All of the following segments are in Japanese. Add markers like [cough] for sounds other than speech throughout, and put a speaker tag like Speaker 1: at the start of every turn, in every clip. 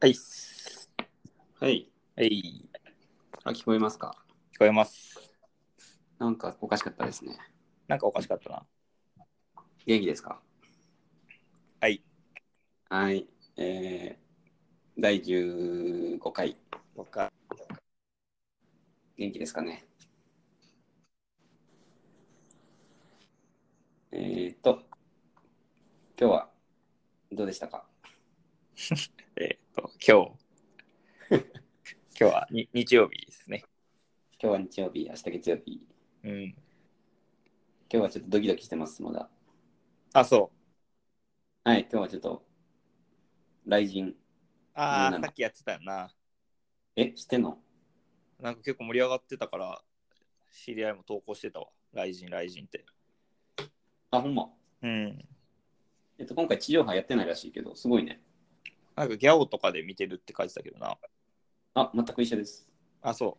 Speaker 1: はい。
Speaker 2: はい。
Speaker 1: はい。
Speaker 2: あ、聞こえますか
Speaker 1: 聞こえます。
Speaker 2: なんかおかしかったですね。
Speaker 1: なんかおかしかったな。
Speaker 2: 元気ですか
Speaker 1: はい。
Speaker 2: はい。えー、第15回、
Speaker 1: 僕か。
Speaker 2: 元気ですかね。えーっと、今日はどうでしたか
Speaker 1: えっ、と、今日。 [laughs] 今日はに日曜日ですね。
Speaker 2: 今日は日曜日、明日月曜日。今
Speaker 1: うん。
Speaker 2: 日はちょっとドキドキしてます、まだ。
Speaker 1: あ、そう。
Speaker 2: はい、今日はちょっと、雷神。
Speaker 1: あ
Speaker 2: う
Speaker 1: あ、
Speaker 2: ん
Speaker 1: さっきやってたよな。
Speaker 2: え、してんの
Speaker 1: なんか結構盛り上がってたから、知り合いも投稿してたわ。雷神、雷神って。
Speaker 2: あ、ほんま。
Speaker 1: うん。
Speaker 2: えっと、今回地上波やってないらしいけど、すごいね。
Speaker 1: なんかギャオとかで見てるって書いてたけどな。
Speaker 2: あ、全く一緒です。
Speaker 1: あ、そ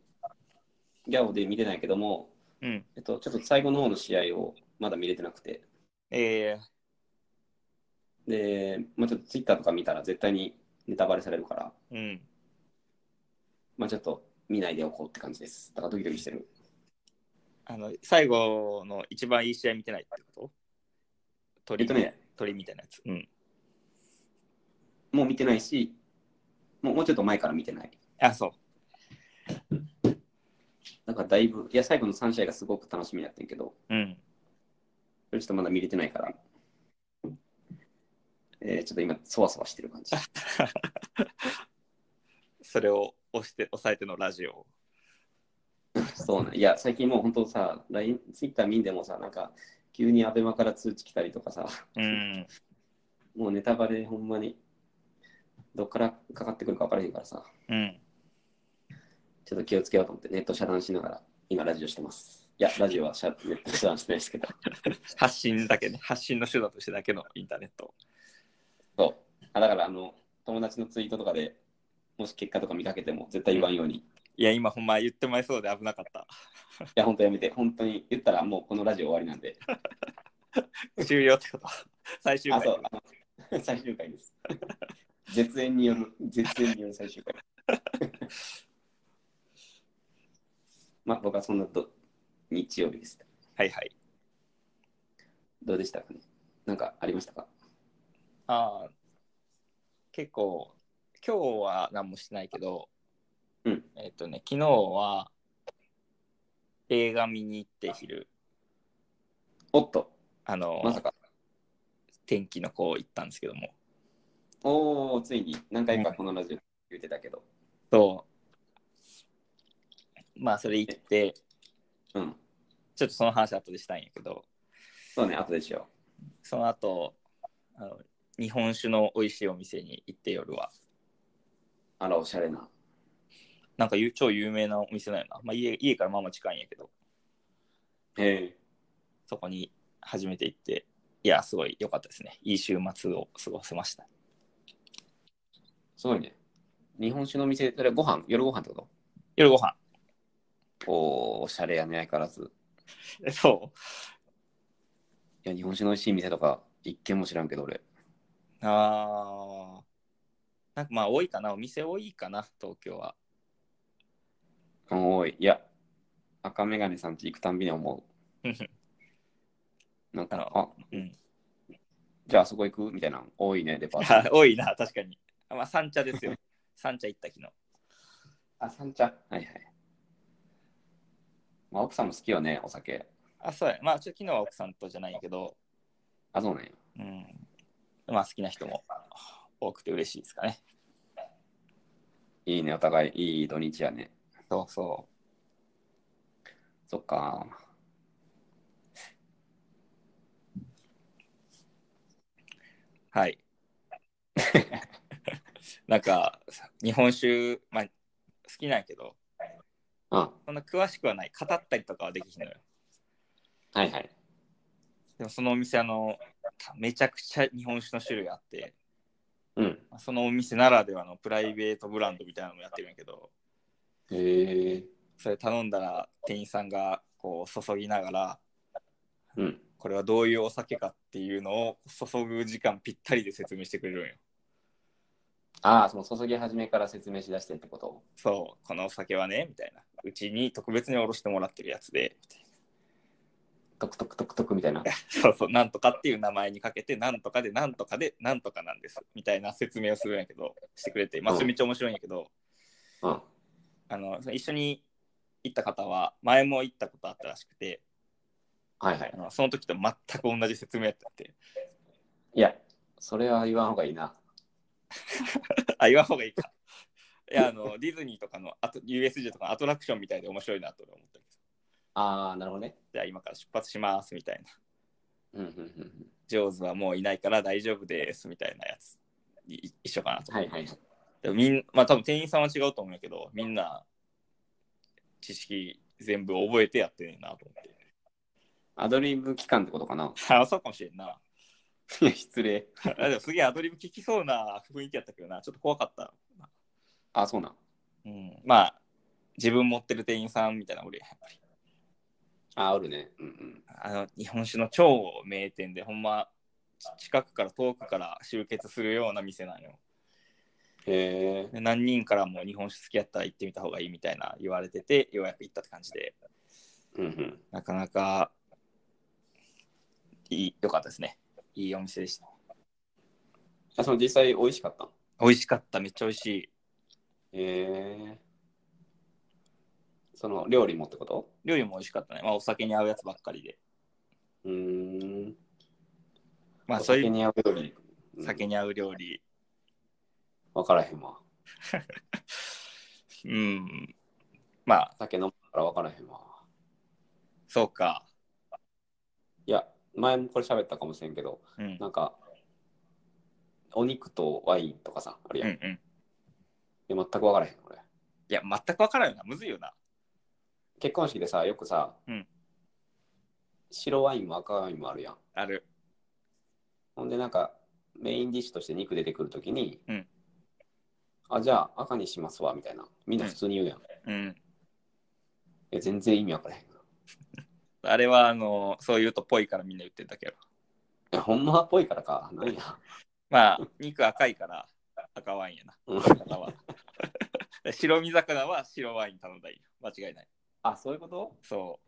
Speaker 2: ギャオで見てないけども、
Speaker 1: う。うん。
Speaker 2: えっと、ちょっと最後の方の試合をまだ見れてなくて、
Speaker 1: えー、
Speaker 2: で、まあ、ちょっとツイッターとか見たら絶対にネタバレされるから、
Speaker 1: うん。
Speaker 2: まあ、ちょっと見ないでおこうって感じです。だからドキドキしてる。
Speaker 1: あの、最後の一番いい試合見てないってこと鳥
Speaker 2: えっと
Speaker 1: みたいな
Speaker 2: ね、
Speaker 1: 鳥みたいなやつ。うん。
Speaker 2: もう見てないし、もうもうちょっと前から見てない。
Speaker 1: あ、そう。
Speaker 2: だからだいぶ、いや、最後の3試合がすごく楽しみだったんやけど、
Speaker 1: うん。
Speaker 2: それちょっとまだ見れてないから、えーちょっと今、そわそわしてる感 [laughs] じ。
Speaker 1: それを押して押さえてのラジオを
Speaker 2: そうなんいや、最近もう本当さ、LINE、ツイッター見んでもさ、なんか、急にアベマから通知来たりとかさ、
Speaker 1: うん
Speaker 2: もうネタバレほんまに、どっからかかってくるか分からへんからさ、
Speaker 1: うん
Speaker 2: ちょっと気をつけようと思ってネット遮断しながら、今ラジオしてます。いや、ラジオは遮ネット遮断してないですけど、
Speaker 1: 発信だけね発信の手段としてだけのインターネット
Speaker 2: そう。あだから、あの、友達のツイートとかでもし結果とか見かけても絶対言わんように。い
Speaker 1: いや今ほんま言ってまいそうで危なかった
Speaker 2: や、本当やめて、本当に言ったらもうこのラジオ終わりなんで、
Speaker 1: 終了ってこと [laughs] 最終
Speaker 2: あ、
Speaker 1: 回
Speaker 2: そう、あの [laughs] 最終回です。絶縁による、絶縁による最終回。 [laughs] まあ、僕はそんなと日曜日です。
Speaker 1: はいはい
Speaker 2: どうでしたかねなんかありましたか
Speaker 1: あー結構今日は何もしてないけど、
Speaker 2: うん
Speaker 1: えっ、とね昨日は映画見に行って昼
Speaker 2: おっと、
Speaker 1: あの、
Speaker 2: まさか。
Speaker 1: 天気の子行ったんですけども
Speaker 2: おお、ついに何回かこのラジオ言ってたけど。
Speaker 1: そうまあそれ行って
Speaker 2: うん。
Speaker 1: ちょっとその話後でしたいんやけど
Speaker 2: そうね、後でしよ
Speaker 1: その後あの日本酒の美味しいお店に行って夜は
Speaker 2: う。あら、おしゃれな。
Speaker 1: なんかゆ超有名なお店だよな、まあ、家家からまあまあ近いんやけど
Speaker 2: へえ。
Speaker 1: そこに初めて行っていやすごい良かったですねいい週末を過ごせました
Speaker 2: すごいね。日本酒の店、それご飯、夜ご飯ってこ
Speaker 1: 夜ご飯
Speaker 2: とおお、おしゃれやね、相変わらず。
Speaker 1: えそう
Speaker 2: いや、日本酒の美味しい店とか、一軒も知らんけど、俺。
Speaker 1: あーなんかまあ多いかなお店多いかな東京は
Speaker 2: おーい、いや、赤メガネさんち行くたんびに思 [laughs]
Speaker 1: うんうん
Speaker 2: う。なん
Speaker 1: あ
Speaker 2: か、
Speaker 1: の
Speaker 2: あ、
Speaker 1: うん
Speaker 2: じゃああそこ行くみたいなの多いね、デ [laughs] パー
Speaker 1: あ
Speaker 2: ト。
Speaker 1: 多いな確かにあまあ三茶ですよ [laughs] 三茶行った昨日
Speaker 2: あ、三茶。はいはい。まあ、奥さんも好きよね、お酒。
Speaker 1: あそうやまあちょっと昨日は奥さんとじゃないんやけど
Speaker 2: あ、そうなんや。
Speaker 1: うんまあ好きな人も多くて嬉しいですかね
Speaker 2: いいね、お互い、いい土日やね。
Speaker 1: そうそ
Speaker 2: そっか。
Speaker 1: う。はい。 [laughs] なんか、日本酒、まあ、好きなんやけど、
Speaker 2: うん。
Speaker 1: そんな詳しくはない。語ったりとかはできひんのよ。
Speaker 2: はいはい。
Speaker 1: でもそのお店、あの、めちゃくちゃ日本酒の種類あって、
Speaker 2: うん。
Speaker 1: そのお店ならではのプライベートブランドみたいなのもやってるんやけど、
Speaker 2: へえ。
Speaker 1: それ頼んだら店員さんがこう注ぎながら、
Speaker 2: うん。
Speaker 1: これはどういうお酒かっていうのを注ぐ時間ぴったりで説明してくれるんよ。
Speaker 2: ああ、その注ぎ始めから説明しだしてってこと。
Speaker 1: そう、このお酒はね、みたいな。うちに特別におろしてもらってるやつで、みたい
Speaker 2: トクトクトクトクみ [laughs] たいな。
Speaker 1: な。そうそう、なんとかっていう名前にかけて、なんとかで、なんとかで、なんとかなんです、みたいな説明をするんやけど、してくれて、まあ、それめっちゃ面白いんやけど、
Speaker 2: うん。
Speaker 1: あの、その一緒に行った方は、前も行ったことあったらしくて、
Speaker 2: はいはい
Speaker 1: あ。のその時と全く同じ説明やったって、 [laughs]
Speaker 2: いや、それは言わんほうがいいな。
Speaker 1: あ、言わん方がいいか。いや、あの、ディズニーとかの、あと USJ とかのアトラクションみたいで面白いなと俺思ったんです。
Speaker 2: ああ、なるほどね。
Speaker 1: じゃあ、今から出発します、みたいな。
Speaker 2: うんうんうんうん。
Speaker 1: ジョーズはもういないから大丈夫ですみたいなやついい一緒かなと。
Speaker 2: はいはいはい。
Speaker 1: でもみんまあ多分店員さんは違うと思うんやけど、みんな知識全部覚えてやってねえなと思って。
Speaker 2: アドリブ期間ってことかな。
Speaker 1: あそう [laughs] かもしれんな。
Speaker 2: [laughs] いや、失礼。
Speaker 1: あでもすげえアドリブ聞きそうな雰囲気やったけどな、ちょっと怖かった。
Speaker 2: あ、そうなん。
Speaker 1: うん、まあ、自分持ってる店員さんみたいな俺、やっぱり。
Speaker 2: あ、おるね。うんうん。
Speaker 1: あの日本酒の超名店で、ほんまち近くから遠くから集結するような店なんよ。
Speaker 2: へえ。
Speaker 1: で何人からも日本酒好きやったら行ってみた方がいいみたいな言われててようやく行ったって感じで
Speaker 2: うんうん。
Speaker 1: なかなかいい良かったですねいいお店でした
Speaker 2: あ、その実際美味しかったの
Speaker 1: 美味しかっためっちゃ美味しい
Speaker 2: へえ。その料理もってこと
Speaker 1: 料理も美味しかったね、まあ、お酒に合うやつばっかりで
Speaker 2: うーん。
Speaker 1: まあ
Speaker 2: お
Speaker 1: そうい
Speaker 2: 酒
Speaker 1: う
Speaker 2: に合う料理。うん
Speaker 1: 酒に合う料理
Speaker 2: わからへんわ。
Speaker 1: うん、まあ
Speaker 2: 酒飲むからわからへんわ。
Speaker 1: そうか
Speaker 2: いや、前もこれ喋ったかもしれんけど、
Speaker 1: うん
Speaker 2: なんか、お肉とワインとかさ、ある
Speaker 1: うん
Speaker 2: や。
Speaker 1: うんん
Speaker 2: で全くわからへん、俺。
Speaker 1: いや全く分からんよなむずいよな
Speaker 2: 結婚式でさ、よくさ、
Speaker 1: うん
Speaker 2: 白ワインも赤ワインもあるやん。
Speaker 1: ある
Speaker 2: ほんで、なんか、メインディッシュとして肉出てくるときに、
Speaker 1: うん
Speaker 2: あ、じゃあ赤にしますわ、みたいな。みんな普通に言うやん。い
Speaker 1: うん
Speaker 2: や、全然意味わからへん。い
Speaker 1: あれはあのそう言うとぽいからみんな言ってるだけやろ
Speaker 2: や、ほんまっぽいからか。なんや。
Speaker 1: まあ、肉赤いから赤ワインやな。
Speaker 2: うん
Speaker 1: 魚は白身魚は白ワイン頼んだらいいよ。間違いない。
Speaker 2: あ、そういうこと
Speaker 1: そ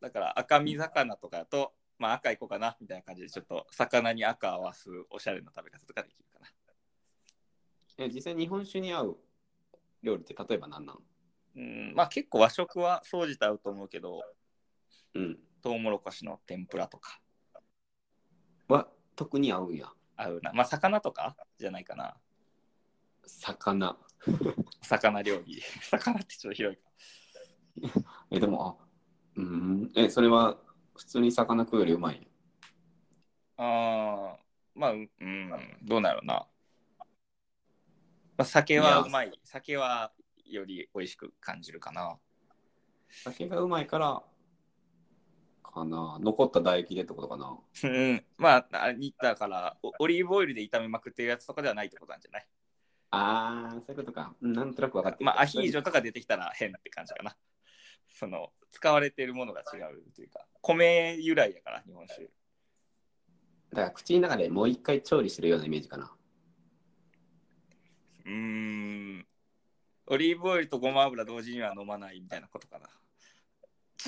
Speaker 1: う。だから赤身魚とかだと、まあ赤い子かなみたいな感じで、ちょっと魚に赤合わすおしゃれな食べ方とかできるか
Speaker 2: え、実際日本酒に合う料理って例えば何なの
Speaker 1: な。うん、まあ結構和食は総じて合うと思うけど、
Speaker 2: うん。
Speaker 1: トウモロコシの天ぷらとか
Speaker 2: は、特に合うんや。
Speaker 1: 合うな。まあ魚とかじゃないかな。
Speaker 2: 魚。
Speaker 1: 魚料理。 [laughs] 魚ってちょっと広いか。
Speaker 2: え、でも、あ、うん。え、それは普通に魚食うよりうまいんや。
Speaker 1: ああ、まあ、ううん、どうなるな。まあ、酒はうまい。酒はより美味しく感じるかな。
Speaker 2: 酒がうまいから、かな。残った唾液でってことかな。
Speaker 1: うん、まあ、あにだからオ、オリーブオイルで炒めまくってるやつとかではないってことなんじゃない
Speaker 2: あー、そういうことか。うんなんとなく分かってきた
Speaker 1: まあ、アヒージョとか出てきたら変って感じかな。その、使われてるものが違うというか、米由来やから、日本酒。
Speaker 2: だから口の中でもう一回調理してるようなイメージか [laughs] な。
Speaker 1: うーん、オリーブオイルとごま油同時には飲まないみたいなことかな。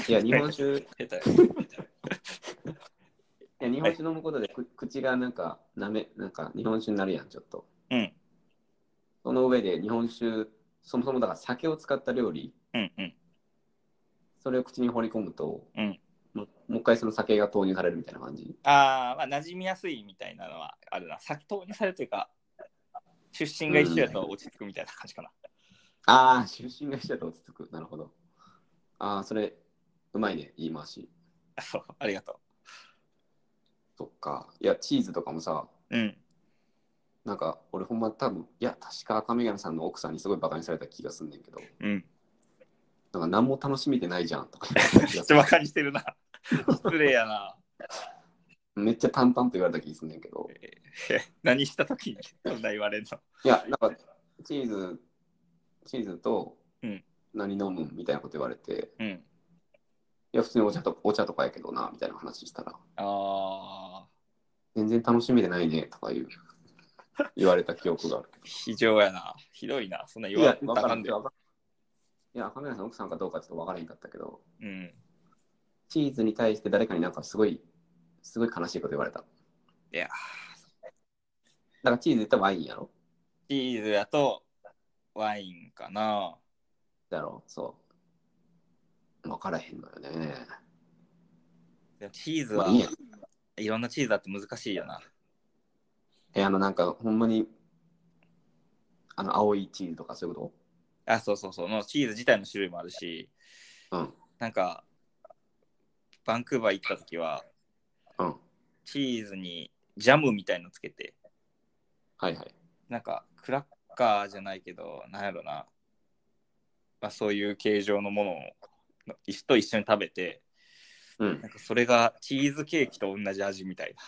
Speaker 2: いや、日本酒、い
Speaker 1: 下手や
Speaker 2: や日本酒飲むことでく口がなんか、なめ、なんか日本酒になるやん、ちょっと。
Speaker 1: うん、
Speaker 2: その上で日本酒、そもそもだから酒を使った料理、
Speaker 1: うん、うん。
Speaker 2: それを口に放り込むと、
Speaker 1: うん
Speaker 2: ももう一回その酒が投入されるみたいな感じ。
Speaker 1: ああ、まあ、馴染みやすいみたいなのはあるな。作投にされるというか、出身が一緒やと落ち着くみたいな感じかな。 [laughs]
Speaker 2: ああ、出身が一緒だと落ち着く。なるほど。ああ、それ、うまいね、言い回し。
Speaker 1: そう、ありがと
Speaker 2: そっか。いや、チーズとかもさ、
Speaker 1: う。うん。
Speaker 2: なんか俺ほんま多分、いや、確か赤眼鏡さんの奥さんにすごいバカにされた気がすんねんけど、
Speaker 1: うん。
Speaker 2: なんか何も楽しみてないじゃんとか
Speaker 1: [laughs] 一番感じてる
Speaker 2: [laughs]
Speaker 1: な。失礼やな。
Speaker 2: めっちゃ淡々と言われた気がすんねんけど、
Speaker 1: え何したときにそんな言われんの
Speaker 2: いや、なんかチーズ、チーズと
Speaker 1: うん
Speaker 2: 何飲むみたいなこと言われて、
Speaker 1: うん。
Speaker 2: いや、普通にお茶とお茶とかやけどな、みたいな話したら、
Speaker 1: ああ。
Speaker 2: 全然楽しみでないねとか言う。言われた記憶があるけど。
Speaker 1: 非常やな。ひどいな。そんない [laughs] 言わ
Speaker 2: や
Speaker 1: れ、た
Speaker 2: わからら
Speaker 1: あか
Speaker 2: ん
Speaker 1: ん
Speaker 2: い
Speaker 1: で。
Speaker 2: やわからんいや、亀梨さん、奥さんかどうかちょっとわからへんかったけど、
Speaker 1: うん。
Speaker 2: チーズに対して誰かになんかすごい、すごい悲しいこと言われた。だ
Speaker 1: いや、
Speaker 2: からチーズ言ったらワインやろ
Speaker 1: チーズやとワインかな。
Speaker 2: だろそう。わからへんのよね。
Speaker 1: でもチーズ
Speaker 2: ま
Speaker 1: は
Speaker 2: あいいや。
Speaker 1: いろんなチーズあって難しいよな。
Speaker 2: え、あの、なんか、ほんまに、あの、青いチーズとかそういうこ
Speaker 1: あ、そうそうそう。もうチーズ自体の種類もあるし、
Speaker 2: とうん。
Speaker 1: なんか、バンクーバー行った時は、
Speaker 2: うん。
Speaker 1: チーズにジャムみたいのつけて、
Speaker 2: はいはい。
Speaker 1: なんか、クラッカーじゃないけど、なんやろな。まあ、そういう形状のものを、の石と一緒に食べて、
Speaker 2: うん
Speaker 1: な。んかそれがチーズケーキと同じ味みたいな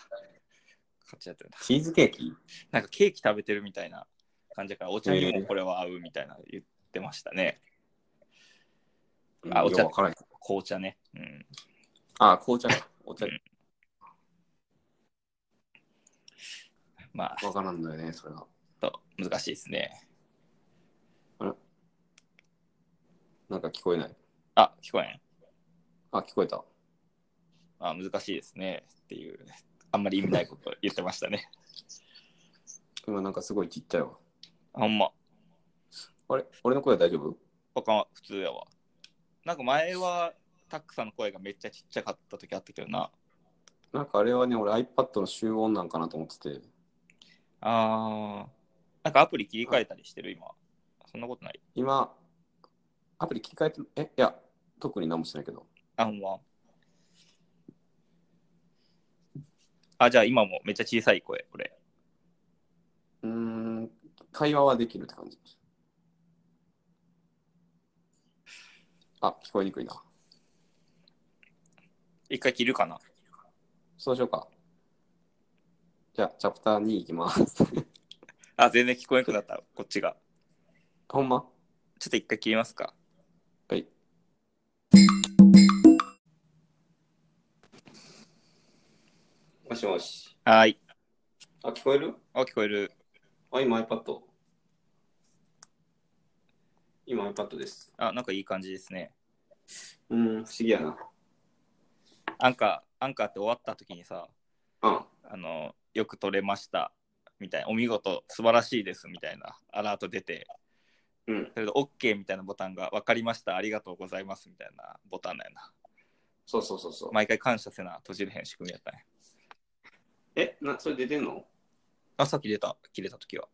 Speaker 1: [laughs] 感じだったよな。
Speaker 2: チーズケーキ
Speaker 1: なんかケーキ食べてるみたいな感じだから、お茶に
Speaker 2: へ
Speaker 1: も
Speaker 2: え
Speaker 1: これは合うみたいな言ってましたね。
Speaker 2: あ、
Speaker 1: あ
Speaker 2: お
Speaker 1: お茶
Speaker 2: 茶。わからへん
Speaker 1: 紅茶ね。うん。
Speaker 2: あ、紅茶か。お茶
Speaker 1: う。まあ、ちょ
Speaker 2: わからんのよね、それが。
Speaker 1: っと難しいですね。
Speaker 2: なんか聞こえない。
Speaker 1: あ、聞こえん。
Speaker 2: あ、聞こえた。
Speaker 1: あ、難しいですね。っていう、あんまり意味ないこと言ってましたね。
Speaker 2: 今なんかすごいちっちゃいわ。
Speaker 1: あほんま。
Speaker 2: あれ俺の声大丈夫
Speaker 1: あかん普通やわ。なんか前は、タックさんの声がめっちゃちっちゃかった時あったけどな。
Speaker 2: なんかあれはね、俺 iPad の集音なんかなと思ってて。
Speaker 1: あー。なんかアプリ切り替えたりしてる今。そんなことない。
Speaker 2: 今、アプリ切り替えて、え、いや、特に何もしてないけど。
Speaker 1: あ、ほんま。あ、じゃあ今もめっちゃ小さい声、これ。
Speaker 2: うーん、会話はできるって感じ。あ、聞こえにくいな。
Speaker 1: 一回切るかな。
Speaker 2: そうしようか。じゃあ、チャプター2いきます。 [laughs]
Speaker 1: あ、全然聞こえなくなった、こっちが。
Speaker 2: ほんま
Speaker 1: ちょっと一回切りますか。
Speaker 2: はい。もしもし。
Speaker 1: はーい。
Speaker 2: あ、聞こえる
Speaker 1: あ、聞こえる。
Speaker 2: あ、今 iPad。今 iPad です。
Speaker 1: あ、なんかいい感じですね。
Speaker 2: うん、不思議やな。
Speaker 1: アンカー、アンカーって終わった時にさ、
Speaker 2: うん。
Speaker 1: あの、よく撮れました。みたいな、お見事、素晴らしいです。みたいな、アラート出て、
Speaker 2: うん、
Speaker 1: それで OK みたいなボタンが、分かりました。ありがとうございます。みたいなボタンだよな。
Speaker 2: そうそうそうそう。
Speaker 1: 毎回感謝せな、閉じれへん仕組みやったね。
Speaker 2: え、な、それ出てんの
Speaker 1: あ、さっき出た、切れた時は。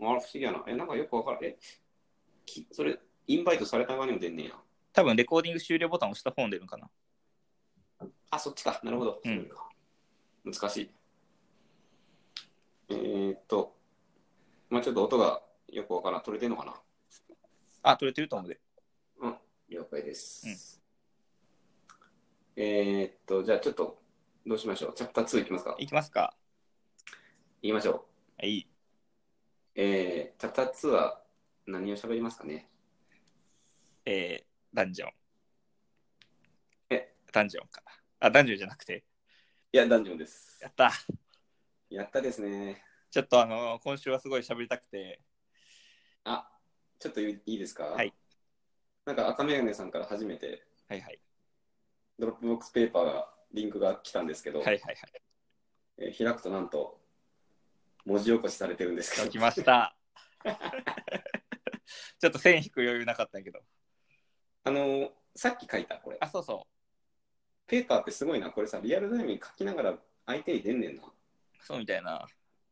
Speaker 2: あ不思議やな。え、なんかよくわからん。え、きそれ、インバイトされた側にも出んねや。
Speaker 1: 多分レコーディング終了ボタンを押した方に出るのかな。
Speaker 2: あ、そっちか。なるほど。
Speaker 1: うん
Speaker 2: そうか難しい。えー、っと、まあちょっと音がよくわからん。取れてんのかな
Speaker 1: あ、取れてると思うで。
Speaker 2: うん、了解です。えー、っと、じゃあちょっと、どうしましょう。チャプター2いきますか。
Speaker 1: いきますか。
Speaker 2: いきましょう。
Speaker 1: はい。
Speaker 2: えー、チャプター2は何を喋りますかね。
Speaker 1: えー、ダンジョン。
Speaker 2: え
Speaker 1: ダンジョンかな。あ、ダンジョンじゃなくて。
Speaker 2: いや、ダンジョンです
Speaker 1: や。った。
Speaker 2: やったですね。
Speaker 1: ちょっとあの今週はすごい喋りたくて。
Speaker 2: あ、ちょっといいですか
Speaker 1: はい。
Speaker 2: なんか赤眼鏡さんから初めて、
Speaker 1: はいはい。
Speaker 2: ドロップボックスペーパーが、リンクが来たんですけど、
Speaker 1: はいはいはい。
Speaker 2: えー開くとなんと、文字起こしされてるんですけ
Speaker 1: 書
Speaker 2: ど
Speaker 1: き、ました。 [laughs] ちょっと線引く余裕なかったけど。
Speaker 2: あのーさっき書いた、これ。
Speaker 1: あ、そうそ
Speaker 2: ペーパーってすごいな。これさ、リアルタイムに書きながら相手に出んねんな。
Speaker 1: う。そうみたいな。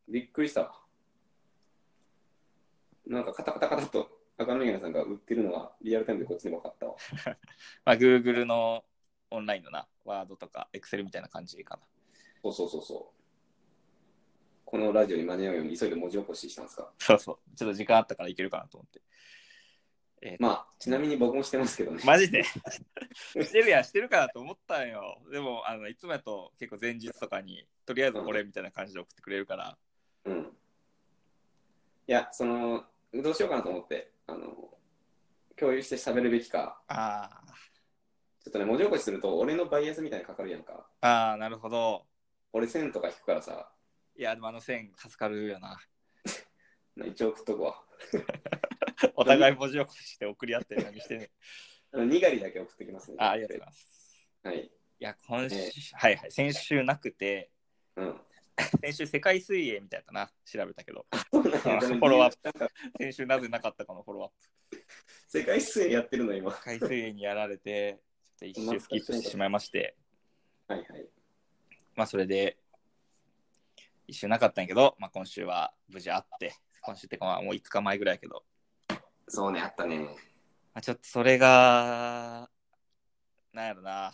Speaker 2: びっくりした。なんかカタカタカタと赤の眼鏡さんが売ってるのがリアルタイムでこっちで分かったわ。
Speaker 1: まあ Google のオンラインのな、ワードとか Excel みたいな感じかな。
Speaker 2: そうそうそうそう。このラジオに間に合うように急いで文字起こししたんですか。
Speaker 1: そうそう。ちょっと時間あったからいけるかなと思って。えー
Speaker 2: まあ、ちなみに僕もしてますけどね。
Speaker 1: マジでしてるやん、してるかなと思ったんよ。でも、あのいつもやと結構前日とかに、とりあえずこれみたいな感じで送ってくれるから、
Speaker 2: うん。いや、その、どうしようかなと思って、あの、共有して喋るべきか。
Speaker 1: あ
Speaker 2: ちょっとね、文字起こしすると俺のバイアスみたいにかかるやんか。
Speaker 1: あ、ああ、なるほど。
Speaker 2: 俺線とか引くからさ、
Speaker 1: いや、でもあの線助かるよな。
Speaker 2: 一応送っとくわ。
Speaker 1: お互い文字起こしして送り合ってるのにしてね。
Speaker 2: あのにがりだけ送ってきますね。
Speaker 1: あありがとうございます。
Speaker 2: はい。
Speaker 1: いや、今週、
Speaker 2: え
Speaker 1: はいはい、先週なくて、
Speaker 2: うん。
Speaker 1: 先週世界水泳みたいだな、調べたけど、 [laughs]
Speaker 2: そうなんや
Speaker 1: フォロワー
Speaker 2: なんか
Speaker 1: 先週なぜなかったかのフォローアップ。
Speaker 2: 世界水泳やってるの、今。は
Speaker 1: 世界水泳にやられて、ちょっと一周スキップしてしまいまして、
Speaker 2: いはい。
Speaker 1: まあそれで、一周なかったんやけど、まあ今週は無事あって、今週ってかまあもう5日前ぐらいやけど、
Speaker 2: そうね、あったね。
Speaker 1: まあ、ちょっとそれが、なんやろな、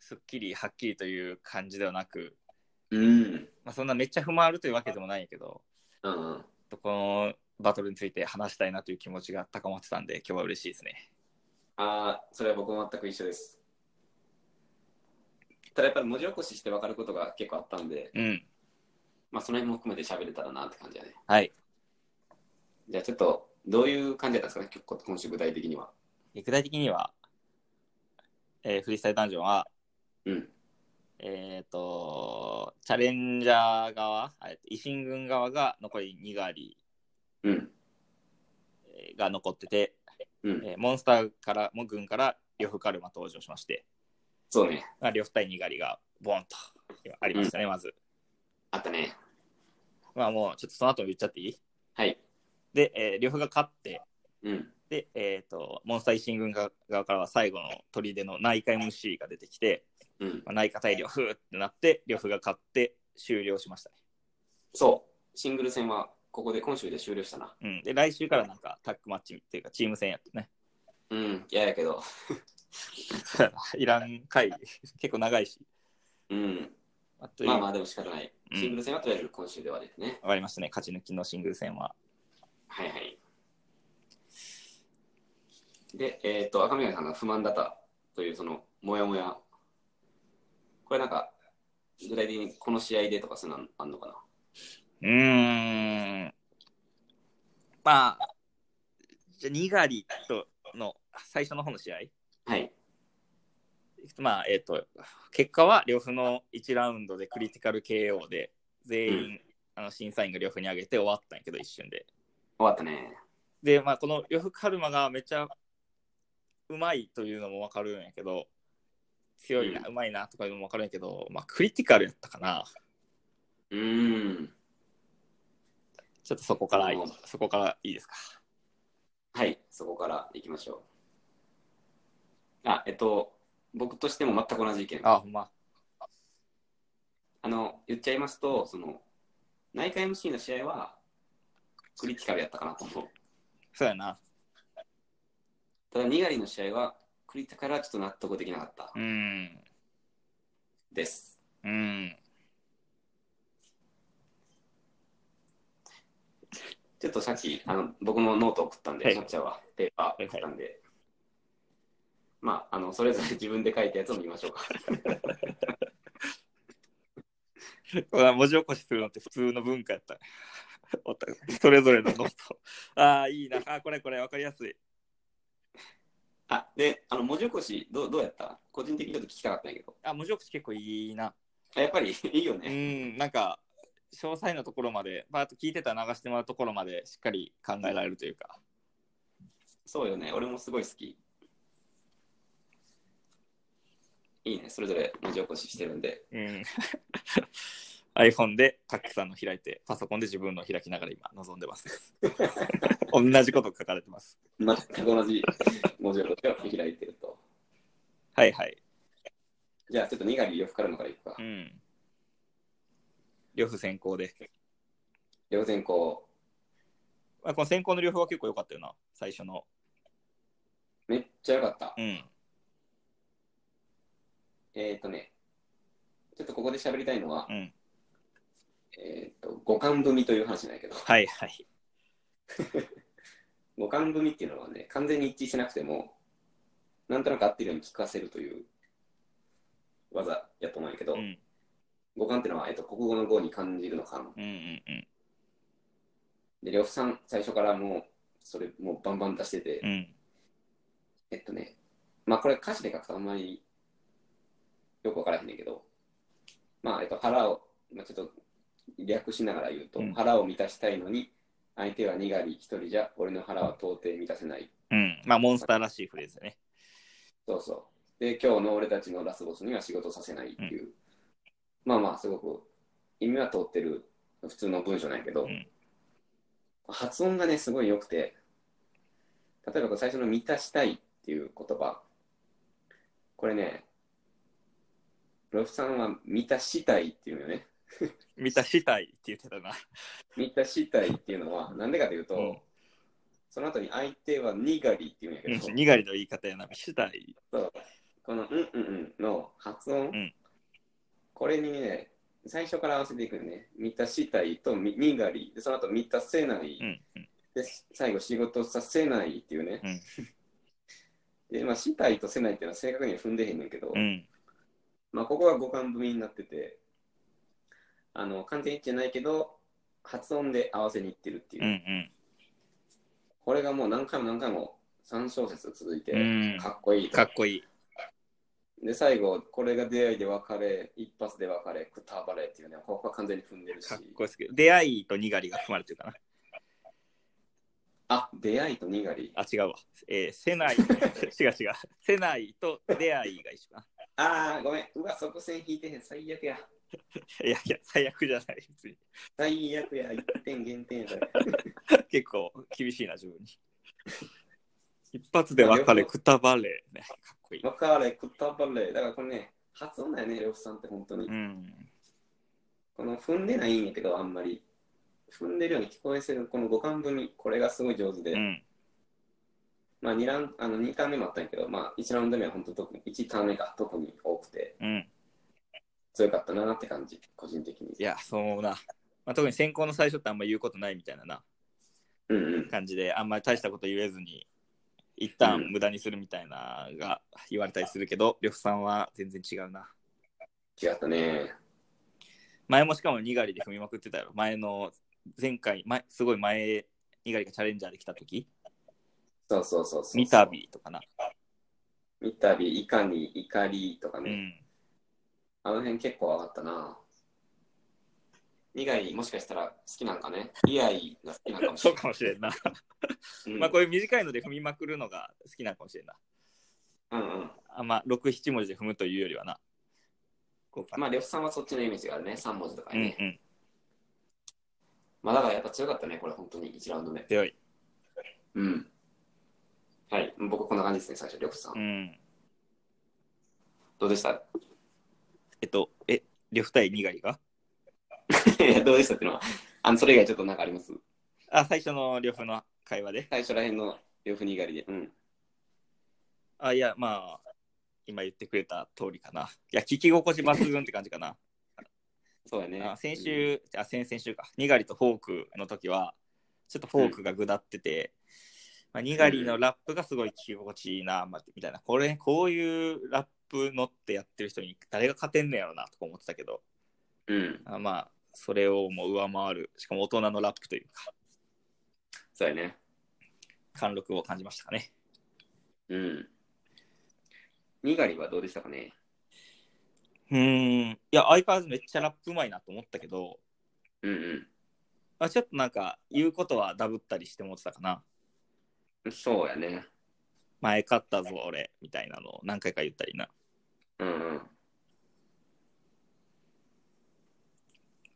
Speaker 1: すっきりはっきりという感じではなく、
Speaker 2: うん。
Speaker 1: まあ、そんなめっちゃ不満あるというわけでもないんやけど、
Speaker 2: うんうん。
Speaker 1: ちょっとこのバトルについて話したいなという気持ちが高まってたんで、今日は嬉しいですね。
Speaker 2: ああ、それは僕も全く一緒です。ただやっぱり文字起こしして分かることが結構あったんで、
Speaker 1: うん。
Speaker 2: まあその辺も含めて喋れたらなって感じだね。
Speaker 1: はい。
Speaker 2: じゃあちょっと、どういう感じだったんですかね、今日今週具体的には。
Speaker 1: え具体的には、えーフリースタイルダンジョンは、
Speaker 2: うん。
Speaker 1: えっ、と、チャレンジャー側、あえっと維新軍側が残り2ガリ
Speaker 2: うん。
Speaker 1: えーが残ってて、
Speaker 2: うん。
Speaker 1: えーモンスターから、も軍から呂布カルマ登場しまして、
Speaker 2: そうね。
Speaker 1: まあ、両夫対にがりがボンと今ありましたね、まず。
Speaker 2: あったね。
Speaker 1: まあもうちょっとその後も言っちゃっていい
Speaker 2: はい。
Speaker 1: で、えー、両夫が勝って、
Speaker 2: うん。
Speaker 1: で、えっ、と、モンスター維新軍側からは最後の砦の内海虫が出てきて、
Speaker 2: うん。
Speaker 1: まあ、内科対両夫ってなって、両夫が勝って終了しましたね。
Speaker 2: そう。シングル戦はここで今週で終了したな。
Speaker 1: うん。で、来週からなんかタッグマッチっていうかチーム戦やってね。 [laughs]
Speaker 2: うん。嫌やけど。
Speaker 1: いらん回、結構長いし。
Speaker 2: うん。
Speaker 1: あっという
Speaker 2: ま
Speaker 1: 間
Speaker 2: あ
Speaker 1: に
Speaker 2: まあ
Speaker 1: 終
Speaker 2: でも仕方ない。
Speaker 1: うん
Speaker 2: シングル戦はとりあえず今週で終わりですね。
Speaker 1: わりましたね、勝ち抜きのシングル戦は。
Speaker 2: はいはい。で、えっ、と、赤嶺さんが不満だったという、その、もやもや。これなんか、具体的にこの試合でとかそういうのあんのかな
Speaker 1: うーん。まあ、じゃあ、ニガリとの最初の方の試合。
Speaker 2: はい。
Speaker 1: まあ、えっ、と、結果は両夫の1ラウンドでクリティカル KO で、全員、
Speaker 2: う
Speaker 1: あの審査員が両夫に上げて終わったんやけど、一瞬で。
Speaker 2: 終わったね。
Speaker 1: で、まあ、この呂布カルマがめっちゃうまいというのもわかるんやけど、強いな、
Speaker 2: う
Speaker 1: うまいなとかいうのもわかるんやけど、まあ、クリティカルやったかな。
Speaker 2: うーん。
Speaker 1: ちょっとそこから
Speaker 2: うん、
Speaker 1: そこからいいですか。
Speaker 2: はい、そこからいきましょう。あ、えっと、僕としても全く同じ意見。
Speaker 1: あ、ほんま。
Speaker 2: あの、言っちゃいますと、その、内科 MC の試合は、クリティカルやったかなと思う。
Speaker 1: そうやな。
Speaker 2: ただ、ニガリの試合は、クリティカルはちょっと納得できなかった
Speaker 1: う。ん。
Speaker 2: です。
Speaker 1: うん。
Speaker 2: ちょっとさっきあの僕もノート送ったん
Speaker 1: は
Speaker 2: で、
Speaker 1: い
Speaker 2: キャッチャーはペーパー送ったんで、まあ、あのそれぞ [laughs] れ自分で書いたやつを見ましょうか。
Speaker 1: うわ文字起こしするのって普通の文化やった。お互いそれぞれのノート。ああ、いいな。あーこれこれ、わかりやすい。
Speaker 2: あで、あの文字起こしどう、どうやった個人的にちょっと聞きたかったんやけど、
Speaker 1: あ、文字起こし結構いいな。
Speaker 2: あやっぱり [laughs] いいよ
Speaker 1: う
Speaker 2: ね。
Speaker 1: ん、 [laughs] なんか、詳細のところまで、パーッと聞いてたら流してもらうところまでしっかり考えられるというか。
Speaker 2: そうよね、俺もすごい好き。いいね、それぞれ文字起こししてるんで、
Speaker 1: うん。iPhone でたくさんの開いて、パソコンで自分の開きながら今、望んで [laughs] ます。同じこと書かれてます。
Speaker 2: 全く同じ文字起こしが開いてると。
Speaker 1: はいはい。
Speaker 2: じゃあ、ちょっとニガリ呂布カルマからいくか
Speaker 1: う。ん。両夫先行で。
Speaker 2: 両前こ
Speaker 1: まあ、この先行の両方は結構良かったよな、最初の。
Speaker 2: う、めっちゃ良かった。
Speaker 1: うん。
Speaker 2: えっ、ー、とね、ちょっとここで喋りたいのは、
Speaker 1: うん。
Speaker 2: えー、と五感組という話なんやけど [laughs]
Speaker 1: はいはい。
Speaker 2: 五感組っていうのはね完全に一致してなくてもなんとなく合ってるように聞かせるという技やと思うんやけど、
Speaker 1: うん。
Speaker 2: 五感っていうのは、えっと国語の語に感じるのか
Speaker 1: うんうんうん。
Speaker 2: で呂布さん最初からもうそれもうバンバン出してて、
Speaker 1: うん。
Speaker 2: えっとねまあこれ歌詞で書くとあんまりよくわからへんねんけどまあえっと腹を、まあ、ちょっと略しながら言うと、
Speaker 1: うん
Speaker 2: 腹を満たしたいのに、相手はにがり一人じゃ、俺の腹は到底満たせない。
Speaker 1: うん。まあ、モンスターらしいフレーズね。
Speaker 2: そうそう。で、今日の俺たちのラスボスには仕事させないっていう。まあまあ、すごく意味は通ってる普通の文章なんやけど、
Speaker 1: うん
Speaker 2: 発音がね、すごい良くて、例えばこれ最初の満たしたいっていう言葉、これね、ロフさんは満たしたいっていうのよね。
Speaker 1: 満たしたいって言ってたな。
Speaker 2: 満たしたいっていうのは、なんでかというと、
Speaker 1: うん
Speaker 2: その後に相手はにがりっていうんやけど、
Speaker 1: にがりの言い方やな。したい。
Speaker 2: そうこの「うんうんうん」の発音、
Speaker 1: うん
Speaker 2: これにね最初から合わせていくよね満たしたいとみにがりでその後満たせない、
Speaker 1: うん。
Speaker 2: で最後仕事させないっていうね、
Speaker 1: うん
Speaker 2: [laughs] でまあしたいとせないっていうのは正確には踏んでへんねんけど、
Speaker 1: うん。
Speaker 2: まあここが五感文になっててあの完全一致じゃないけど発音で合わせにいってるっていう、
Speaker 1: うん。うん。
Speaker 2: これがもう何回も何回も3小節続いて、
Speaker 1: うん
Speaker 2: かっこいいと
Speaker 1: かっこいい。
Speaker 2: で、最後、これが出会いで別れ、一発で別れ、くたばれっていうね、ここは完全に踏んでるし
Speaker 1: かっ、こいいですけど。出会いとにがりが含まれてるかな。
Speaker 2: あ、出会いとにがり。
Speaker 1: あ、違うわ。えー、せない。 [laughs] 違う違う。せないと出会いが一緒か
Speaker 2: あー、ごめん、うわ、そこ線引いてへん、最悪や。
Speaker 1: な。いやいや、最悪じゃない。別に
Speaker 2: 最悪や、一点減点やそれ。
Speaker 1: 結構厳しいな、自分に。一発で別れ、くたばれ。ね、かっこいい。
Speaker 2: 別れ、くたばれ。だからこれね、発音だよね、両夫さんって本当に。
Speaker 1: うん。
Speaker 2: この踏んでないんやけど、あんまり。踏んでるように聞こえせる、この五感分に、これがすごい上手で。
Speaker 1: うん。
Speaker 2: まあ2ラウンあの、二ターン目もあったんやけど、まあ1ラウンド目は本当特に、1ターン目が特に多くて、
Speaker 1: うん。
Speaker 2: 強かったなって感じ、個人的に。
Speaker 1: いや、そう思うな。まあ、特に先行の最初ってあんま言うことないみたいなな
Speaker 2: うんうん。
Speaker 1: 感じで、あんまり大したこと言えずに、一旦
Speaker 2: うん
Speaker 1: 無駄にするみたいなが言われたりするけど、呂布さんは全然違うな。
Speaker 2: 違ったね。
Speaker 1: 前もしかもにがりで踏みまくってたよ。前の、前回、前すごい前、にがりがチャレンジャーで来た時
Speaker 2: そうそうそうそう。
Speaker 1: 見た。びとかな。
Speaker 2: 見たび、いかに、怒りとか
Speaker 1: う
Speaker 2: ね。
Speaker 1: ん。
Speaker 2: あの辺結構上がったな。以外、もしかしたら好きなん
Speaker 1: [laughs]
Speaker 2: かね。以外が好きなんかもし
Speaker 1: そ
Speaker 2: れ
Speaker 1: う
Speaker 2: ない。
Speaker 1: かもしれんな。
Speaker 2: うん、
Speaker 1: [laughs] まあ、こういう短いので踏みまくるのが好きなのかもしれんな。
Speaker 2: うんうん。
Speaker 1: あんま6、7文字で踏むというよりはな。こうかな
Speaker 2: まあ、レフさんはそっちのイメージがあるね。3文字とか
Speaker 1: う
Speaker 2: に
Speaker 1: ん
Speaker 2: ね。
Speaker 1: うん。
Speaker 2: まあ、だからやっぱ強かったね。これ、本当に1ラウンド目。
Speaker 1: 強い。
Speaker 2: うん。はい。僕、こんな感じですね。最初、レフさん。
Speaker 1: うん。
Speaker 2: どうでした [laughs]
Speaker 1: えっと、え、呂布対にがりが
Speaker 2: いやどうでしたっていうのは。あの、それ以外ちょっとなんかあります
Speaker 1: あ、最初の呂布の会話で。
Speaker 2: 最初らへんのレフにがりで。うん。
Speaker 1: あ、いや、まあ、今言ってくれた通りかな。いや、聞き心地抜群って感じ [laughs] かな。
Speaker 2: そうやね。
Speaker 1: あ先週、あ、先々週か。にがりとフォークの時は、ちょっとフォークが下ってて、まあ、にがりのラップがすごい聞き心地いいな、まあみたいな。これ、こういうラップ乗ってやってる人に誰が勝てんねやろな、とか思ってたけど、
Speaker 2: うん。うん。
Speaker 1: あまあ、それをもう上回る、しかも大人のラップというか、
Speaker 2: そうやね。
Speaker 1: 貫禄を感じましたかね。
Speaker 2: うん。にがりはどうでしたかね
Speaker 1: うーん。いや、相変わらずめっちゃラップうまいなと思ったけど、
Speaker 2: うんうん
Speaker 1: まあ、ちょっとなんか、言うことはダブったりして思ってたかな。。
Speaker 2: そうやね。
Speaker 1: 前勝ったぞ、俺、みたいなのを何回か言ったりな。
Speaker 2: うんうん。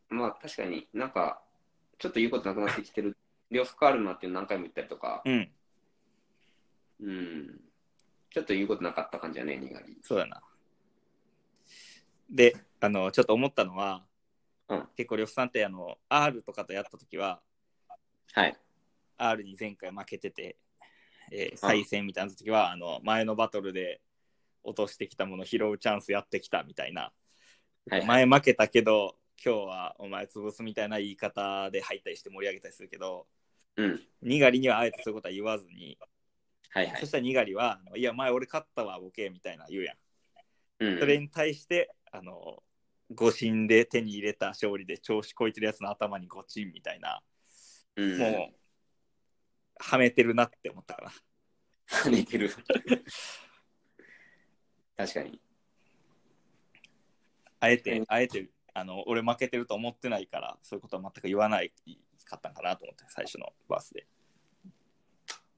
Speaker 2: まあ確かになんか、ちょっと言うことなくなってきてる。両夫変わるなっていうの何回も言ったりとか、
Speaker 1: うん、
Speaker 2: うん。ちょっと言うことなかった感じやね、にがり。
Speaker 1: そうだな。で、あの、ちょっと思ったのは、
Speaker 2: うん
Speaker 1: 結構、呂布さんって、あの、R とかとやった時は、
Speaker 2: はい。
Speaker 1: R に前回負けてて、えー再戦みたいな時は、あの、前のバトルで落としてきたもの拾うチャンスやってきたみたいな、
Speaker 2: はい。
Speaker 1: 前負けたけど今日はお前潰すみたいな言い方で入ったりして盛り上げたりするけど
Speaker 2: うん。
Speaker 1: にがりにはあえてそういうことは言わずに、
Speaker 2: はいは
Speaker 1: そ
Speaker 2: い
Speaker 1: し。たらにがりは「いや前俺勝ったわボケ」みたいな言うやん、
Speaker 2: うん。
Speaker 1: それに対してあの誤信で手に入れた勝利で調子こいてるやつの頭にゴチンみたいな
Speaker 2: うん、
Speaker 1: もうはめてるなって思ったから
Speaker 2: 跳ねてる。確かに。
Speaker 1: あえ
Speaker 2: う
Speaker 1: て
Speaker 2: ん
Speaker 1: あえてあの俺負けてると思ってないからそういうことは全く言わないかったんかなと思って最初のバースで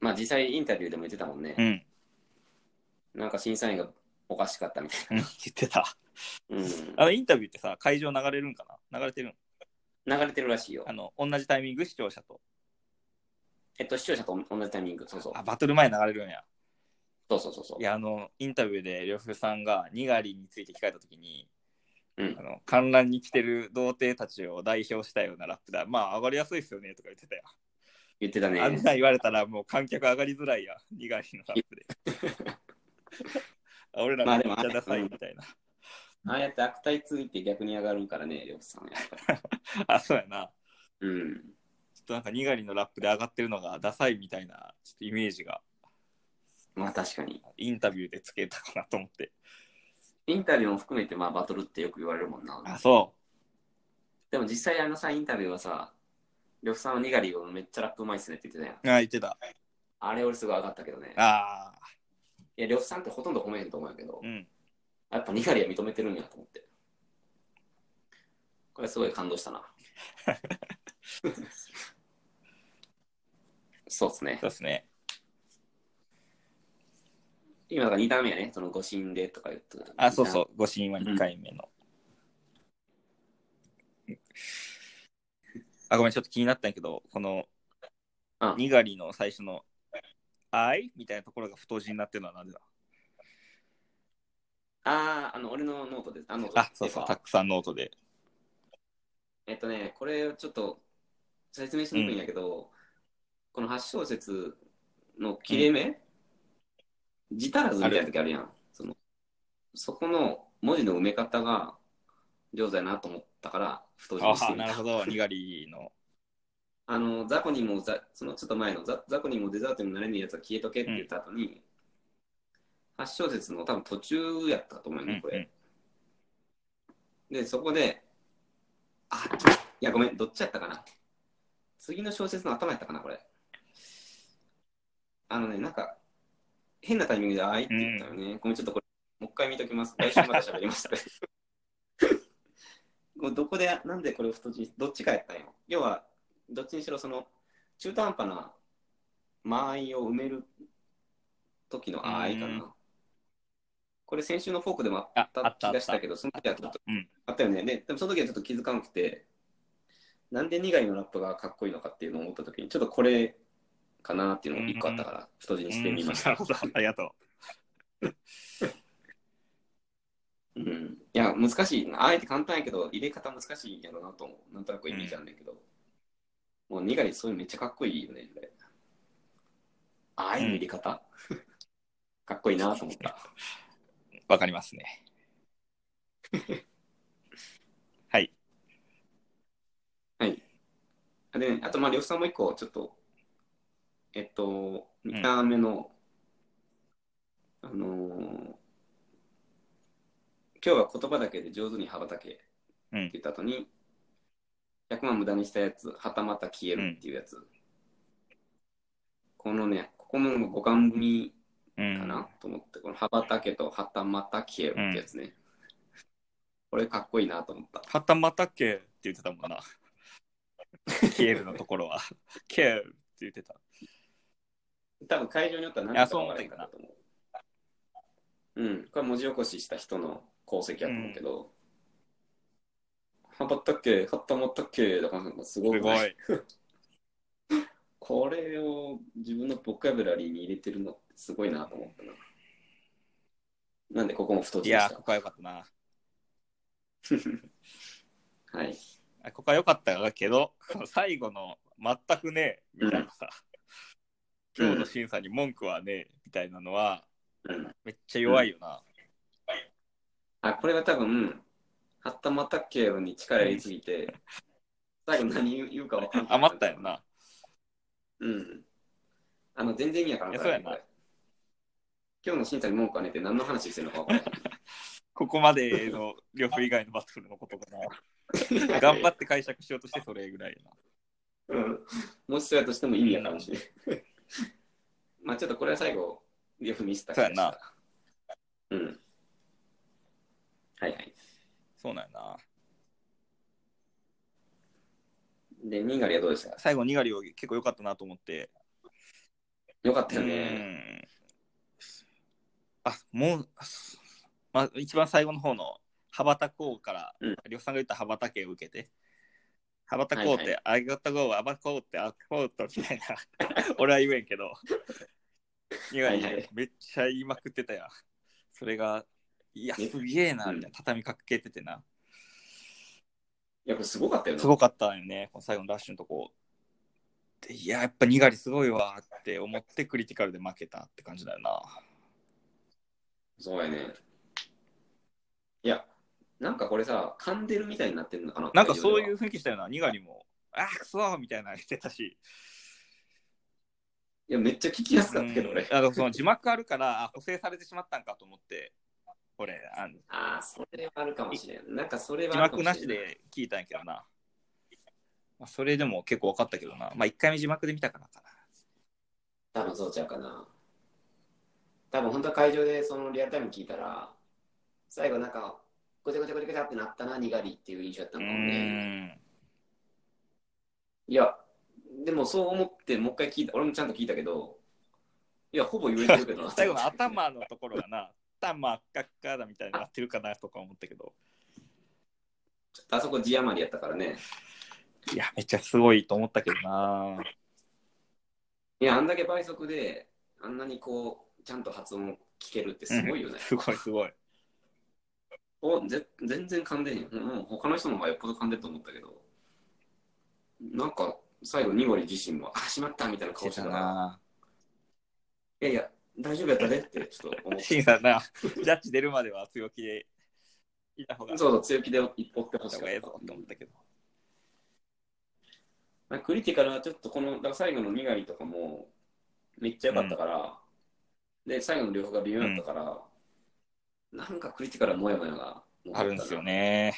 Speaker 2: まあ実際インタビューでも言ってたもん
Speaker 1: う
Speaker 2: ね、
Speaker 1: ん [laughs]
Speaker 2: なんか審査員がおかしかったみたい
Speaker 1: うん言ってた
Speaker 2: な、うん、
Speaker 1: あのインタビューってさ会場流れるんかな流れてるん
Speaker 2: 流れてるらしいよ
Speaker 1: あの同じタイミング視聴者と
Speaker 2: えっと視聴者と同じタイミングそうそう
Speaker 1: あバトル前流れるんや
Speaker 2: そうそうそうそう
Speaker 1: いやあのインタビューで呂布さんがにがりについて聞かれた時に
Speaker 2: うん
Speaker 1: あの観覧に来てる童貞たちを代表したようなラップだまあ上がりやすいっすよねとか言ってたよ、
Speaker 2: 言ってた
Speaker 1: あん
Speaker 2: ね
Speaker 1: な言われたらもう観客上がりづらいやにがりのラップで
Speaker 2: [laughs]
Speaker 1: あ俺ら
Speaker 2: まあ
Speaker 1: めっ
Speaker 2: で
Speaker 1: ち
Speaker 2: も
Speaker 1: ゃダサいみたいな、
Speaker 2: ああやって悪態ついて逆に上がるからね呂布さんはやっぱり
Speaker 1: あそうやな
Speaker 2: うん
Speaker 1: ちょっとなんかにがりのラップで上がってるのがダサいみたいなちょっとイメージが
Speaker 2: まあ確かに
Speaker 1: インタビューでつけたかなと思って
Speaker 2: インタビューも含めてまあバトルってよく言われるもんな
Speaker 1: あそ
Speaker 2: でも実際あのさインタビューはさ呂布さんはにがりをめっちゃラップうまいっすねって言ってたやん
Speaker 1: うあ言ってた
Speaker 2: あれ俺すごい上がったけどね
Speaker 1: ああ
Speaker 2: いや呂布さんってほとんど褒めへんと思うんやけど、
Speaker 1: うん
Speaker 2: やっぱにがりは認めてるんやと思ってこれすごい感動
Speaker 1: [laughs]
Speaker 2: したなそうっすね
Speaker 1: そうですね
Speaker 2: 今だから2段目やねその誤信でとか言って
Speaker 1: あ、そう
Speaker 2: う
Speaker 1: そう、ご神話2回目の。あ、ごめん、ちょっと気になったんやけど、この
Speaker 2: うん、
Speaker 1: にがりの最初の、あいみたいなところが太字になってるのはなぜだ
Speaker 2: あああの俺のノートですあの
Speaker 1: あ、そうそう、たくさんノートで。
Speaker 2: えっとね、これをちょっと説明しにくいんやけど、この8小節の切れ目、字足らずみたいな時あるやん。そのそこの文字の埋め方が上手やなと思ったから、太字にして
Speaker 1: あ、
Speaker 2: みた
Speaker 1: なるほど、にがりの。
Speaker 2: あの、雑魚にもざ、そのちょっと前のザ雑魚にもデザートにもなれねえやつは消えとけって言った後に、8小節の多分途中やったと思うよ
Speaker 1: うん
Speaker 2: ね、こ
Speaker 1: う
Speaker 2: れ。
Speaker 1: ん
Speaker 2: で、そこで、あ、いや、ごめん、どっちやったかな。次の小説の頭やったかな、これ。あのね、なんか、変なタイミングで、あーいって言ったよね。ごめん、ちょっとこれ、もう一回見ときます。 [laughs] 来週また喋りました。これどこで、なんでこれを太字、どっちかやったんよ。要は、どっちにしろ、その、中途半端な間合いを埋める時のあーいか
Speaker 1: うん
Speaker 2: な。これ、先週のフォークでもあっ
Speaker 1: ああ
Speaker 2: た
Speaker 1: った
Speaker 2: 気がしたけど、その時はちょっと
Speaker 1: うん。
Speaker 2: あったよね。で、でもその時はちょっと気づかなくて、なんで苦いのラップがかっこいいのかっていうのを思った時に、ちょっとこれかなっていうのが一個あったから、太字にしてみまし
Speaker 1: な
Speaker 2: た
Speaker 1: る。ほど、ありがと
Speaker 2: うん。いや、難しいな。あえて簡単やけど、入れ方難しいんやろなと思う。なんとなくイメージあるんだけど。もう苦い、そういうめっちゃかっこいいよね、これ。ああいう入れ方、 [laughs] かっこいいなと思った。
Speaker 1: う。わかります
Speaker 2: [laughs]
Speaker 1: ね。はい。
Speaker 2: はい。で、あと、まあ、呂布さんも一個、ちょっと、えっと、2段目の、あのー今日は言葉だけで上手に羽ばたけって
Speaker 1: うん
Speaker 2: 言った後に、100万無駄にしたやつ、はたまた消えるっていうやつ。このね、ここも五感組
Speaker 1: う
Speaker 2: か
Speaker 1: ん。
Speaker 2: なと思って、この羽ばたけとはたまた消えるってやつね。これかっこいいなと思った。
Speaker 1: はたまたけって言ってたもんな。ケールのところは。ケールって言ってた。
Speaker 2: 多分会場によっては何だか分からへんかったと思う。うん、これ文字起こしした人の功績やと思うけど、はばったっけ、はったまったっけとかなんかすご
Speaker 1: す
Speaker 2: く
Speaker 1: ご
Speaker 2: ない
Speaker 1: い。
Speaker 2: これを自分のボキャブラリーに入れてるのってすごいなと思ったな。なんでここも太字
Speaker 1: い
Speaker 2: で
Speaker 1: や
Speaker 2: し
Speaker 1: ー、こ
Speaker 2: た。
Speaker 1: こは良かったな。
Speaker 2: はい。
Speaker 1: あここは良かったけど、この最後の全くねえみたいなさ、
Speaker 2: うん
Speaker 1: 今日の審査に文句はねえみたいなのは、
Speaker 2: うん、
Speaker 1: めっちゃ弱いよな。
Speaker 2: あ、これは多分、はったまったっけに力入れす
Speaker 1: [laughs]
Speaker 2: ぎて、最後何言うか分かんない。
Speaker 1: 余ったよ。な。
Speaker 2: うん。あの、全然意味わからん
Speaker 1: いや
Speaker 2: からね
Speaker 1: そうやな
Speaker 2: これ今日の審査に文句はねって何の話してるのか分から
Speaker 1: ここまでの呂布以外のバトルのことか
Speaker 2: [laughs] な
Speaker 1: な。[laughs]
Speaker 2: い。
Speaker 1: 頑張って解釈しようとしてそれぐらいよな。
Speaker 2: うん。もしそうやとしても意味わからんしね。 [laughs] まあちょっとこれは最後、よく見せた気がした
Speaker 1: そうやな。
Speaker 2: うん。はいはい。
Speaker 1: そうなんやな。
Speaker 2: で、ニガリはどうでしたか
Speaker 1: 最後、にがりを結構良かったなと思って。
Speaker 2: よかった
Speaker 1: う
Speaker 2: よね。
Speaker 1: ん。あ、もう、まあ、一番最後の方の羽ばたこうから、
Speaker 2: うん
Speaker 1: 呂布さんが言った羽ばたけを受けて、羽ばたこうっ
Speaker 2: はい
Speaker 1: て、ありがとうごう、羽ばたこうって、あこうとみたいな、 [laughs] 俺は言えんけど、にがり
Speaker 2: はいはい
Speaker 1: めっちゃ言いまくってたやん。それが、いや、
Speaker 2: ね
Speaker 1: すげえな、みたいな
Speaker 2: う、
Speaker 1: 畳みかけててな。
Speaker 2: いや、これすごかったよね。
Speaker 1: すごかったよね、この最後のラッシュのとこ。でいや、やっぱにがりすごいわって思ってクリティカルで負けたって感じだよな。
Speaker 2: そうやね。いや、なんかこれさ、噛んでるみたいになってるのかな。
Speaker 1: なんかそういうう雰囲気したよな、にがりも、あーくそーみたいなの言ってたし。
Speaker 2: いや、めっちゃ聞きやすかったけど、
Speaker 1: うん
Speaker 2: 俺。
Speaker 1: あのその字幕あるから、あ補正されてしまったんかと思って、俺、あの
Speaker 2: ああ、それはあるかもしれん。なんかそれは
Speaker 1: 字
Speaker 2: あるかも
Speaker 1: 幕な
Speaker 2: れ
Speaker 1: し。で聞いたんやけどな。まあ、それでも結構分かったけどな。まあ、1回目字幕で見たからかな。
Speaker 2: 多分そうちゃうかな。多分本当は会場でそのリアルタイム聞いたら、最後なんか、ごちゃごちゃごちゃごちゃってなったな、にがりっていう印象だった
Speaker 1: う
Speaker 2: のかもね。
Speaker 1: ん。
Speaker 2: いや、でもそう思って、もう一回聞いた、俺もちゃんと聞いたけど、いや、ほぼ言えてるけどな
Speaker 1: [laughs] 最後の頭のところがな、頭っかっかだみたいになってるかなとか思ったけど、
Speaker 2: あそこ字余りやったからね。
Speaker 1: いや、めっちゃすごいと思ったけどな。
Speaker 2: いや、あんだけ倍速で、あんなにこう、ちゃんと発音を聞けるってすごいよね
Speaker 1: うん。すごいすごい。
Speaker 2: おぜ全然噛んでへん。うん、他の人の方がよっぽど噛んでると思ったけど、なんか、最後、ニゴリ自身も、あ、しまったみたいな顔してたから、いやいや、大丈夫やったねって、ちょっと思っ
Speaker 1: シ
Speaker 2: て。
Speaker 1: ンさんな、ジャッジ出るまでは強気でいた方が [laughs]
Speaker 2: そうそう、強気で追ってほし
Speaker 1: 方
Speaker 2: か
Speaker 1: がええ
Speaker 2: っ
Speaker 1: ぞって思ったけど。
Speaker 2: た。クリティカルはちょっとこの、だから最後のニガリとかも、めっちゃ良かったから、で、最後の両方が微妙だったから、なんかクリティカルはモヤモヤが残ったな
Speaker 1: あるんですよ。ね。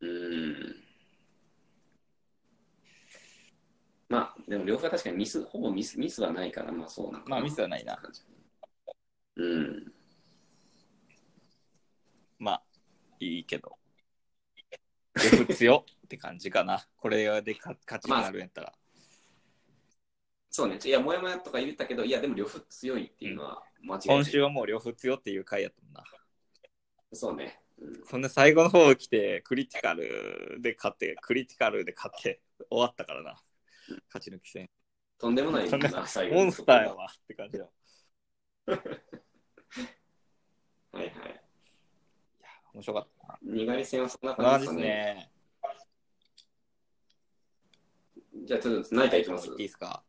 Speaker 2: うんまあ、でも両方は確かにミス、ほぼミスミスはないから、まあそうなんかな
Speaker 1: まあミスはないな。
Speaker 2: うん。
Speaker 1: まあ、いいけど。で普強って感じかな。これで勝勝ちになるんやったら。
Speaker 2: そうね。いや、もやもやとか言ったけど、いや、でも両方強いっていうのは間違いない。
Speaker 1: 今週はもう両方強っていう回やったもんな。
Speaker 2: そうね。うん
Speaker 1: そんな最後の方来て、クリティカルで勝って、クリティカルで勝って、終わったからな。勝ち抜き戦。
Speaker 2: とんでもない
Speaker 1: とんでも
Speaker 2: な、最後
Speaker 1: モ
Speaker 2: の
Speaker 1: ン
Speaker 2: と
Speaker 1: ス
Speaker 2: こ
Speaker 1: ター
Speaker 2: ろが
Speaker 1: やわって感じだ。
Speaker 2: はいはい。
Speaker 1: 面白かったな。
Speaker 2: にがり戦はそんな
Speaker 1: こんな
Speaker 2: 感
Speaker 1: 感じ
Speaker 2: じ
Speaker 1: ですす
Speaker 2: でかね。
Speaker 1: ね。
Speaker 2: じゃあ、ちょっと何かいきます
Speaker 1: いいですか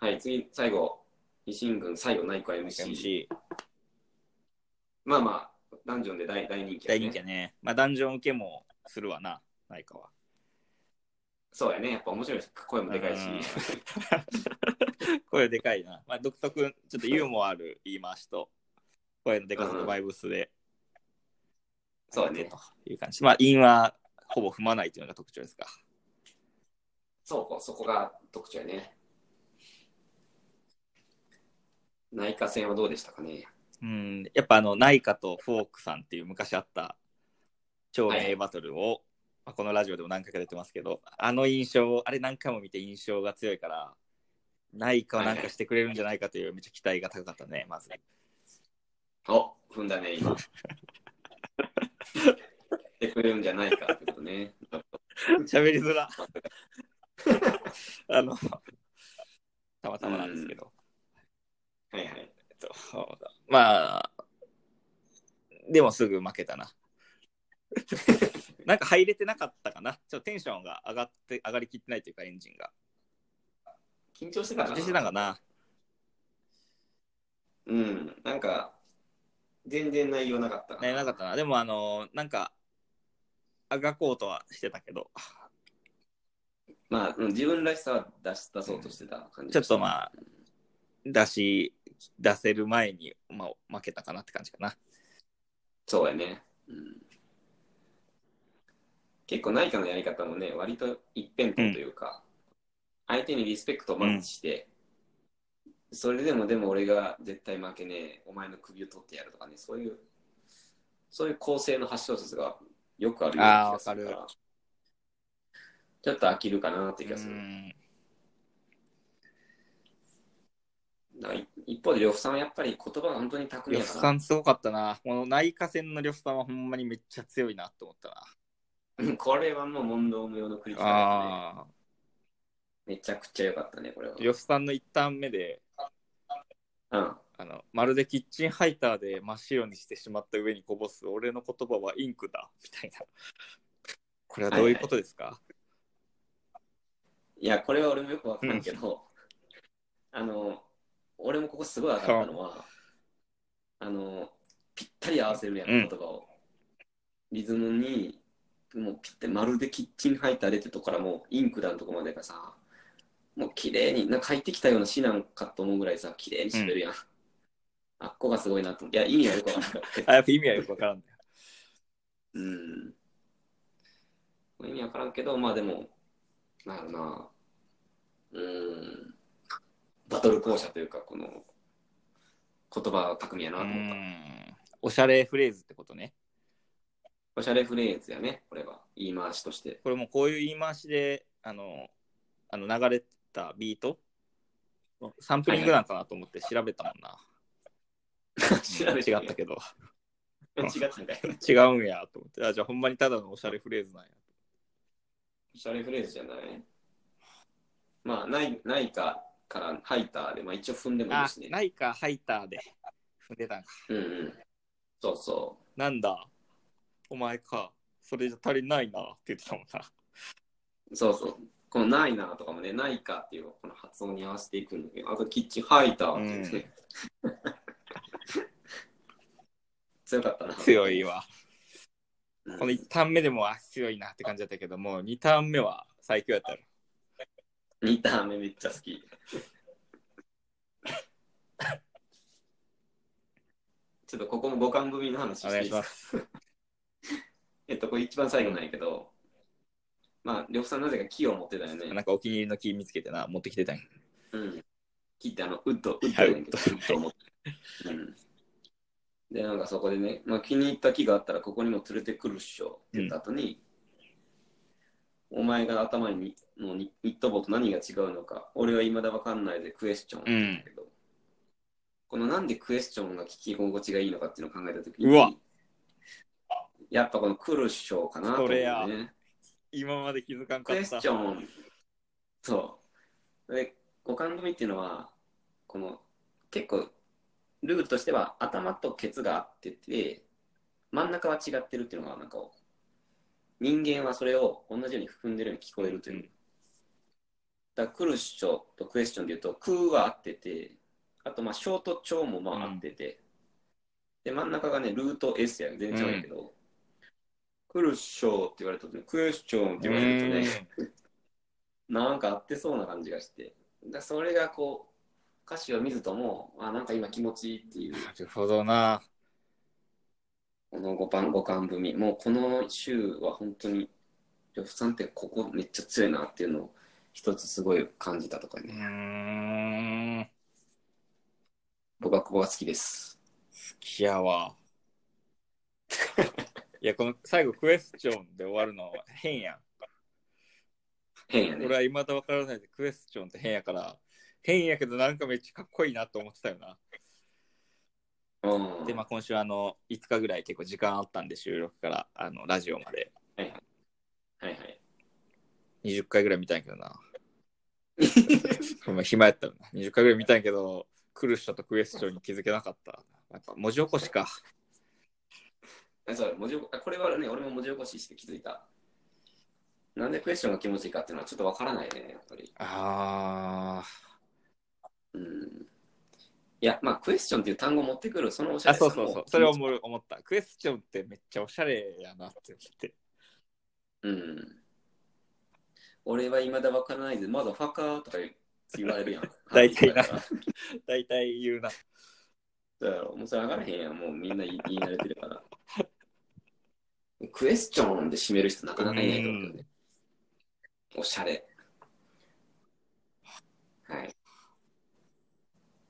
Speaker 2: はい、次、最後。維新軍、最後、内閣 MC。
Speaker 1: ?MC。
Speaker 2: まあまあ、ダンジョンで大大人気、ね。
Speaker 1: 大人気やね。まあ、ダンジョン受けもするわな、ないかは。
Speaker 2: そうやね。やっぱ面白いし、声もでかいし。
Speaker 1: [laughs] 声でかいな。まあ、独特、ちょっとユーモアある言い回しと、声のでかさ
Speaker 2: う
Speaker 1: と
Speaker 2: ん
Speaker 1: バイブスで、
Speaker 2: そうやね。
Speaker 1: という感じ。まあ、韻はほぼ踏まないというのが特徴ですか。
Speaker 2: そうこうそこが特徴やね。内科戦はどうでしたかね。
Speaker 1: うん、やっぱあの、ナイカとフォークさんっていう昔あった超名バトルを、まあこのラジオでも何回か出てますけど、あの印象を、あれ何回も見て印象が強いから、ナイカはなんかしてくれるんじゃないかという、めっちゃ期待が高かったね、まず。
Speaker 2: お踏んだね、今。してくれるんじゃないかってことね。
Speaker 1: 喋りづら。 [laughs] あの、たまたまなんですけど。
Speaker 2: はいはい。
Speaker 1: えっとまあ、でもすぐ負けた [laughs] な。なんか入れてなかったかな。ちょっとテンションが上がって、上がりきってないというか、エンジンが。
Speaker 2: 緊張してた
Speaker 1: 感
Speaker 2: か
Speaker 1: じしてた
Speaker 2: な。
Speaker 1: かな。
Speaker 2: うん、なんか、全然内容なかったか
Speaker 1: ね、なかったな。でも、あの、なんか、あがこうとはしてたけど、
Speaker 2: まあ、うん自分らしさは出し出そうとしてた感じ
Speaker 1: ちょっと
Speaker 2: あ。
Speaker 1: まあ、出し、出せる前に、まあ、負けたかなって感じかな。
Speaker 2: そうやね。うん結構内科のやり方もね、割と一辺倒というか、相手にリスペクトをまずして、それでもでも俺が絶対負けねえ、お前の首を取ってやるとかね、そういう、そういう構成の発祥説がよくあるような気がするから、ちょっと飽きるかなって気
Speaker 1: う
Speaker 2: がする。
Speaker 1: ん
Speaker 2: ない一方で、呂布さんはやっぱり言葉が本当に巧み
Speaker 1: 呂
Speaker 2: や
Speaker 1: 布
Speaker 2: か
Speaker 1: さ
Speaker 2: ら。
Speaker 1: んすごかったな。この内科戦の呂布さんはほんまにめっちゃ強いなと思ったな。
Speaker 2: これはもう問答無用のクリティカルだね。
Speaker 1: ああ。
Speaker 2: めちゃくちゃ良かったね、これは。
Speaker 1: 呂布さんの一旦目で、
Speaker 2: うん。
Speaker 1: あのまるでキッチンハイターで真っ白にしてしまった上にこぼす俺の言葉はインクだみたいな。これはどういうことですか、
Speaker 2: いや、これは俺もよくわからんけど、 [laughs] あの、俺もここすごい分かったのは、あの、ぴったり合わせるやん、
Speaker 1: うん
Speaker 2: 言葉を。リズムに、もうぴったり、まるでキッチンハイター出てるとこからもうインクだのとこまでがさ、もう綺麗に、なんか入ってきたような詩なんかと思うぐらいさ、綺麗に喋るやん。あっこがすごいなと思って、いや、意味はよくわからんかったけど
Speaker 1: あやっぱ意味はよくわからんね。
Speaker 2: うん。意味わからんけど、まあでも、なんやろな、うん、バトル校舎というか、この、言葉巧みやな
Speaker 1: う
Speaker 2: と思った。
Speaker 1: ん。おしゃれフレーズってことね。
Speaker 2: おしゃれフレーズやね、これは。言い回しとして。
Speaker 1: これもこういう言い回しで、あの、あの流れたビート、サンプリングなんかなと思って調べたもんな。
Speaker 2: 調べて
Speaker 1: 違ったけど。
Speaker 2: 違ったんだよ。
Speaker 1: 違うんやと思って。あじゃあほんまにただのおしゃれフレーズなんや。
Speaker 2: おしゃれフレーズじゃないまあ、ない、ないかからハイターで、まあ一応踏んでもいい
Speaker 1: あ
Speaker 2: し、ね。
Speaker 1: ないか、ハイターで踏んでたんか。
Speaker 2: うんうん。そうそ
Speaker 1: なんだ、お前か、それじゃ足りないなって言ってたもんな。
Speaker 2: う。そうそう。このないなとかもね、ないかっていうのをこの発音に合わせていくんだけど、あとキッチンハイターっていうね。
Speaker 1: うん
Speaker 2: [laughs] 強かったな。
Speaker 1: 強いわ。
Speaker 2: うん。
Speaker 1: この1ターン目でもあ強いなって感じだったけども、2ターン目は最強やったよ。
Speaker 2: 見た目めっちゃ好き。ちょっとここも五感組の話
Speaker 1: お
Speaker 2: して
Speaker 1: 願い
Speaker 2: いい
Speaker 1: し
Speaker 2: で
Speaker 1: ます
Speaker 2: か
Speaker 1: す。
Speaker 2: えっと、これ一番最後なんやけど、まあ、呂布さんなぜか木を持ってたよ
Speaker 1: な
Speaker 2: ね。
Speaker 1: んかお気に入りの木見つけてな、持ってきてたんや。
Speaker 2: うん。木ってあの、ウッド、ウッドやねんけど、
Speaker 1: はい
Speaker 2: ウッドを持って。うん。で、なんかそこでね、まあ、気に入った木があったらここにも連れてくるっしょって言った後に、お前が頭にのニニット帽と何が違うのか、俺は未だわかんないでクエスチョン。
Speaker 1: うん。
Speaker 2: けど、このなんでクエスチョンが聞き心地がいいのかっていうのを考えたとき
Speaker 1: うわ
Speaker 2: に、やっぱこのクルショーかなと思う
Speaker 1: それや
Speaker 2: ね。
Speaker 1: 今まで気づかんか
Speaker 2: ク
Speaker 1: っ
Speaker 2: エス
Speaker 1: た。
Speaker 2: チョン、そう。で、五感組っていうのは、この結構、ルールとしては頭とケツがあってて、真ん中は違ってるっていうのが、なんか、人間はそれを同じように踏んでるように聞こえるとい
Speaker 1: う
Speaker 2: う。
Speaker 1: ん
Speaker 2: だから、クルショとクエスチョンで言うと、クーは合ってて、あと、まあ、ショート長もまあ合ってて、で、真ん中がね、ルート S や、全然違うんやけど、クルショーって言われたとね、クエスチョンって言われるとね、なんか合ってそうな感じがして。だそれがこう、歌詞を見るともう、あ、なんか今気持ちいいっていう、
Speaker 1: なるほどな。
Speaker 2: この五番、五感組。もうこの週は本当に、呂布さんってここめっちゃ強いなっていうのを一つすごい感じたとか
Speaker 1: う
Speaker 2: ね。
Speaker 1: ーん。好
Speaker 2: 僕はここが好きです。
Speaker 1: きやわ。 [laughs] いや、この最後クエスチョンで終わるの変やん。
Speaker 2: 変やね。
Speaker 1: 俺は未だ分からないでクエスチョンって変やから変やけどなんかめっちゃかっこいいなと思ってたよな、
Speaker 2: うん。
Speaker 1: でまあ今週あの5日ぐらい結構時間あったんで収録からあのラジオまで
Speaker 2: はいはい。
Speaker 1: 20回ぐらい見たんやけどなほんま暇やったよな20回ぐらい見たんやけど来る人とクエスチョンに気づけなかったやっぱ文字起こしか
Speaker 2: あそう文字起こあこれはね、俺も文字起こしして気づいた。なんでクエスチョンが気持ちいいかっていうのはちょっとわからないね、やっぱり。
Speaker 1: あ
Speaker 2: うんいや、まあ、クエスチョンっていう単語を持ってくる、そのおし
Speaker 1: ー
Speaker 2: ゃ
Speaker 1: あ
Speaker 2: れさ
Speaker 1: そう
Speaker 2: も
Speaker 1: そうそうそれを思う思ったクエスチョンってめっちゃおしゃれやなって思って。
Speaker 2: うん。俺は未だわからないで、まだファカーとか言われるやん
Speaker 1: [laughs] 大体な
Speaker 2: そう
Speaker 1: 大体言うな
Speaker 2: やろもうそれ上がらへんやん。もうみんな言い言い慣れてるから。クエスチョンで締める人なかなかいないと思うけどね。おしゃれ。はい。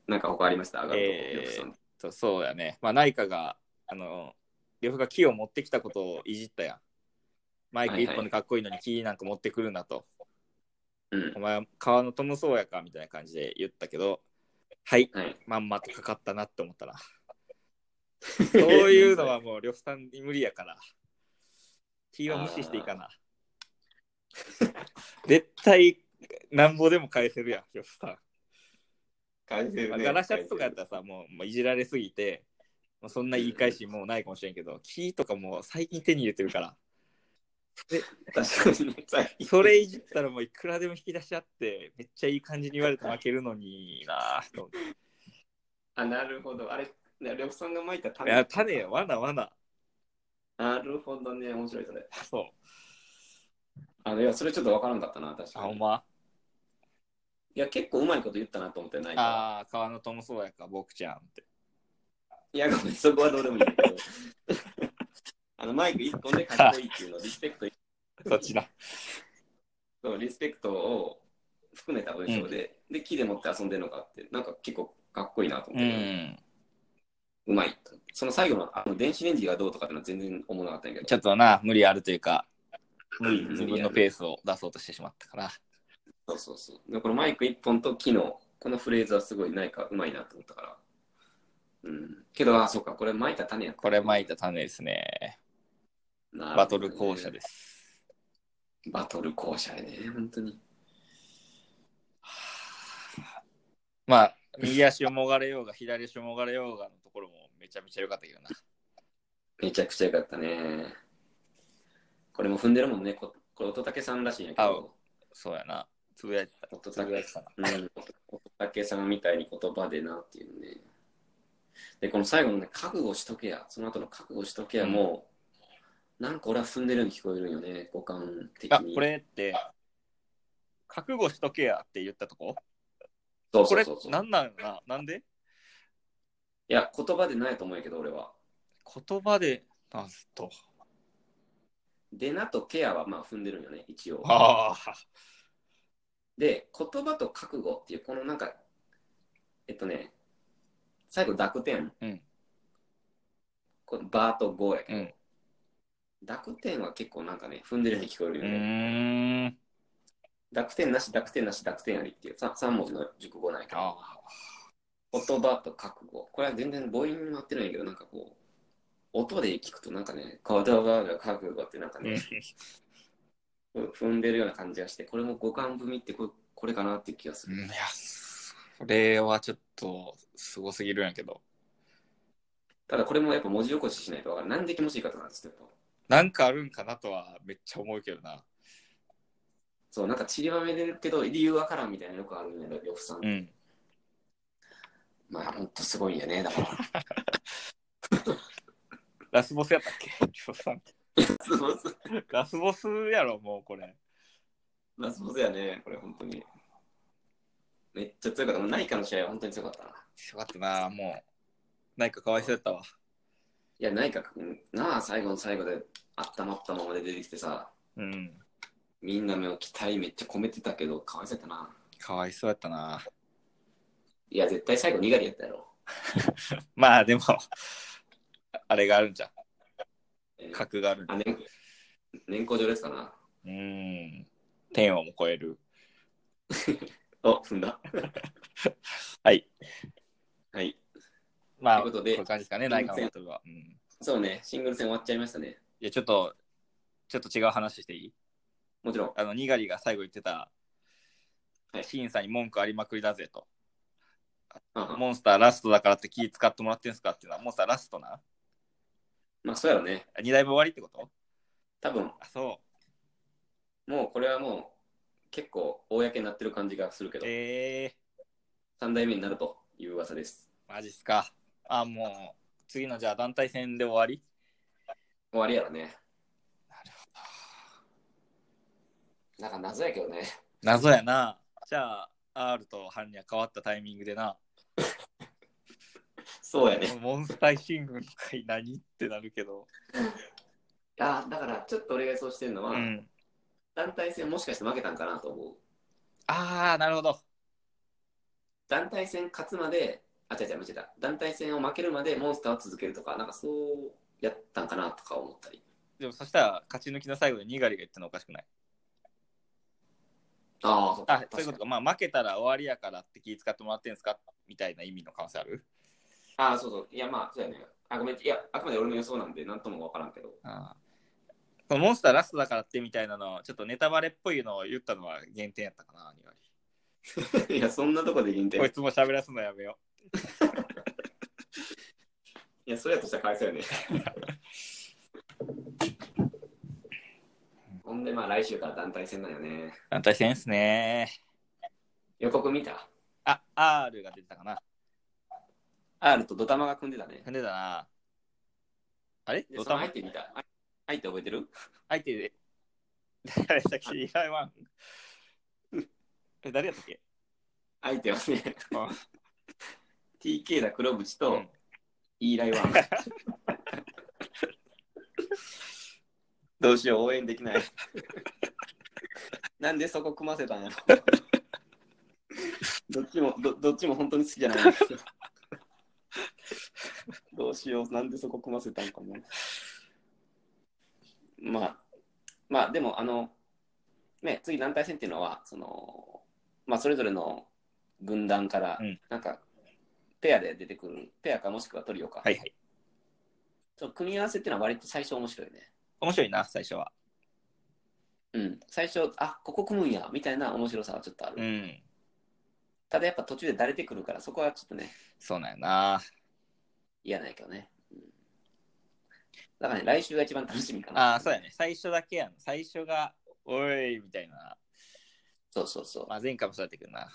Speaker 2: なんか他ありました上が
Speaker 1: えー
Speaker 2: るとこ、
Speaker 1: そうそうやね。まあ、内科が、あの、呂布が木を持ってきたことをいじったやん。マイク一本でかっこいいのに木なんか持ってくるなと、
Speaker 2: うん。
Speaker 1: お前は川のトム・ソーヤかみたいな感じで言ったけど、はい、
Speaker 2: はい。
Speaker 1: まんまとかかったなって思ったな。そういう
Speaker 2: [laughs]
Speaker 1: のはもう、呂布さんに無理やから。T は無視していいかな。絶対、なんぼでも返せるやん、呂布さん。
Speaker 2: 感じる
Speaker 1: まあ
Speaker 2: ね。
Speaker 1: ガラシャツとかやったらさ、もうもういじられすぎて、まあ、そんな言い返しもうないかもしれんけど、キーとかもう最近手に入れてるから、
Speaker 2: 確かにね。最近
Speaker 1: それいじったらもういくらでも引き出しあって、めっちゃいい感じに言われて負けるのになぁと思って。
Speaker 2: あ、なるほど。あれ、ねレオさんが巻いた
Speaker 1: い
Speaker 2: 種。
Speaker 1: や、種よ、罠罠。
Speaker 2: なるほどね。面白いそれ。
Speaker 1: そう。
Speaker 2: あの、いや、それちょっとわからんかったな、確
Speaker 1: あ、
Speaker 2: か
Speaker 1: ほ
Speaker 2: に。
Speaker 1: ん
Speaker 2: い
Speaker 1: ま
Speaker 2: や、結構うまいこと言ったなと思ってないから。
Speaker 1: ああ、川の友そうやか、僕ちゃんって。
Speaker 2: いや、ごめん、そこはどう [laughs] でもいいけど。あの、マイク一本でかっこいいっていうの、リスペクト
Speaker 1: そっちだ。
Speaker 2: そうリスペクトを含めた文章で、で、木で持って遊んでるのかって、なんか結構かっこいいなと思
Speaker 1: う
Speaker 2: って、
Speaker 1: ん。
Speaker 2: うまいと。その最後のあの電子レンジがどうとかっていうのは全然思わなかったんやけど、
Speaker 1: ちょっとな、無理あるというか、無理
Speaker 2: うん
Speaker 1: 自分のペースを出そうとしてしまったから。
Speaker 2: そうそうそう。で、このマイク一本と木の、このフレーズはすごいなんかうまいなと思ったから。うん。けど、あ、そうか、これ巻いた種やった。
Speaker 1: これ巻いた種ですね。
Speaker 2: なる
Speaker 1: バ
Speaker 2: ほ
Speaker 1: ト
Speaker 2: どね
Speaker 1: ル校舎です。
Speaker 2: バトル校舎やね、本当に。
Speaker 1: まあ、右足をもがれよう
Speaker 2: [laughs]
Speaker 1: が、左足をもがれようがのところもめちゃめちゃ良かったけどな。
Speaker 2: めちゃくちゃよかったね。これも踏んでるもんね。ここれ、乙武さんらしいんやけど。
Speaker 1: そうやな。つぶやいてた。
Speaker 2: 乙
Speaker 1: つぶやい
Speaker 2: 武
Speaker 1: てたな。
Speaker 2: うん、おたけさんみたいに言葉でなっていうね。で、この最後のね、覚悟しとけや、その後の覚悟しとけやもう、なんか俺は踏んでるように聞こえるんよね、五感的
Speaker 1: あ
Speaker 2: に。、
Speaker 1: これって、覚悟しとけやって言ったとこ
Speaker 2: そう
Speaker 1: こ
Speaker 2: そう
Speaker 1: れ
Speaker 2: そうそう、
Speaker 1: なんなんやななんで
Speaker 2: いや、言葉でないと思うんやけど、俺は。
Speaker 1: 言葉で、なんすと。
Speaker 2: でなとケアはまあ踏んでるんよね、一応。
Speaker 1: ああ。
Speaker 2: で、言葉と覚悟っていう、このなんか、えっとね、最後、濁点。
Speaker 1: うん
Speaker 2: このバーと語やけど、
Speaker 1: うん
Speaker 2: 濁点は結構なんかね、踏んでるように聞こえる
Speaker 1: う
Speaker 2: よ
Speaker 1: ー
Speaker 2: ね。
Speaker 1: ん。
Speaker 2: 濁点なし、濁点なし、濁点ありっていう 3, 三文字の熟語なんやけ
Speaker 1: あ
Speaker 2: ど、言葉と覚悟。これは全然母音になってるんやけど、なんかこう、音で聞くとなんかね、言葉が覚悟ってなんかね、ふ踏んでるような感じがして、これも五感踏みってここれかなっていう気がす
Speaker 1: う
Speaker 2: る。
Speaker 1: んいや、それはちょっとすごすぎるんやけど。
Speaker 2: ただこれもやっぱ文字起こししないとわからない。なんで気持ちいいかとかなんですけど、
Speaker 1: なんかあるんかなとはめっちゃ思うけどな。
Speaker 2: そう、なんか散りばめれるけど、理由わからんみたいなのよくあるんやけど、呂布さん。
Speaker 1: うん。
Speaker 2: まあ、ほんとすごいんやね、だから。
Speaker 1: ラスボスやったっけリョウさん
Speaker 2: そうそう
Speaker 1: ラスボスやろ、もうこれ。
Speaker 2: ラスボスやね、これ本当に。めっちゃ強かった。もうナイカの試合は本当に強かったな。
Speaker 1: よかったな、もう。ないかかわいそうやったわ。
Speaker 2: いや、内閣なあ、最後の最後で温まったままで出てきてさ、
Speaker 1: うん。
Speaker 2: みんなの期待めっちゃ込めてたけど、かわいそうやったな。
Speaker 1: かわいそうやったな。
Speaker 2: いや、絶対最後、にがりやったやろ。
Speaker 1: まあでも、あれがあるんじゃん。
Speaker 2: えー
Speaker 1: 格があるんじゃ
Speaker 2: あ、ね、年功序列かな。
Speaker 1: ん。うん。天をも超える。
Speaker 2: お、踏んだ。
Speaker 1: はい。
Speaker 2: はい。
Speaker 1: まあ、
Speaker 2: ということで
Speaker 1: こういう感じですかね、ないかのバトルは。うん。い
Speaker 2: そうね、シングル戦終わっちゃいましたね。
Speaker 1: や、ちょっと、ちょっと違う話していい
Speaker 2: もちろん。
Speaker 1: あの、にがりが最後言ってた
Speaker 2: は、い
Speaker 1: シンさんに文句ありまくりだぜと。
Speaker 2: ああ
Speaker 1: モンスターラストだからって気使ってもらってんすかっていうのは、モンスターラストな
Speaker 2: まあ、そうやろね。
Speaker 1: 二代目終わりってこと
Speaker 2: 多分、
Speaker 1: あ、そ
Speaker 2: もうこれはもう、結構、公になってる感じがするけ
Speaker 1: う。
Speaker 2: ど、
Speaker 1: え
Speaker 2: 3代目になるという噂です。
Speaker 1: ー、マジっすか。あ、もう、次のじゃあ団体戦で終わり
Speaker 2: 終わりやろね。
Speaker 1: なるほど。
Speaker 2: なんか謎やけどね。
Speaker 1: 謎やな。じゃあ、R とハンには変わったタイミングでな、
Speaker 2: そうやね。
Speaker 1: モンスター新軍の回何ってなるけど。
Speaker 2: ああ、だから、ちょっと俺がそうしてるのは、
Speaker 1: うん。
Speaker 2: 団体戦もしかして負けたんかなと思う。
Speaker 1: あー、なるほど。
Speaker 2: 団体戦勝つまで、あ、違う違う、間違えた。団体戦を負けるまでモンスターを続けるとか、なんかそうやったんかなとか思ったり。
Speaker 1: でもそしたら勝ち抜きの最後でにがりが言ったのおかしくない
Speaker 2: ああ、そっか
Speaker 1: あそういうことか、まあ、負けたら終わりやからって気使ってもらってんすかみたいな意味の可能性ある
Speaker 2: ああ、そうそう。いや、まあ、そうやね。あ、ごめん。いや、あくまで俺の予想なんで、なんともわからんけど。
Speaker 1: ああこのモンスターラストだからってみたいなのちょっとネタバレっぽいのを言ったのは減点やったかなにが
Speaker 2: いや、そんなとこで限
Speaker 1: りこい
Speaker 2: 定。
Speaker 1: つも喋らすのやめよ
Speaker 2: いや、それやとしたら返せよ [laughs] ね。ほんで、まあ、来週から団体戦なんよね。
Speaker 1: う団体戦っすね
Speaker 2: 予告見た
Speaker 1: あ R が出てたかな
Speaker 2: ?R とドタマが組んでたね。
Speaker 1: 踏んでたなあれ
Speaker 2: で
Speaker 1: ド
Speaker 2: そ
Speaker 1: タ
Speaker 2: の
Speaker 1: マ
Speaker 2: 相手見たあ相手覚えてる
Speaker 1: 相手で [laughs] 誰だっけイライワンえ誰やったっけ
Speaker 2: 相手はね
Speaker 1: あ、
Speaker 2: TK だ黒渕
Speaker 1: う
Speaker 2: と
Speaker 1: ん
Speaker 2: イーライワン。どうしよう、応援できない。なんでそこ組ませたんやろ。 [laughs] どっちもど、どっちも本当に好きじゃない。どうしよう、なんでそこ組ませたんかも。まあ、まあ、でも、あの、ね、次団体戦っていうのは、その、まあ、それぞれの軍団から、
Speaker 1: うん
Speaker 2: なんか、ペアで出てくる、ペアかもしくはトリオか。
Speaker 1: はいはい
Speaker 2: その組み合わせっていうのは割と最初面白いね。
Speaker 1: 面白いな最初は
Speaker 2: うん、最初、あここ組むんやみたいな面白さはちょっとある。
Speaker 1: うん
Speaker 2: ただやっぱ途中でだれてくるから、そこはちょっとね、
Speaker 1: そうなんやな
Speaker 2: 嫌ないけどね。うんだからね、来週が一番楽しみかな。
Speaker 1: ああそうやね最初だけやん最初がおいみたいな
Speaker 2: そうそうそう。
Speaker 1: まあ前回もそうやったけどな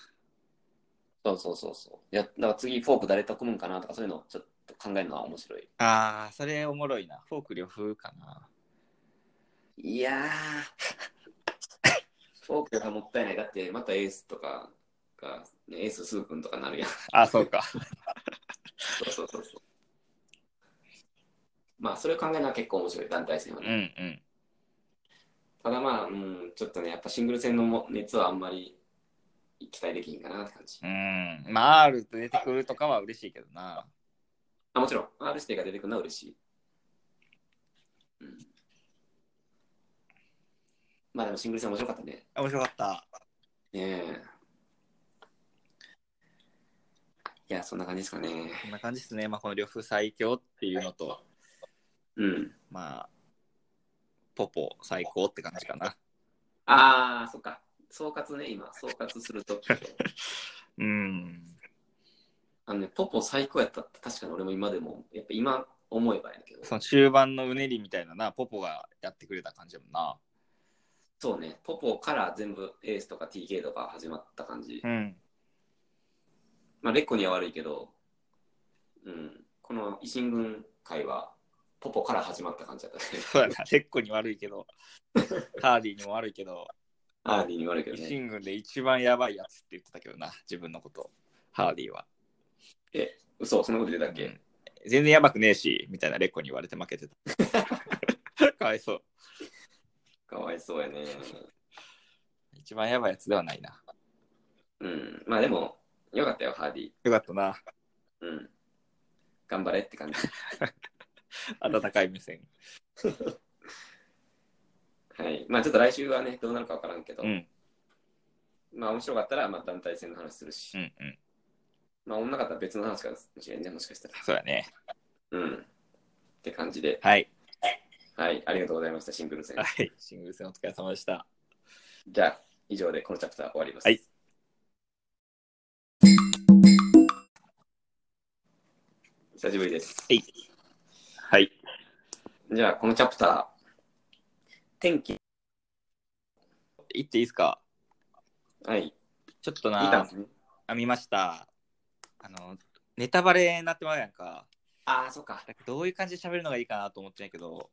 Speaker 2: そうそうそうそう。いや、だから次フォーク誰と組むんかなとか、そういうのをちょっと考えるのは面白い。
Speaker 1: ああそれおもろいなフォーク両風かない
Speaker 2: やー、フォークがもったいない。だって、またエースとかが、ね、エーススー君とかなるやん。
Speaker 1: あそうか
Speaker 2: そうそうそうそう。まあ、それを考えるのは結構面白い、団体戦は
Speaker 1: う
Speaker 2: ね
Speaker 1: ん。うん
Speaker 2: ただまあ、うん、ちょっとね、やっぱシングル戦のも熱はあんまり期待できひんかなって感じ。
Speaker 1: うんまあ R と出てくるとかは嬉しいけどな
Speaker 2: あ、もちろん、R 指定が出てくるのは嬉しい。うん。まあでもシングル戦面白かったね。
Speaker 1: 面白かった
Speaker 2: ねえ。いや、そんな感じですかね。
Speaker 1: こんな感じですねまあこの両風最強っていうのと、
Speaker 2: うん。
Speaker 1: まあポポ最高って感じかな
Speaker 2: あー、そっか。総括ね、今。総括
Speaker 1: [laughs]
Speaker 2: すると。
Speaker 1: うん
Speaker 2: あのね、ポポ最高やったって確かに俺も今でも、やっぱ今思えばやけど。
Speaker 1: その中盤のうねりみたいななポポがやってくれた感じやもんな
Speaker 2: そうね、ポポから全部エースとか TK とか始まった感じ。
Speaker 1: ん
Speaker 2: まあ、レッコには悪いけど、うん、この維新軍会は、ポポから始まった感じだったね。
Speaker 1: そうやなレッコに悪いけどハーディにも悪いけど
Speaker 2: アーディに悪いけど
Speaker 1: 維
Speaker 2: ね。
Speaker 1: 新軍で一番やばいやつって言ってたけどな自分のことハーディは
Speaker 2: 嘘、そんなこと言ってたっけ、
Speaker 1: うん全然やばくねえしみたいなレッコに言われて負けて [laughs] たかわいそう
Speaker 2: かわいそうやね。
Speaker 1: 一番やばいやつではないな
Speaker 2: うん、まあでも、よかったよ、ハーディ。
Speaker 1: よかったな
Speaker 2: うん。頑張れって感じ。
Speaker 1: 温かい目線
Speaker 2: はい。まあちょっと来週はね、どうなるかわからんけど、
Speaker 1: うん
Speaker 2: まあ面白かったら、まあ団体戦の話するし、
Speaker 1: うんうん
Speaker 2: まあ女かったら別の話かもしれんね、もしかしたら。
Speaker 1: そうやね
Speaker 2: うん。って感じで、
Speaker 1: はい
Speaker 2: はい、ありがとうございました、シングル戦。
Speaker 1: はいシングル戦お疲れ様でした
Speaker 2: じゃあ、以上でこのチャプター終わります。
Speaker 1: はい
Speaker 2: 久しぶりです。
Speaker 1: はい。はい。
Speaker 2: じゃあ、このチャプター、天気。
Speaker 1: 行っていいですか
Speaker 2: はい。
Speaker 1: ちょっと
Speaker 2: 見たんで
Speaker 1: な、
Speaker 2: すね。
Speaker 1: あ見ました。あの、ネタバレになってまうやんか。
Speaker 2: ああ、そっか。
Speaker 1: だからどういう感じで喋るのがいいかなと思ってんやけど、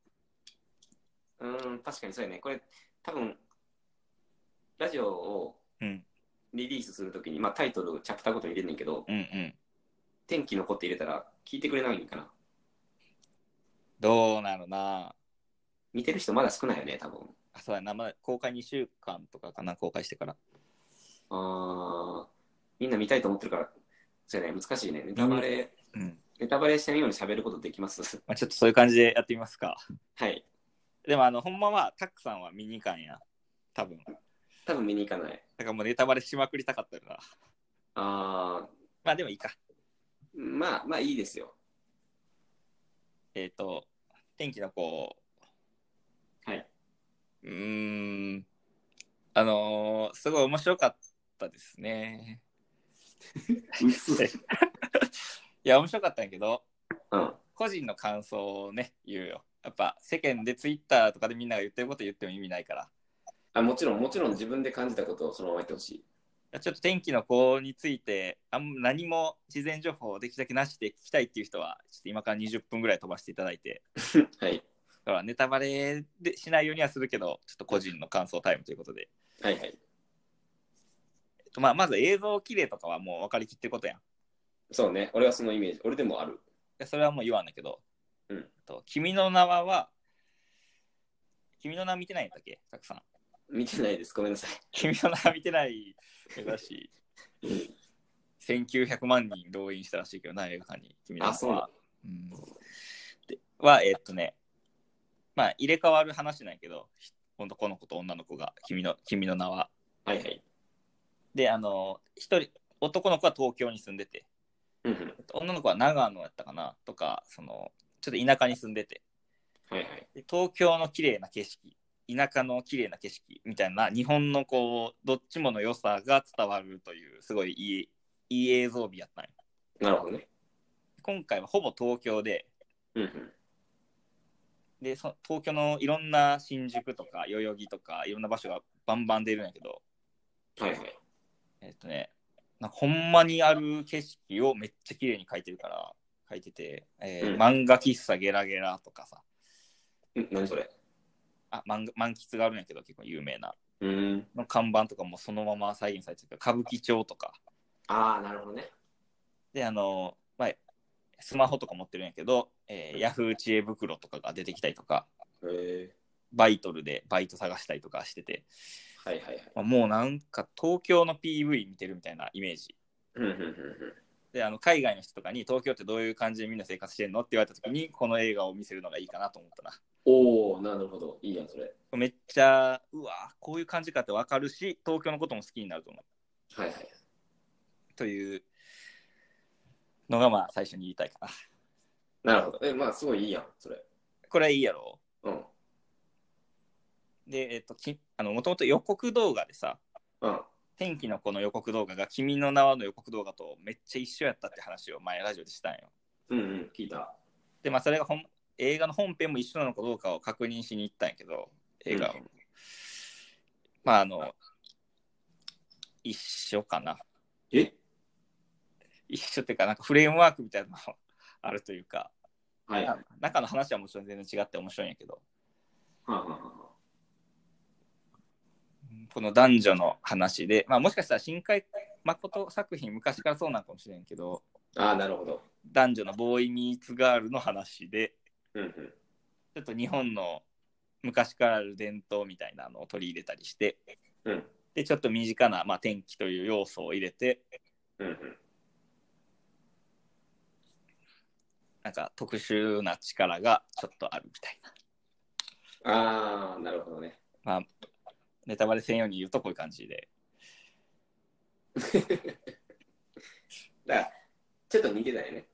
Speaker 2: うーん、確かにそうやね。これ、多分、ラジオを
Speaker 1: うん、
Speaker 2: リリースするときに、まあタイトル、チャプターごとに入れんねんけど、
Speaker 1: うんうん。
Speaker 2: 天気の子って入れたら聞いてくれないんかな。
Speaker 1: どうなのな。
Speaker 2: 見てる人まだ少ないよね、多分。
Speaker 1: あ、そうやな、まだ公開2週間とかかな、公開してから。
Speaker 2: ああ、みんな見たいと思ってるから、そうやね、難しいね。ネタバレ、
Speaker 1: うん。
Speaker 2: ネタバレしないように喋ることできます [laughs]
Speaker 1: まあ、ちょっとそういう感じでやってみますか。
Speaker 2: はい。
Speaker 1: でもあの、ほんまは、タックさんはミニカンや。多分。だ
Speaker 2: 多分見に行かない。
Speaker 1: からもうネタバレしまくりたかったから。
Speaker 2: あ
Speaker 1: まあでもいいか。
Speaker 2: ー、まあ、まあいいですよ。
Speaker 1: えっ、と、天気の子、
Speaker 2: はい。
Speaker 1: うーん、あのーすごい面白かったですね。
Speaker 2: うん。
Speaker 1: いや、面白かったんやけど、
Speaker 2: うん。
Speaker 1: 個人の感想をね、言うよ。やっぱ世間でツイッターとかでみんなが言ってること言っても意味ないから。い
Speaker 2: あもちろん、もちろん自分で感じたことをそのまま言ってほしい。
Speaker 1: やちょっと天気の子についてあん何も事前情報をできるだけなしで聞きたいっていう人はちょっと今から20分ぐらい飛ばしていただいて
Speaker 2: はい。
Speaker 1: だからネタバレでしないようにはするけどちょっと個人の感想タイムということで
Speaker 2: はいはい。
Speaker 1: えっとまあ、まず映像綺麗とかはもう分かりきってることやん。
Speaker 2: そうね。俺はそのイメージ。俺でもある。
Speaker 1: でそれはもう言わんだけど、
Speaker 2: うん
Speaker 1: と君の名は、君の名見てないんだっけたくさん。
Speaker 2: 見てないです。ごめんなさい。
Speaker 1: 君の名見てないらしい。1900万人動員したらしいけどな、映画館に。君の名は。
Speaker 2: あそうなん
Speaker 1: うんでは、えっとね、まあ入れ替わる話なんやけど、ひ男の子と女の子が、君の君の名は。
Speaker 2: はいはい。
Speaker 1: で、あの、一人、男の子は東京に住んでて、
Speaker 2: うんうん。
Speaker 1: 女の子は長野やったかなとかそのちょっと田舎に住んでて
Speaker 2: はいはい。
Speaker 1: で東京の綺麗な景色田舎の綺麗な景色みたいな日本のこうどっちもの良さが伝わるというすごいいいいい映像美やったんよ
Speaker 2: なるほどね。
Speaker 1: 今回はほぼ東京で
Speaker 2: うんうん。
Speaker 1: でそ東京のいろんな新宿とか代々木とかいろんな場所がバンバン出るんやけど
Speaker 2: はいはい。
Speaker 1: えっとねなんかほんまにある景色をめっちゃ綺麗に描いてるから描いてて、えー
Speaker 2: うん
Speaker 1: 漫画喫茶ゲラゲラとかさ
Speaker 2: うん何それ
Speaker 1: あ満満喫があるんやけど結構有名な
Speaker 2: うーん。
Speaker 1: の看板とかもそのまま再現されてるから歌舞伎町とか
Speaker 2: ああ、なるほどね。
Speaker 1: であの、まあ、スマホとか持ってるんやけど、えーヤフー知恵袋とかが出てきたりとか
Speaker 2: へえ。
Speaker 1: バイトルでバイト探したりとかしてて、
Speaker 2: はいはいはい。
Speaker 1: まあ、もうなんか東京の PV 見てるみたいなイメージ
Speaker 2: うんうんうんうん。
Speaker 1: であの海外の人とかに東京ってどういう感じでみんな生活してんのって言われた時にこの映画を見せるのがいいかなと思ったな
Speaker 2: おおなるほど。いいやん、それ。
Speaker 1: めっちゃうわこういう感じかって分かるし東京のことも好きになると思う
Speaker 2: はいはい。
Speaker 1: というのがまあ最初に言いたいかな。
Speaker 2: なるほど。え、まあ、すごいいいやん、それ。
Speaker 1: これはいいやろ
Speaker 2: うん。
Speaker 1: で、えっと、きあの、もともと予告動画でさ、
Speaker 2: うん。
Speaker 1: 天気の子の予告動画が君の名はの予告動画とめっちゃ一緒やったって話を前ラジオでしたんよ。
Speaker 2: うんうん、聞いた。
Speaker 1: で、まあそれが本映画の本編も一緒なのかどうかを確認しに行ったんやけど、映画を。
Speaker 2: う
Speaker 1: まああの、一緒かな。
Speaker 2: え
Speaker 1: 一緒っていうか、なんかフレームワークみたいなのも [laughs] あるというか、
Speaker 2: はい。は
Speaker 1: あ中の話はもちろん全然違って面白いんやけど、
Speaker 2: あはあはあ
Speaker 1: この男女の話で、まあ、もしかしたら新海誠作品昔からそうなんかもしれんけど
Speaker 2: ああ、なるほど。
Speaker 1: 男女のボーイミーツガールの話で
Speaker 2: うんうん。
Speaker 1: ちょっと日本の昔からある伝統みたいなのを取り入れたりして
Speaker 2: うん
Speaker 1: でちょっと身近な、まあ、天気という要素を入れて
Speaker 2: うんうん。
Speaker 1: なんか特殊な力がちょっとあるみたいな
Speaker 2: ああ、なるほどね。
Speaker 1: ネタバレ専用に言うとこういう感じで [laughs]
Speaker 2: だから、ちょっと似てたよね。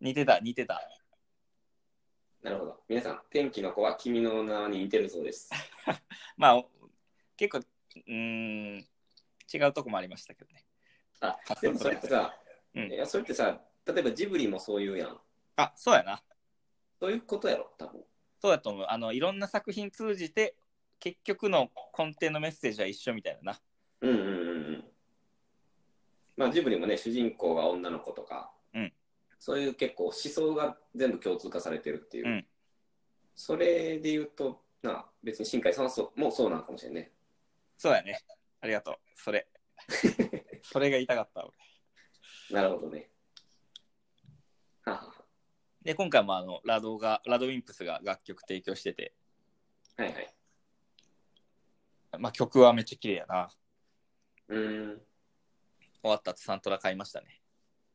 Speaker 1: 似てた似てた
Speaker 2: なるほど。皆さん、天気の子は君の名に似てるそうです。
Speaker 1: まあお結構うーん違うとこもありましたけどね
Speaker 2: あ、 [laughs] でもそれってさ、
Speaker 1: うん
Speaker 2: いやそれってさ、例えばジブリもそういうやん。
Speaker 1: あそうやな
Speaker 2: そういうことやろ、多分。
Speaker 1: そうだと思う。あの、いろんな作品通じて、結局の根底のメッセージは一緒みたいなな。
Speaker 2: うんうんうんうん。まあ、ジブリもね、主人公が女の子とか、
Speaker 1: うん
Speaker 2: そういう結構思想が全部共通化されてるっていう。
Speaker 1: うん
Speaker 2: それで言うと、なあ別に新海さんはそうもうそうなのかもしれないね。
Speaker 1: そうやね。ありがとう。そ
Speaker 2: [laughs]
Speaker 1: れ。それが言いたかった。俺
Speaker 2: なるほどね。はは
Speaker 1: で、今回もあの、ラドが、ラドウィンプスが楽曲提供してて、
Speaker 2: ははいはい。
Speaker 1: まあ曲はめっちゃ綺麗やな。
Speaker 2: うーん、
Speaker 1: 終わった後サントラ買いましたね。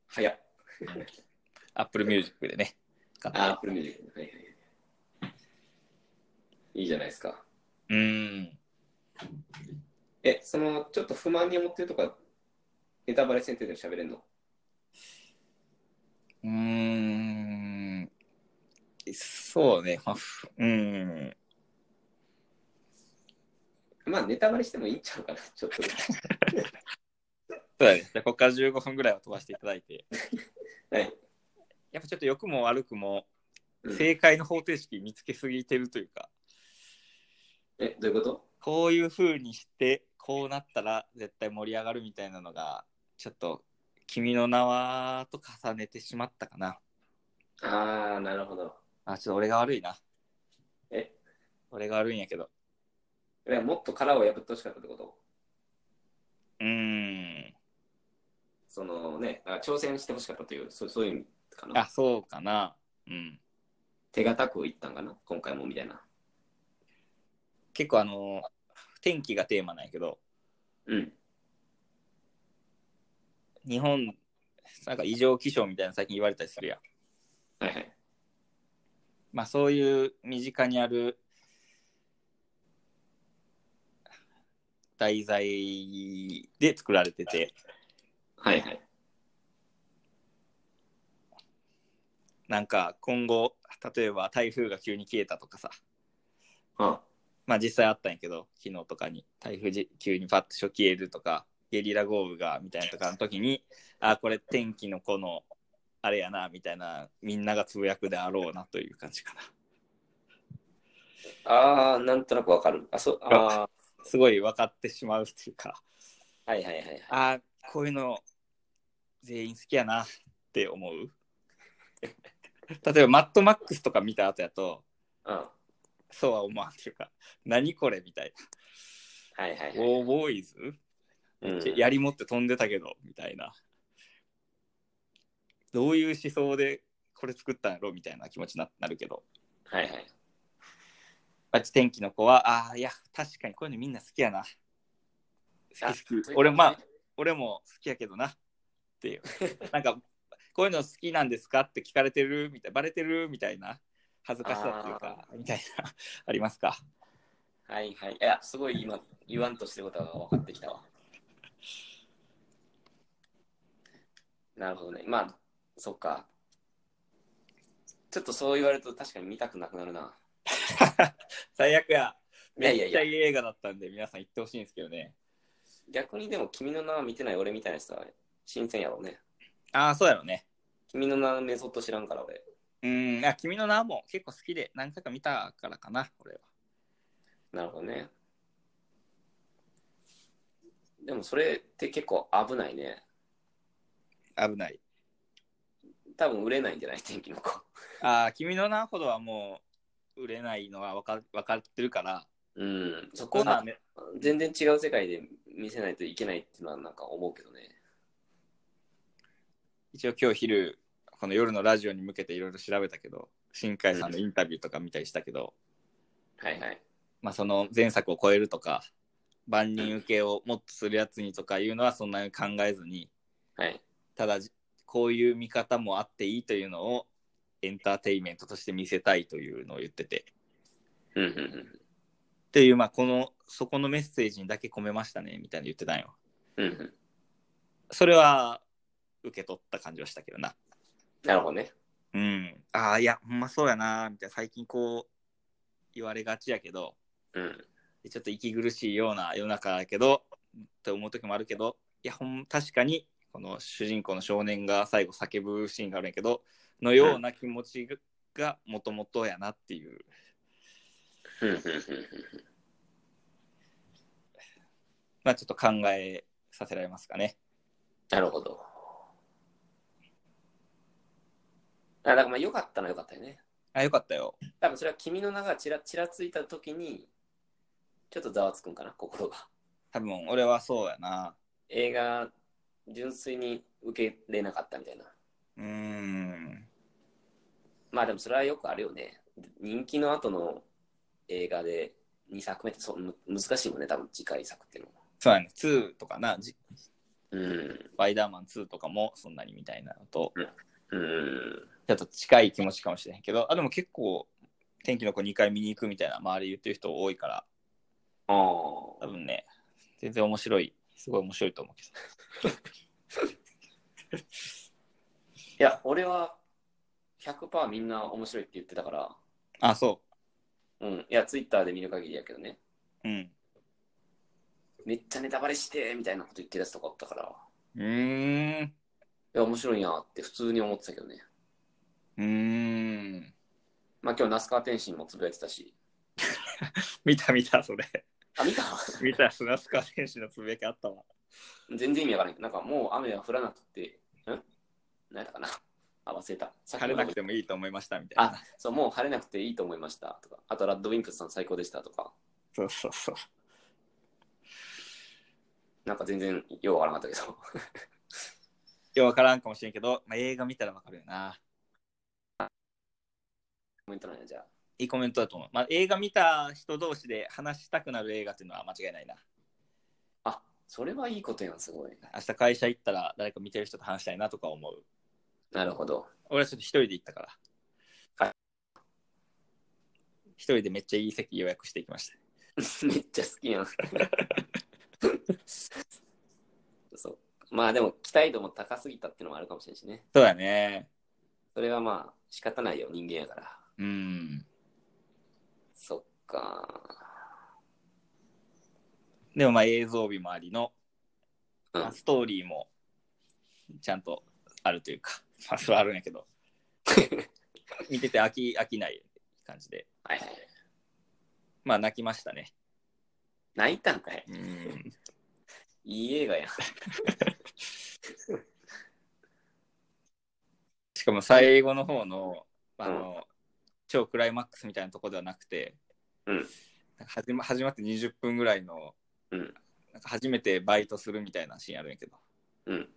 Speaker 2: 早っ。
Speaker 1: アップルミュージックでね。買っ
Speaker 2: あ、
Speaker 1: て
Speaker 2: アップルミュージック。はいはい。いいじゃないですか。
Speaker 1: うん。
Speaker 2: え、その、ちょっと不満に思ってるとか、ネタバレ選定でも喋れんの
Speaker 1: うーん。そうね。まあ、ふうん。
Speaker 2: まあ、ネタバレしてもいいんちゃうかな、 [laughs] ちょっと。
Speaker 1: そうだね。じゃあ、ここから15分ぐらいは飛ばしていただいて。
Speaker 2: はい。
Speaker 1: やっぱちょっと良くも悪くも、
Speaker 2: うん
Speaker 1: 正解の方程式見つけすぎてるというか、
Speaker 2: え、どういうこと
Speaker 1: こういう風にして、こうなったら絶対盛り上がるみたいなのが、ちょっと、君の名はと重ねてしまったかな。
Speaker 2: ああ、なるほど。
Speaker 1: あ、ちょっと俺が悪いな。
Speaker 2: え、
Speaker 1: 俺が悪いんやけど。
Speaker 2: これはもっと殻を破ってほしかったってこと
Speaker 1: うーん。
Speaker 2: そのね、だから挑戦してほしかったという、そうそういう意味かな
Speaker 1: あ、。そうかな。うん。
Speaker 2: 手堅くいったんかな、今回もみたいな。
Speaker 1: 結構あの、天気がテーマなんやけど、
Speaker 2: うん。
Speaker 1: 日本、なんか異常気象みたいなの最近言われたりするやん。
Speaker 2: はいはい。
Speaker 1: まあそういう身近にある題材で作られてて、
Speaker 2: はいはい。
Speaker 1: なんか今後、例えば台風が急に消えたとかさ、
Speaker 2: あ
Speaker 1: まあ実際あったんやけど、昨日とかに台風じ急にパッと初消えるとか、ゲリラ豪雨がみたいなとかの時に、あ、これ天気のこの、あれやな、みたいな、みんながつぶやくであろうなという感じかな。
Speaker 2: あー、なんとなくわかる。あ、そう、あ
Speaker 1: すごい分かってしまうというか、
Speaker 2: ーはいはいはいはい。
Speaker 1: あ、こういうの全員好きやなって思う。 [laughs] 例えばマッドマックスとか見た後やと、
Speaker 2: あ
Speaker 1: そうは思わんというか、何これみたい
Speaker 2: はいはい
Speaker 1: な。
Speaker 2: はい。
Speaker 1: オーボーイズ
Speaker 2: うん
Speaker 1: 槍持って飛んでたけどみたいなどういう思想でこれ作ったんやろみたいな気持ちにななるけど
Speaker 2: はいはい。
Speaker 1: あっち天気の子はああーいや確かにこういうのみんな好きやな好き好き
Speaker 2: あ
Speaker 1: 俺まあ俺も好きやけどなっていう [laughs] なんかこういうの好きなんですかって聞かれてるみたいバレてるみたいな恥ずかしさっていうかみたいな [laughs] ありますか
Speaker 2: はいはい。いや、すごい今、言わんとしてることが分かってきたわ。なるほどね。まあ、そっか。ちょっとそう言われると確かに見たくなくなるな。
Speaker 1: 最悪や
Speaker 2: いやい
Speaker 1: め
Speaker 2: や
Speaker 1: っ
Speaker 2: い
Speaker 1: ちゃ
Speaker 2: や、
Speaker 1: いい映画だったんで皆さん行ってほしいんですけどね
Speaker 2: 逆にでも、君の名は見てない俺みたいな人は新鮮やろうね。
Speaker 1: ああそうやろうね
Speaker 2: 君の名のメソッド知らんから俺。
Speaker 1: うん、あ君の名も結構好きで何回か見たからかな、俺は。
Speaker 2: なるほどね。でもそれって結構危ないね。
Speaker 1: 危ない。
Speaker 2: 多分売れないんじゃない天気の子。
Speaker 1: あー君の名ほどはもう売れないのは分か分かってるから、
Speaker 2: うん。そ
Speaker 1: そ
Speaker 2: こ
Speaker 1: こ
Speaker 2: は
Speaker 1: は、ね、
Speaker 2: 全然違う世界で見せないといけないっていうのはなんか思うけどね。
Speaker 1: 一応今日昼、この夜のラジオに向けていろいろ調べたけど、新海さんのインタビューとか見たりしたけど、
Speaker 2: はいはい。
Speaker 1: まあその前作を超えるとか、万人受けをもっとするやつにとかいうのはそんなに考えずに、
Speaker 2: はい。
Speaker 1: ただじこういう見方もあっていいというのをエンターテインメントとして見せたいというのを言ってて。
Speaker 2: うんうんうん
Speaker 1: っていう、まあ、この、そこのメッセージにだけ込めましたね、みたいな言ってたんよ。
Speaker 2: うんうん。
Speaker 1: それは、受け取った感じはしたけどな。
Speaker 2: なるほどね。
Speaker 1: うん。ああ、いや、ほんまそうやな、みたいな、最近こう、言われがちやけど、
Speaker 2: うん。
Speaker 1: ちょっと息苦しいような世の中やけど、って思う時もあるけど、いや、ほん、確かに、この主人公の少年が最後叫ぶシーンがあるんやけど、のような気持ちが、もともとやなっていう。
Speaker 2: うんうんうんうん
Speaker 1: まあ、ちょっと考えさせられますかね。
Speaker 2: なるほど。あだからまあ良かったのは良かったよね。
Speaker 1: あ、よかったよ。
Speaker 2: 多分それは君の名がちらちらついた時に、ちょっとざわつくんかな、心が。
Speaker 1: 多分、俺はそうやな。
Speaker 2: 映画、純粋に受けれなかったみたいな。
Speaker 1: うーん。
Speaker 2: まあでもそれはよくあるよね。人気の後の映画で2作目ってそうむ難しいもんね、多分次回作っていうのは。
Speaker 1: そうやね。2とかな、じ
Speaker 2: うん
Speaker 1: ス。パイダーマン2とかもそんなにみたいなのと、
Speaker 2: うん。
Speaker 1: ちょっと近い気持ちかもしれへんけど、あ、でも結構、天気の子2回見に行くみたいな周り言ってる人多いから、
Speaker 2: あ
Speaker 1: 多
Speaker 2: あ。
Speaker 1: 分ね、全然面白い、すごい面白いと思うけど。
Speaker 2: いや、俺は100%みんな面白いって言ってたから、
Speaker 1: あ、そ
Speaker 2: うん。いや、ツイッターで見る限りやけどね。
Speaker 1: う。うん。
Speaker 2: めっちゃネタバレしてみたいなこと言ってるやつとかあったから、
Speaker 1: うーん。
Speaker 2: いや、面白いなって普通に思ってたけどね。
Speaker 1: うーん。
Speaker 2: まあ今日、那須川天心もつぶやいてたし。
Speaker 1: 見た見た、それ。 [laughs]
Speaker 2: あ、見た [laughs]
Speaker 1: 見た、砂塚選手のつぶやきあったわ。
Speaker 2: 全然意味わからんけど、なんかもう雨は降らなくて、ん何やったかなあ、忘れた。さっき
Speaker 1: 晴れ
Speaker 2: の
Speaker 1: なくてもいいと思いましたみたいな。
Speaker 2: あ、そう、もう晴れなくていいと思いましたとか、あとラッドウィンプスさん最高でしたとか、
Speaker 1: そうそうそう。
Speaker 2: なんか全然ようわからなかったけど、 [laughs]
Speaker 1: ようわからんかもしれんけど、まあ、映画見たらわかるよな。
Speaker 2: コメントなんや、じゃあ。
Speaker 1: いいコメントだと思う。まあ、映画見た人同士で話したくなる映画っていうのは間違いないな。
Speaker 2: あ、それはいいことやん、すごい。
Speaker 1: 明日会社行ったら誰か見てる人と話したいなとか思う。
Speaker 2: なるほど。 [laughs]
Speaker 1: 俺はちょっと一人で行ったから。一人でめっちゃいい席予約していきました。
Speaker 2: めっちゃ好きやん。 [laughs] そう。まあでも、期待度も高すぎたってのもあるかもしれんしね。
Speaker 1: そうだね。
Speaker 2: それはまあ、仕方ないよ、人間やから。
Speaker 1: うん。
Speaker 2: そっか。
Speaker 1: でもまあ映像美もありの、
Speaker 2: うん
Speaker 1: まあストーリーもちゃんとあるというか、まあそれはあるんやけど、見てて飽き飽きない感じで、
Speaker 2: [laughs] はいはい。
Speaker 1: まあ泣きましたね。
Speaker 2: 泣いたんかい。
Speaker 1: うん。
Speaker 2: いい映画やん。
Speaker 1: しかも最後の方の、あの、超クライマックスみたいなとこではなくて、
Speaker 2: うん
Speaker 1: なんか始ま始まって20分ぐらいの、
Speaker 2: うん
Speaker 1: なんか初めてバイトするみたいなシーンあるんやけど、
Speaker 2: うん。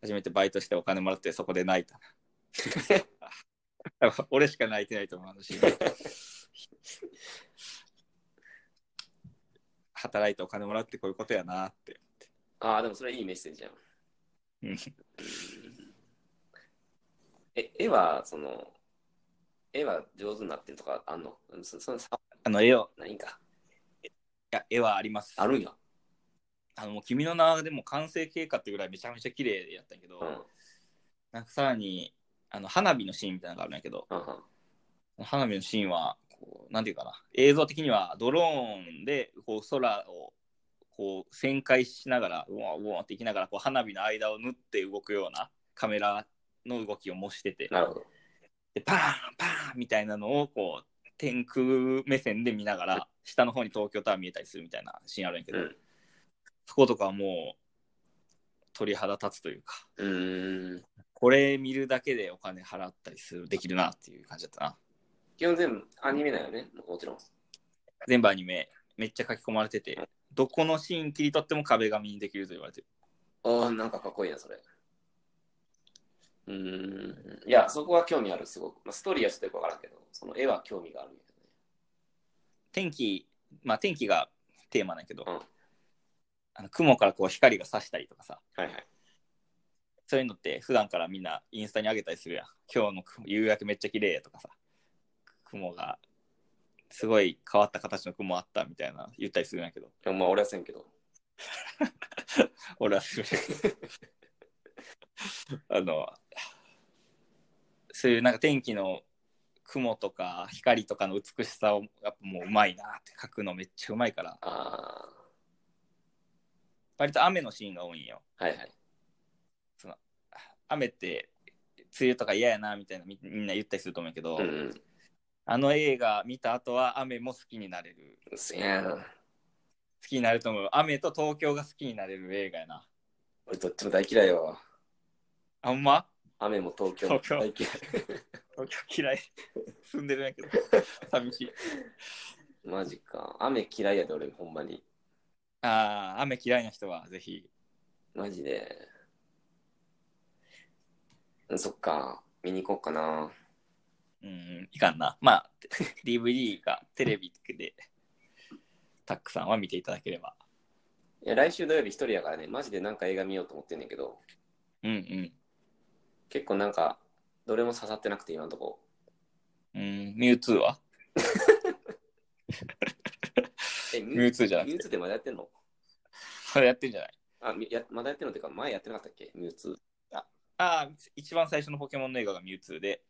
Speaker 1: 初めてバイトしてお金もらってそこで泣い
Speaker 2: [laughs]
Speaker 1: た。 [laughs] 俺しか泣いてないと思う、あのシーン。 [laughs] 働いてお金もらってこういうことやなって。
Speaker 2: ああ、でもそれいいメッセージやん。
Speaker 1: うん
Speaker 2: え、絵は、その、絵は上手になってるとかあんのうんそその差は
Speaker 1: あの絵を、
Speaker 2: ないんか。
Speaker 1: いや、絵はあります。
Speaker 2: あるんや。
Speaker 1: あの、もう君の名はでも完成経過ってぐらいめちゃめちゃ綺麗やったんやけど、
Speaker 2: うん。うん
Speaker 1: なんかさらにあの花火のシーンみたいなのがあるんやけど、
Speaker 2: うん。
Speaker 1: 花火のシーンはこう、なんていうかな、映像的にはドローンでこう空をこう旋回しながら、うわうわっていきながらこう花火の間を縫って動くようなカメラの動きを模してて、
Speaker 2: なるほど。
Speaker 1: でパーンパーンみたいなのをこう天空目線で見ながら、下の方に東京タワー見えたりするみたいなシーンあるんやけど、
Speaker 2: うん
Speaker 1: そことかはもう鳥肌立つというか。
Speaker 2: うーん。
Speaker 1: これ見るだけでお金払ったりするできるなっていう感じだったな
Speaker 2: 基本全部アニメだよね、もちろん。
Speaker 1: 全部アニメめっちゃ書き込まれててどこのシーン切り取っても壁紙にできると言われてる
Speaker 2: ああ、なんかかっこいいな、それ。うーん。いや、そこは興味ある、すごく。まあ、ストーリーはちょっとよくわからんけど、その絵は興味があるんやけどね。
Speaker 1: 天気まあ天気がテーマなんやけど、
Speaker 2: うん
Speaker 1: あの雲からこう光が差したりとかさ
Speaker 2: はいはい。
Speaker 1: そういうのって普段からみんなインスタに上げたりするやん今日の雲夕焼けめっちゃ綺麗とかさ雲がすごい変わった形の雲あったみたいな言ったりするんやけど
Speaker 2: でもまあ、俺はせんけど。
Speaker 1: 俺はするあのそういうなんか天気の雲とか光とかの美しさをやっぱもううまいなって描くのめっちゃうまいから
Speaker 2: あ
Speaker 1: 割と雨のシーンが多いんよ
Speaker 2: あ、はいはい。
Speaker 1: 雨って梅雨とか嫌やなみたいなみみんな言ったりすると思うけど、
Speaker 2: うんうん。
Speaker 1: あの映画見た後は雨も好きになれる
Speaker 2: すげえな。
Speaker 1: 好きになると思う雨と東京が好きになれる映画やな
Speaker 2: 俺どっちも大嫌いやわ。
Speaker 1: あほんま
Speaker 2: 雨も東京も
Speaker 1: 東京
Speaker 2: 大嫌い。
Speaker 1: 東京嫌い [laughs] 住んでるんやけど寂しい
Speaker 2: [laughs] マジか。雨嫌いやで俺、ほんまに。
Speaker 1: ああ雨嫌いな人はぜひ
Speaker 2: マジで。うんそっか。見に行こうかな。
Speaker 1: うん、いかんな。まあ、DVD がテレビで、タックさんは見ていただければ。
Speaker 2: いや、来週土曜日一人やからね、マジでなんか映画見ようと思ってんねんけど、
Speaker 1: うんうん。
Speaker 2: 結構なんか、どれも刺さってなくて、今のとこ。
Speaker 1: うん、ミュウツーは
Speaker 2: え、
Speaker 1: ミ
Speaker 2: ミ
Speaker 1: ュウツーじゃなく
Speaker 2: ミュウツーってまだやってんの
Speaker 1: て、やってんじゃない
Speaker 2: あみや、まだやってんのっていうか、前やってなかったっけミュウツー。
Speaker 1: ああ、一番最初のポケモンの映画がミュウツーで、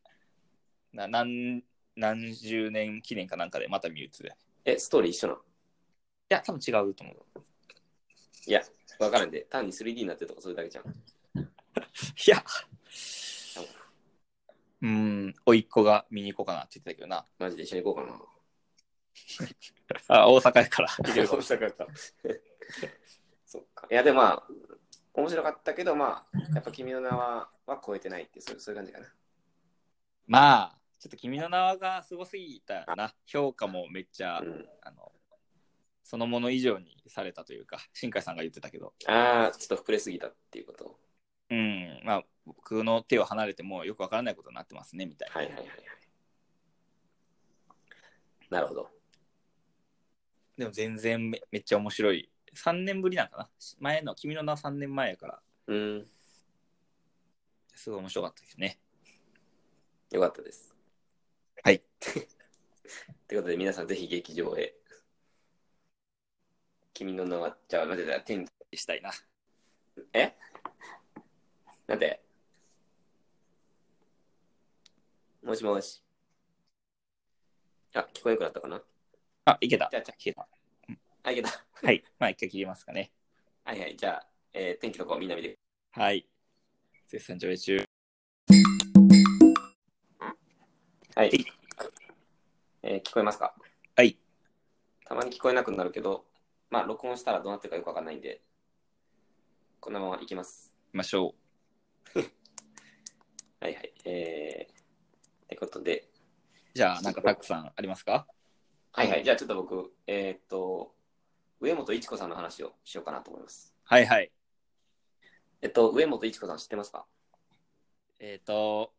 Speaker 1: な何何十年記念かなんかでまたミュウツーで。い
Speaker 2: え、ストーリー一緒なの
Speaker 1: や、多分違うと思う。
Speaker 2: いや、わからんで。単に 3D になってるとかそれだけじゃん。
Speaker 1: いや、うん、甥っ子が見に行こうかなって言ってたけどな。
Speaker 2: マジで一緒に行こうかな。
Speaker 1: [laughs] あ大阪やから。
Speaker 2: いや、面白かった。そっか。いや、でもまあ、面白かったけど、まあ、やっぱ君の名はは超えてないっていう、そうそういう感じかな。
Speaker 1: [laughs] まあ、ちょっと君の名はがすごすぎたな。評価もめっちゃ、
Speaker 2: うん、
Speaker 1: あの、そのもの以上にされたというか、新海さんが言ってたけど、
Speaker 2: ああ、ちょっと膨れすぎたっていうこと。
Speaker 1: うん、まあ、僕の手を離れてもうよくわからないことになってますね、みたいな。
Speaker 2: はいはいはいはい。なるほど。
Speaker 1: でも全然めめっちゃ面白い。3年ぶりなんかな前の、君の名は3年前やから、
Speaker 2: うん、
Speaker 1: すごい面白かったですね。
Speaker 2: よかったです。 [laughs]
Speaker 1: はい。
Speaker 2: ということで、皆さんぜひ劇場へ。君の名は、じゃあ、なぜだ、天、
Speaker 1: したいな。
Speaker 2: なんでもしもし。あ、聞こえよくなったかな
Speaker 1: あ、いけた。
Speaker 2: じゃあじゃ
Speaker 1: 消えた。
Speaker 2: あ、いけた。
Speaker 1: はい。まあ、一回切りますかね。
Speaker 2: はいはい、じゃあ、えー天気の子みんな見て。
Speaker 1: はい。絶賛上映中。
Speaker 2: はい。えー聞こえますか
Speaker 1: はい。
Speaker 2: たまに聞こえなくなるけど、まあ、録音したらどうなってるかよくわかんないんで、このままいきます。
Speaker 1: 行きましょ
Speaker 2: はいはい。えー、ってことで、
Speaker 1: う。じゃあ、なんかたくさんありますか
Speaker 2: はいはい、じゃあちょっと僕、えーっと、上本一子さんの話をしようかなと思います。
Speaker 1: はいはい。
Speaker 2: えっと、上本一子さん知ってますか
Speaker 1: えっ、と、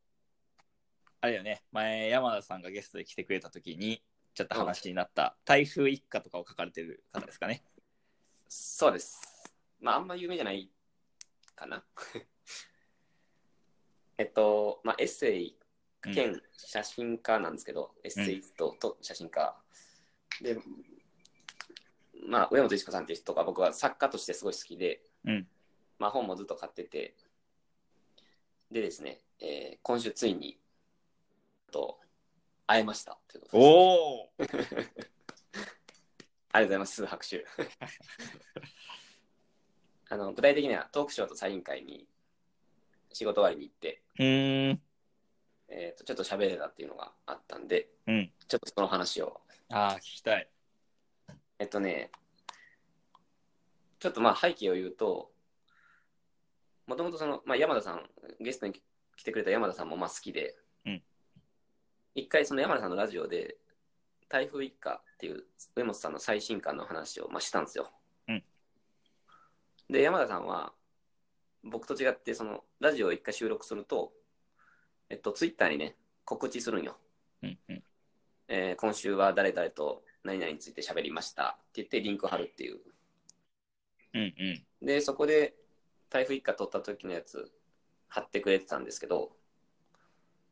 Speaker 1: あれよね、前山田さんがゲストで来てくれた時に、ちょっと話になった、台風一過とかを書かれてる方ですかね。
Speaker 2: そうです。まあ、あんま有名じゃないかな。 [laughs] えっと、まあ、エッセイ兼写真家なんですけど、エッセイストと写真家。で、まあ、上本一子さんっていう人が僕は作家としてすごい好きで、
Speaker 1: うん
Speaker 2: まあ、本もずっと買ってて、でですね、えー今週ついに、と、会えましたということです。
Speaker 1: おお
Speaker 2: ありがとうございます。
Speaker 1: [laughs]
Speaker 2: 拍手。あの具体的にはトークショーとサイン会に仕事終わりに行って、
Speaker 1: うーん。
Speaker 2: えー、とちょっと喋れたっていうのがあったんで、
Speaker 1: うん
Speaker 2: ちょっとその話を。
Speaker 1: ああ、聞きたい。
Speaker 2: えっとね、ちょっとまあ背景を言うと、もともとその、まあ、山田さん、ゲストに来てくれた山田さんもまあ好きで、
Speaker 1: うん
Speaker 2: 一回その山田さんのラジオで、台風一過っていう上本さんの最新刊の話をまあしたんですよ。
Speaker 1: うん
Speaker 2: で、山田さんは、僕と違って、そのラジオを一回収録すると、えっと、ツイッターにね、告知するんよ。
Speaker 1: うんうん。
Speaker 2: えー今週は誰々と何々について喋りましたって言ってリンクを貼るっていう。
Speaker 1: うんうん。
Speaker 2: で、そこで台風一過取った時のやつ貼ってくれてたんですけど、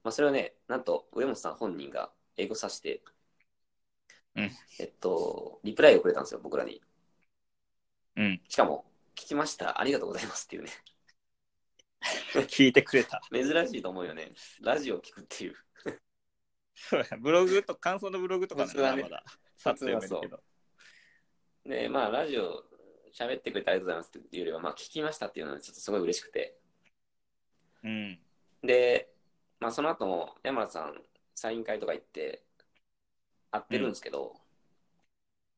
Speaker 2: まあ、それをね、なんと上本さん本人が英語させて、
Speaker 1: うん
Speaker 2: えっと、リプライをくれたんですよ、僕らに。
Speaker 1: うん、
Speaker 2: しかも、聞きました、ありがとうございますっていうね。
Speaker 1: 聞いてくれた。 [laughs]
Speaker 2: 珍しいと思うよね。ラジオを聞くっていう。
Speaker 1: そうやブログと感想のブログとか
Speaker 2: 普通はね
Speaker 1: まだ。さっと読める
Speaker 2: 普
Speaker 1: け
Speaker 2: 通
Speaker 1: ど。
Speaker 2: で、まあ、ラジオ喋ってくれてありがとうございますっていうよりは、まあ、聞きましたっていうのはちょっとすごい嬉しくて。
Speaker 1: うん。
Speaker 2: で、まあ、その後も山田さん、サイン会とか行って、会ってるんですけど、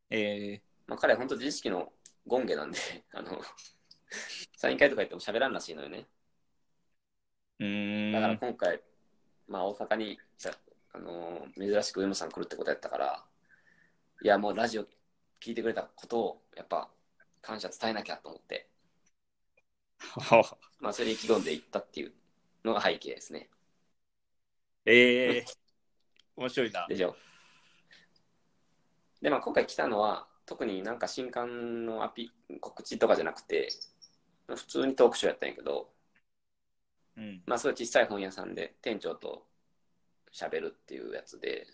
Speaker 1: え
Speaker 2: まあ、彼は本当自意識のゴンゲなんで、 [laughs] あの、サイン会とか行っても喋らんらしいのよね。
Speaker 1: ー、うーん。
Speaker 2: だから今回、まあ、大阪に、あの珍しく上野さん来るってことやったから、いや、もうラジオ聞いてくれたことを、やっぱ、感謝伝えなきゃと思って、まあ、それに意気込んで行ったっていうのが背景ですね。
Speaker 1: [laughs] ええー、面白いな。
Speaker 2: でしょ。で、まあ、今回来たのは、特になんか新刊のアピ告知とかじゃなくて、普通にトークショーやったんやけど、
Speaker 1: うん。
Speaker 2: まあ、すごい小さい本屋さんで店長と喋るっていうやつで、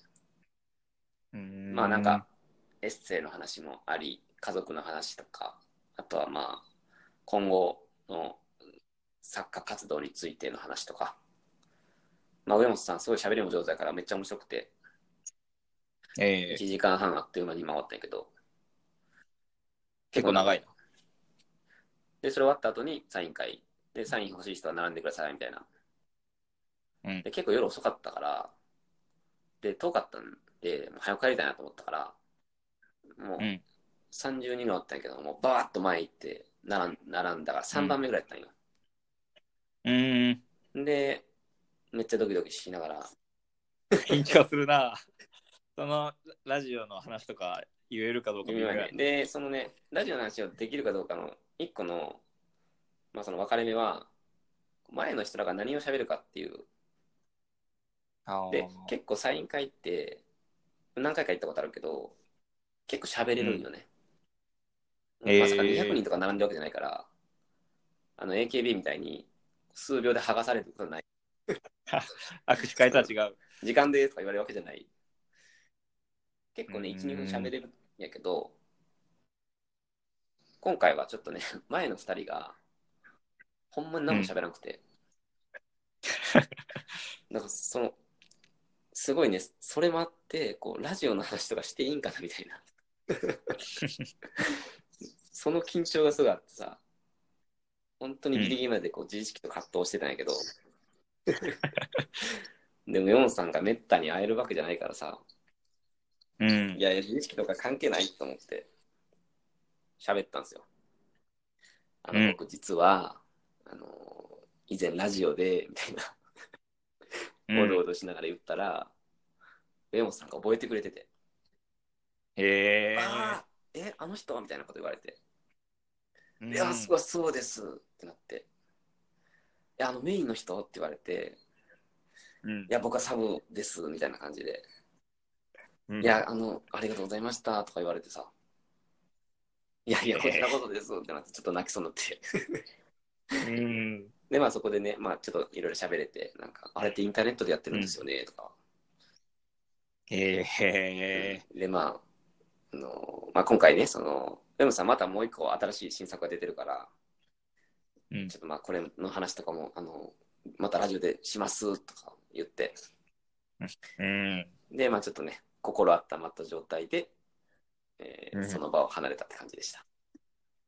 Speaker 1: うん
Speaker 2: まあなんか、エッセイの話もあり、家族の話とか、あとはまあ、今後の作家活動についての話とか、まあ、上本さん、すごい喋りも上手だから、めっちゃ面白くて、
Speaker 1: ええ
Speaker 2: 1時間半あっという間に回ったんやけど、
Speaker 1: 結構長いな。
Speaker 2: で、それ終わった後にサイン会、で、サイン欲しい人は並んでくださいみたいな。
Speaker 1: うん
Speaker 2: で、結構夜遅かったから、で、遠かったんで、もう早く帰りたいなと思ったから、もう
Speaker 1: うん
Speaker 2: 32のあったんやけど、もうバーッと前行って並ん並んだから3番目ぐらいやったんよ。
Speaker 1: うーん、
Speaker 2: で、めっちゃドキドキしながら、
Speaker 1: 緊張するな。そのラジオの話とか言えるかどうか
Speaker 2: 微
Speaker 1: 微妙
Speaker 2: 妙や
Speaker 1: や
Speaker 2: ね。で、そのね、ラジオの話をできるかどうかの一個の、まあその分かれ目は、前の人らが何を喋るかっていう
Speaker 1: あー
Speaker 2: で結構サイン会って何回か行ったことあるけど結構喋れるんよね、
Speaker 1: うん
Speaker 2: まさか
Speaker 1: えー
Speaker 2: 200人とか並んでるわけじゃないから、あの AKB みたいに数秒で剥がされることない
Speaker 1: 握手会とは違う。
Speaker 2: 時間ですとか言われるわけじゃない結構ね
Speaker 1: うん
Speaker 2: 12分喋れるんやけど今回はちょっとね [laughs] 前の2人がほんまに何も喋らなくて、なんかそのすごいねそれもあってこうラジオの話とかしていいんかなみたいなその緊張がすごいあってさ本当にギリギリまでこう自意識と葛藤してたんやけど、でもヨンさんがめったに会えるわけじゃないからさ
Speaker 1: うん
Speaker 2: い。や、自意識とか関係ないと思って、喋ったんですよ。あの、
Speaker 1: うん
Speaker 2: 僕実は、あの、以前ラジオで、みたいな、
Speaker 1: う
Speaker 2: おどお
Speaker 1: ん、
Speaker 2: どしながら言ったら、上本さんが覚えてくれてて、
Speaker 1: へえ。
Speaker 2: ああ、え、あの人みたいなこと言われて、
Speaker 1: うん
Speaker 2: いや、すごい、そうですってなって、いや、あの、メインの人って言われて、
Speaker 1: うん
Speaker 2: いや、僕はサブです、みたいな感じで、
Speaker 1: うん
Speaker 2: いや、あの、ありがとうございましたとか言われてさ、いやいや、こんなことですってなって、ちょっと泣きそうになって。
Speaker 1: うん。
Speaker 2: で、まあそこでね、まあちょっといろいろ喋れて、なんか、あれってインターネットでやってるんですよね、とか。
Speaker 1: へえ。
Speaker 2: で、まあ、あのまあ今回ね、その、でもさ、またもう一個新しい新作が出てるから、
Speaker 1: うん
Speaker 2: ちょっとまあこれの話とかも、あの、またラジオでします、とか言って、
Speaker 1: うん。
Speaker 2: で、まあちょっとね、心温まった状態で、えー
Speaker 1: うん
Speaker 2: その場を離れたって感じでした。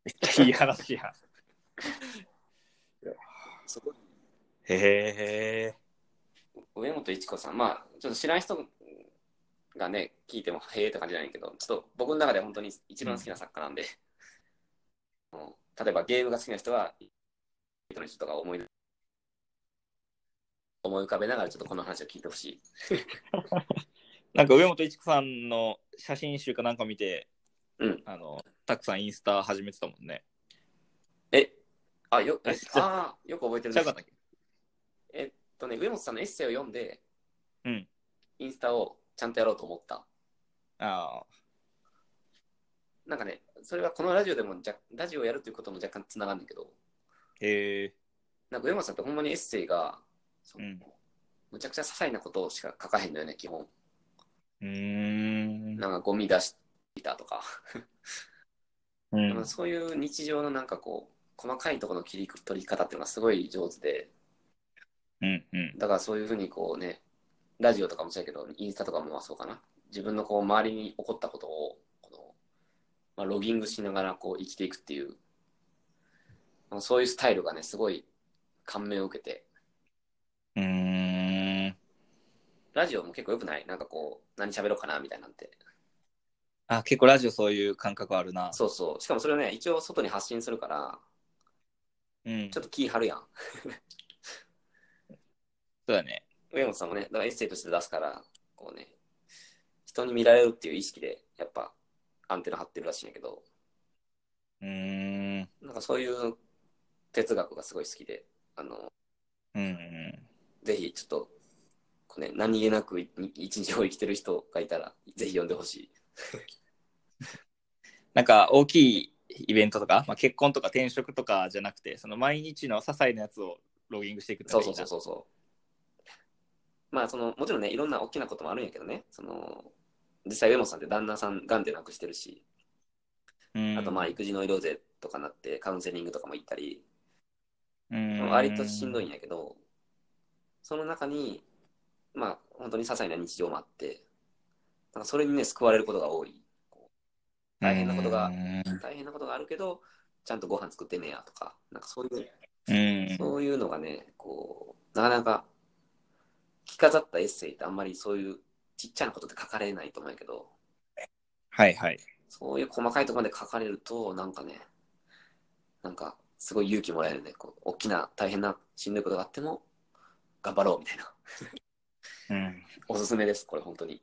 Speaker 1: めっちゃいい話や。
Speaker 2: そこ
Speaker 1: へえ。
Speaker 2: 上本一子さん、まあ、ちょっと知らん人がね、聞いても、へえって感じじゃないけど、ちょっと僕の中で本当に一番好きな作家なんで、 [laughs] もう例えばゲームが好きな人は、人の人とか思い思い浮かべながら、ちょっとこの話を聞いてほしい。
Speaker 1: なんか上本一子さんの写真集かなんか見て、
Speaker 2: うん
Speaker 1: あのたくさんインスタ始めてたもんね。
Speaker 2: え、あ、よ、
Speaker 1: [laughs]
Speaker 2: え
Speaker 1: えじゃ
Speaker 2: あーよく覚えてる
Speaker 1: ちゃうかったっけ
Speaker 2: えっとね、上本さんのエッセイを読んで、
Speaker 1: うん
Speaker 2: インスタをちゃんとやろうと思った。
Speaker 1: ああ。
Speaker 2: なんかね、それはこのラジオでもじゃ、ラジオをやるということも若干つながるんだけど、
Speaker 1: へえ。
Speaker 2: なんか上本さんってほんまにエッセイが、そう
Speaker 1: うん
Speaker 2: むちゃくちゃ些細なことしか書かへんのよね、基本。
Speaker 1: うーん。
Speaker 2: なんかゴミ出してたとか、
Speaker 1: う
Speaker 2: なん
Speaker 1: ん
Speaker 2: かそういう日常のなんかこう、細かいところの切り取り方っていうのがすごい上手で、
Speaker 1: うんうん
Speaker 2: だからそういうふうにこうね、ラジオとかもそうやけど、インスタとかもまあそうかな。自分のこう周りに起こったことを、このまあ、ロギングしながらこう生きていくっていう、まあそういうスタイルがね、すごい感銘を受けて、
Speaker 1: うーん。
Speaker 2: ラジオも結構よくないなんかこう、何喋ろうかなみたいなんて。
Speaker 1: あ結構ラジオそういう感覚あるな。
Speaker 2: そうそう。しかもそれをね、一応外に発信するから、
Speaker 1: うん、
Speaker 2: ち
Speaker 1: ちょ
Speaker 2: ょっ
Speaker 1: っ
Speaker 2: と気張るやん。
Speaker 1: とだね。
Speaker 2: 上本さんもね、だからエッセイとして出すから、こうね、人に見られるっていう意識で、やっぱ、アンテナ張ってるらしいんやけど、
Speaker 1: うーん。
Speaker 2: なんかそういう哲学がすごい好きで、あの、
Speaker 1: うんうん。
Speaker 2: ぜひちょっと、こうね、何気なくい一日を生きてる人がいたら、ぜひ読んでほしい。
Speaker 1: なんか大きいイベントとか、まあ、結婚とか転職とかじゃなくて、その毎日の些細なやつをロギングしていくって
Speaker 2: そ
Speaker 1: の
Speaker 2: う
Speaker 1: がいい
Speaker 2: そう
Speaker 1: な
Speaker 2: そうそうそう。まあそのもちろんねいろんな大きなこともあるんやけどねその実際上本さんって旦那さんがんで亡くしてるし、
Speaker 1: うん
Speaker 2: あとまあ育児の医療税とかなってカウンセリングとかも行ったり、
Speaker 1: うん
Speaker 2: 割としんどいんやけどその中にまあ本当に些細な日常もあってなんかそれにね救われることが多い大変なことが
Speaker 1: うん
Speaker 2: 大変なことがあるけどちゃんとご飯作ってねやとかなんかそういう
Speaker 1: うん
Speaker 2: そういうのがね、こう、なかなか、着飾ったエッセイってあんまりそういうちっちゃなことって書かれないと思うんやけど、
Speaker 1: はいはい
Speaker 2: そういう細かいところまで書かれると、なんかね、なんか、すごい勇気もらえるね。こう、大きな、大変な、しんどいことがあっても、頑張ろうみたいな。
Speaker 1: うん
Speaker 2: おすすめです、これ、本当に。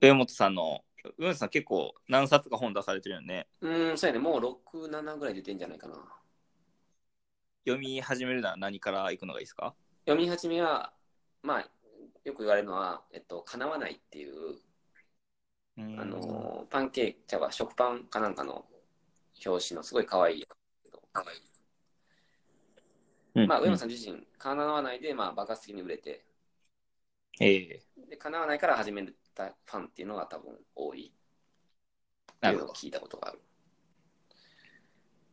Speaker 1: 上本さんの上本さん結構何冊か本出されてるよね
Speaker 2: うーん、そうやね。もう6、7ぐらい出てんじゃないかな。
Speaker 1: 読み始めるなら何から行くのがいいですか
Speaker 2: 読み始めは、まあ、よく言われるのは、えっと、叶わないっていう
Speaker 1: あ
Speaker 2: あのーパンケーキちゃうわ食パンかなんかの表紙のすごい可愛いけどまあ上野さん自身叶わないで、まあ、爆発的に売れて
Speaker 1: ええ
Speaker 2: で叶わないから始めたファンっていうのが多分多いって
Speaker 1: ないる
Speaker 2: う
Speaker 1: ほ
Speaker 2: のを
Speaker 1: ど
Speaker 2: 聞いたことがある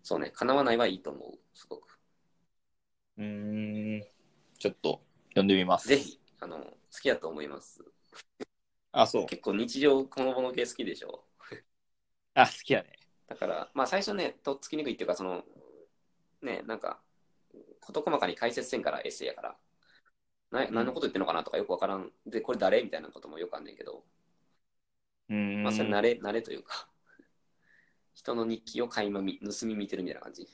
Speaker 2: そうね叶わないはいいと思うすごく
Speaker 1: うーんちょっと読んでみます
Speaker 2: ぜひあの好きだと思います
Speaker 1: あそう
Speaker 2: 結構日常このぼの系好きでしょ
Speaker 1: あ好きやね
Speaker 2: だから、まあ、最初ね、とっつきにくいっていうか、その、ね、なんか、事細かに解説せんから、エッセイやから、な何のこと言ってんのかなとかよくわからん、で、これ誰みたいなこともよくあんねんけど、
Speaker 1: うーん
Speaker 2: まあ、それ慣れ、慣れというか、人の日記を垣間見、盗み見てるみたいな感じ。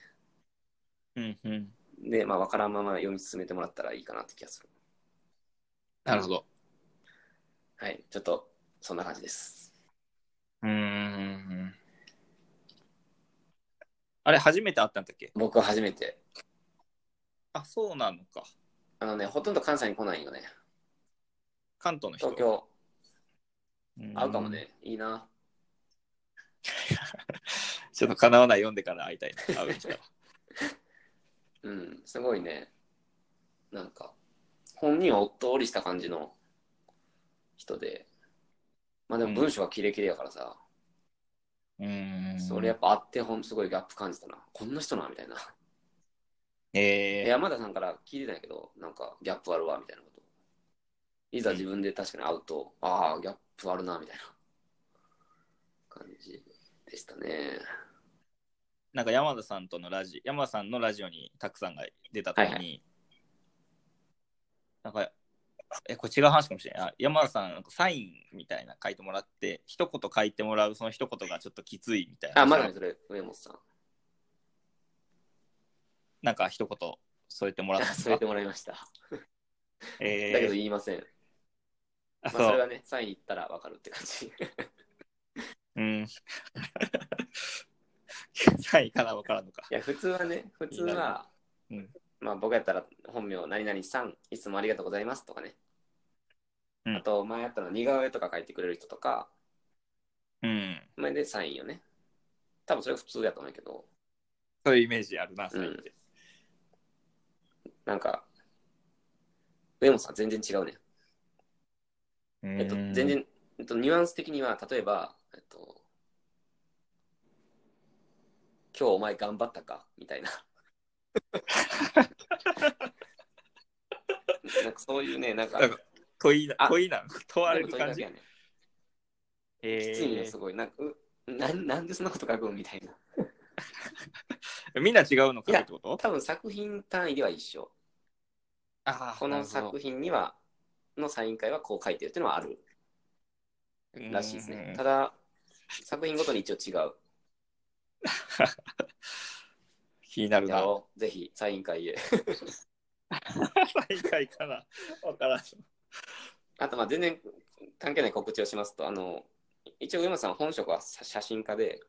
Speaker 1: うんうん
Speaker 2: で、まあ、わからんまま読み進めてもらったらいいかなって気がする。
Speaker 1: なるほど
Speaker 2: はい、ちょっと、そんな感じです。
Speaker 1: うーんあれ初めて会ったんだっけ
Speaker 2: 僕は初めて、
Speaker 1: あそうなのか
Speaker 2: あのね、ほとんど関西に来ないよね。
Speaker 1: 関東の人
Speaker 2: 東京、
Speaker 1: うん
Speaker 2: 会うかもね、いいな。
Speaker 1: ちょっと叶わない読んでから会いたい
Speaker 2: [laughs]
Speaker 1: な。会う人は
Speaker 2: うん、すごいね。なんか、本人はおっとりした感じの人で、まあでも文章がキレキレやからさ、
Speaker 1: うーん。
Speaker 2: それやっぱあってほん、すごいギャップ感じたな。こんな人な、みたいな。
Speaker 1: えー、
Speaker 2: 山田さんから聞いてたんやけど、なんかギャップあるわ、みたいなこと。いざ自分で確かに会うと、ああ、ギャップあるな、みたいな感じでしたね。
Speaker 1: なんか山田さんとのラジ山田さんのラジオにたくさんが出た時に、
Speaker 2: はいは
Speaker 1: なんかえこれ違う話かもしれないあ山田さんなんかサインみたいな書いてもらって一言書いてもらうその一言がちょっときついみたいな
Speaker 2: あ、まだねそれ、上本さん。
Speaker 1: なんか一言添えても
Speaker 2: [laughs]
Speaker 1: らったんです
Speaker 2: 添え
Speaker 1: か
Speaker 2: てもらいました。
Speaker 1: えー
Speaker 2: だけど言いません。
Speaker 1: あ
Speaker 2: まあ、
Speaker 1: そう
Speaker 2: それはね、サイン行ったらわかるって感じ。 [laughs]
Speaker 1: うん [laughs] サインから分からんのか
Speaker 2: いや、普通はね、普通
Speaker 1: いい
Speaker 2: は
Speaker 1: な、うん
Speaker 2: まあ僕やったら本名、何々さん、いつもありがとうございますとかね。
Speaker 1: うん
Speaker 2: あと、前やったら似顔絵とか書いてくれる人とか、
Speaker 1: うん
Speaker 2: 前でサインよね。多分それが普通やと思うんやけど、
Speaker 1: そういうイメージあるなサインって、
Speaker 2: なんか、上本さん全然違うね。えっと、
Speaker 1: うん
Speaker 2: 全然、えっと、ニュアンス的には、例えば、えっと、今日お前頑張ったかみたいな。 [laughs] なんかそういうね、なんか
Speaker 1: な、んか問いな
Speaker 2: あ
Speaker 1: 問いなん問われる
Speaker 2: でもとに
Speaker 1: 感
Speaker 2: かく
Speaker 1: じ
Speaker 2: やねきつい
Speaker 1: え
Speaker 2: ね、すごい。なんか、うなんなんでそんなこと書くんみたいな。
Speaker 1: ー、みんな違うのかってこと
Speaker 2: 多分作品単位では一緒。
Speaker 1: あー
Speaker 2: こ
Speaker 1: な
Speaker 2: の
Speaker 1: るほど
Speaker 2: 作品には、のサイン会はこう書いてるっていうのはあるらしいです
Speaker 1: うんうんう
Speaker 2: ね
Speaker 1: ん。
Speaker 2: ただ、作品ごとに一応違う。
Speaker 1: 気になる
Speaker 2: や
Speaker 1: な。
Speaker 2: ろう。ぜひ、サイン会へ。
Speaker 1: 最下位かな。わからん。
Speaker 2: あと、まあ全然関係ない告知をしますと、あの、一応、上間さん本職は写写真家で、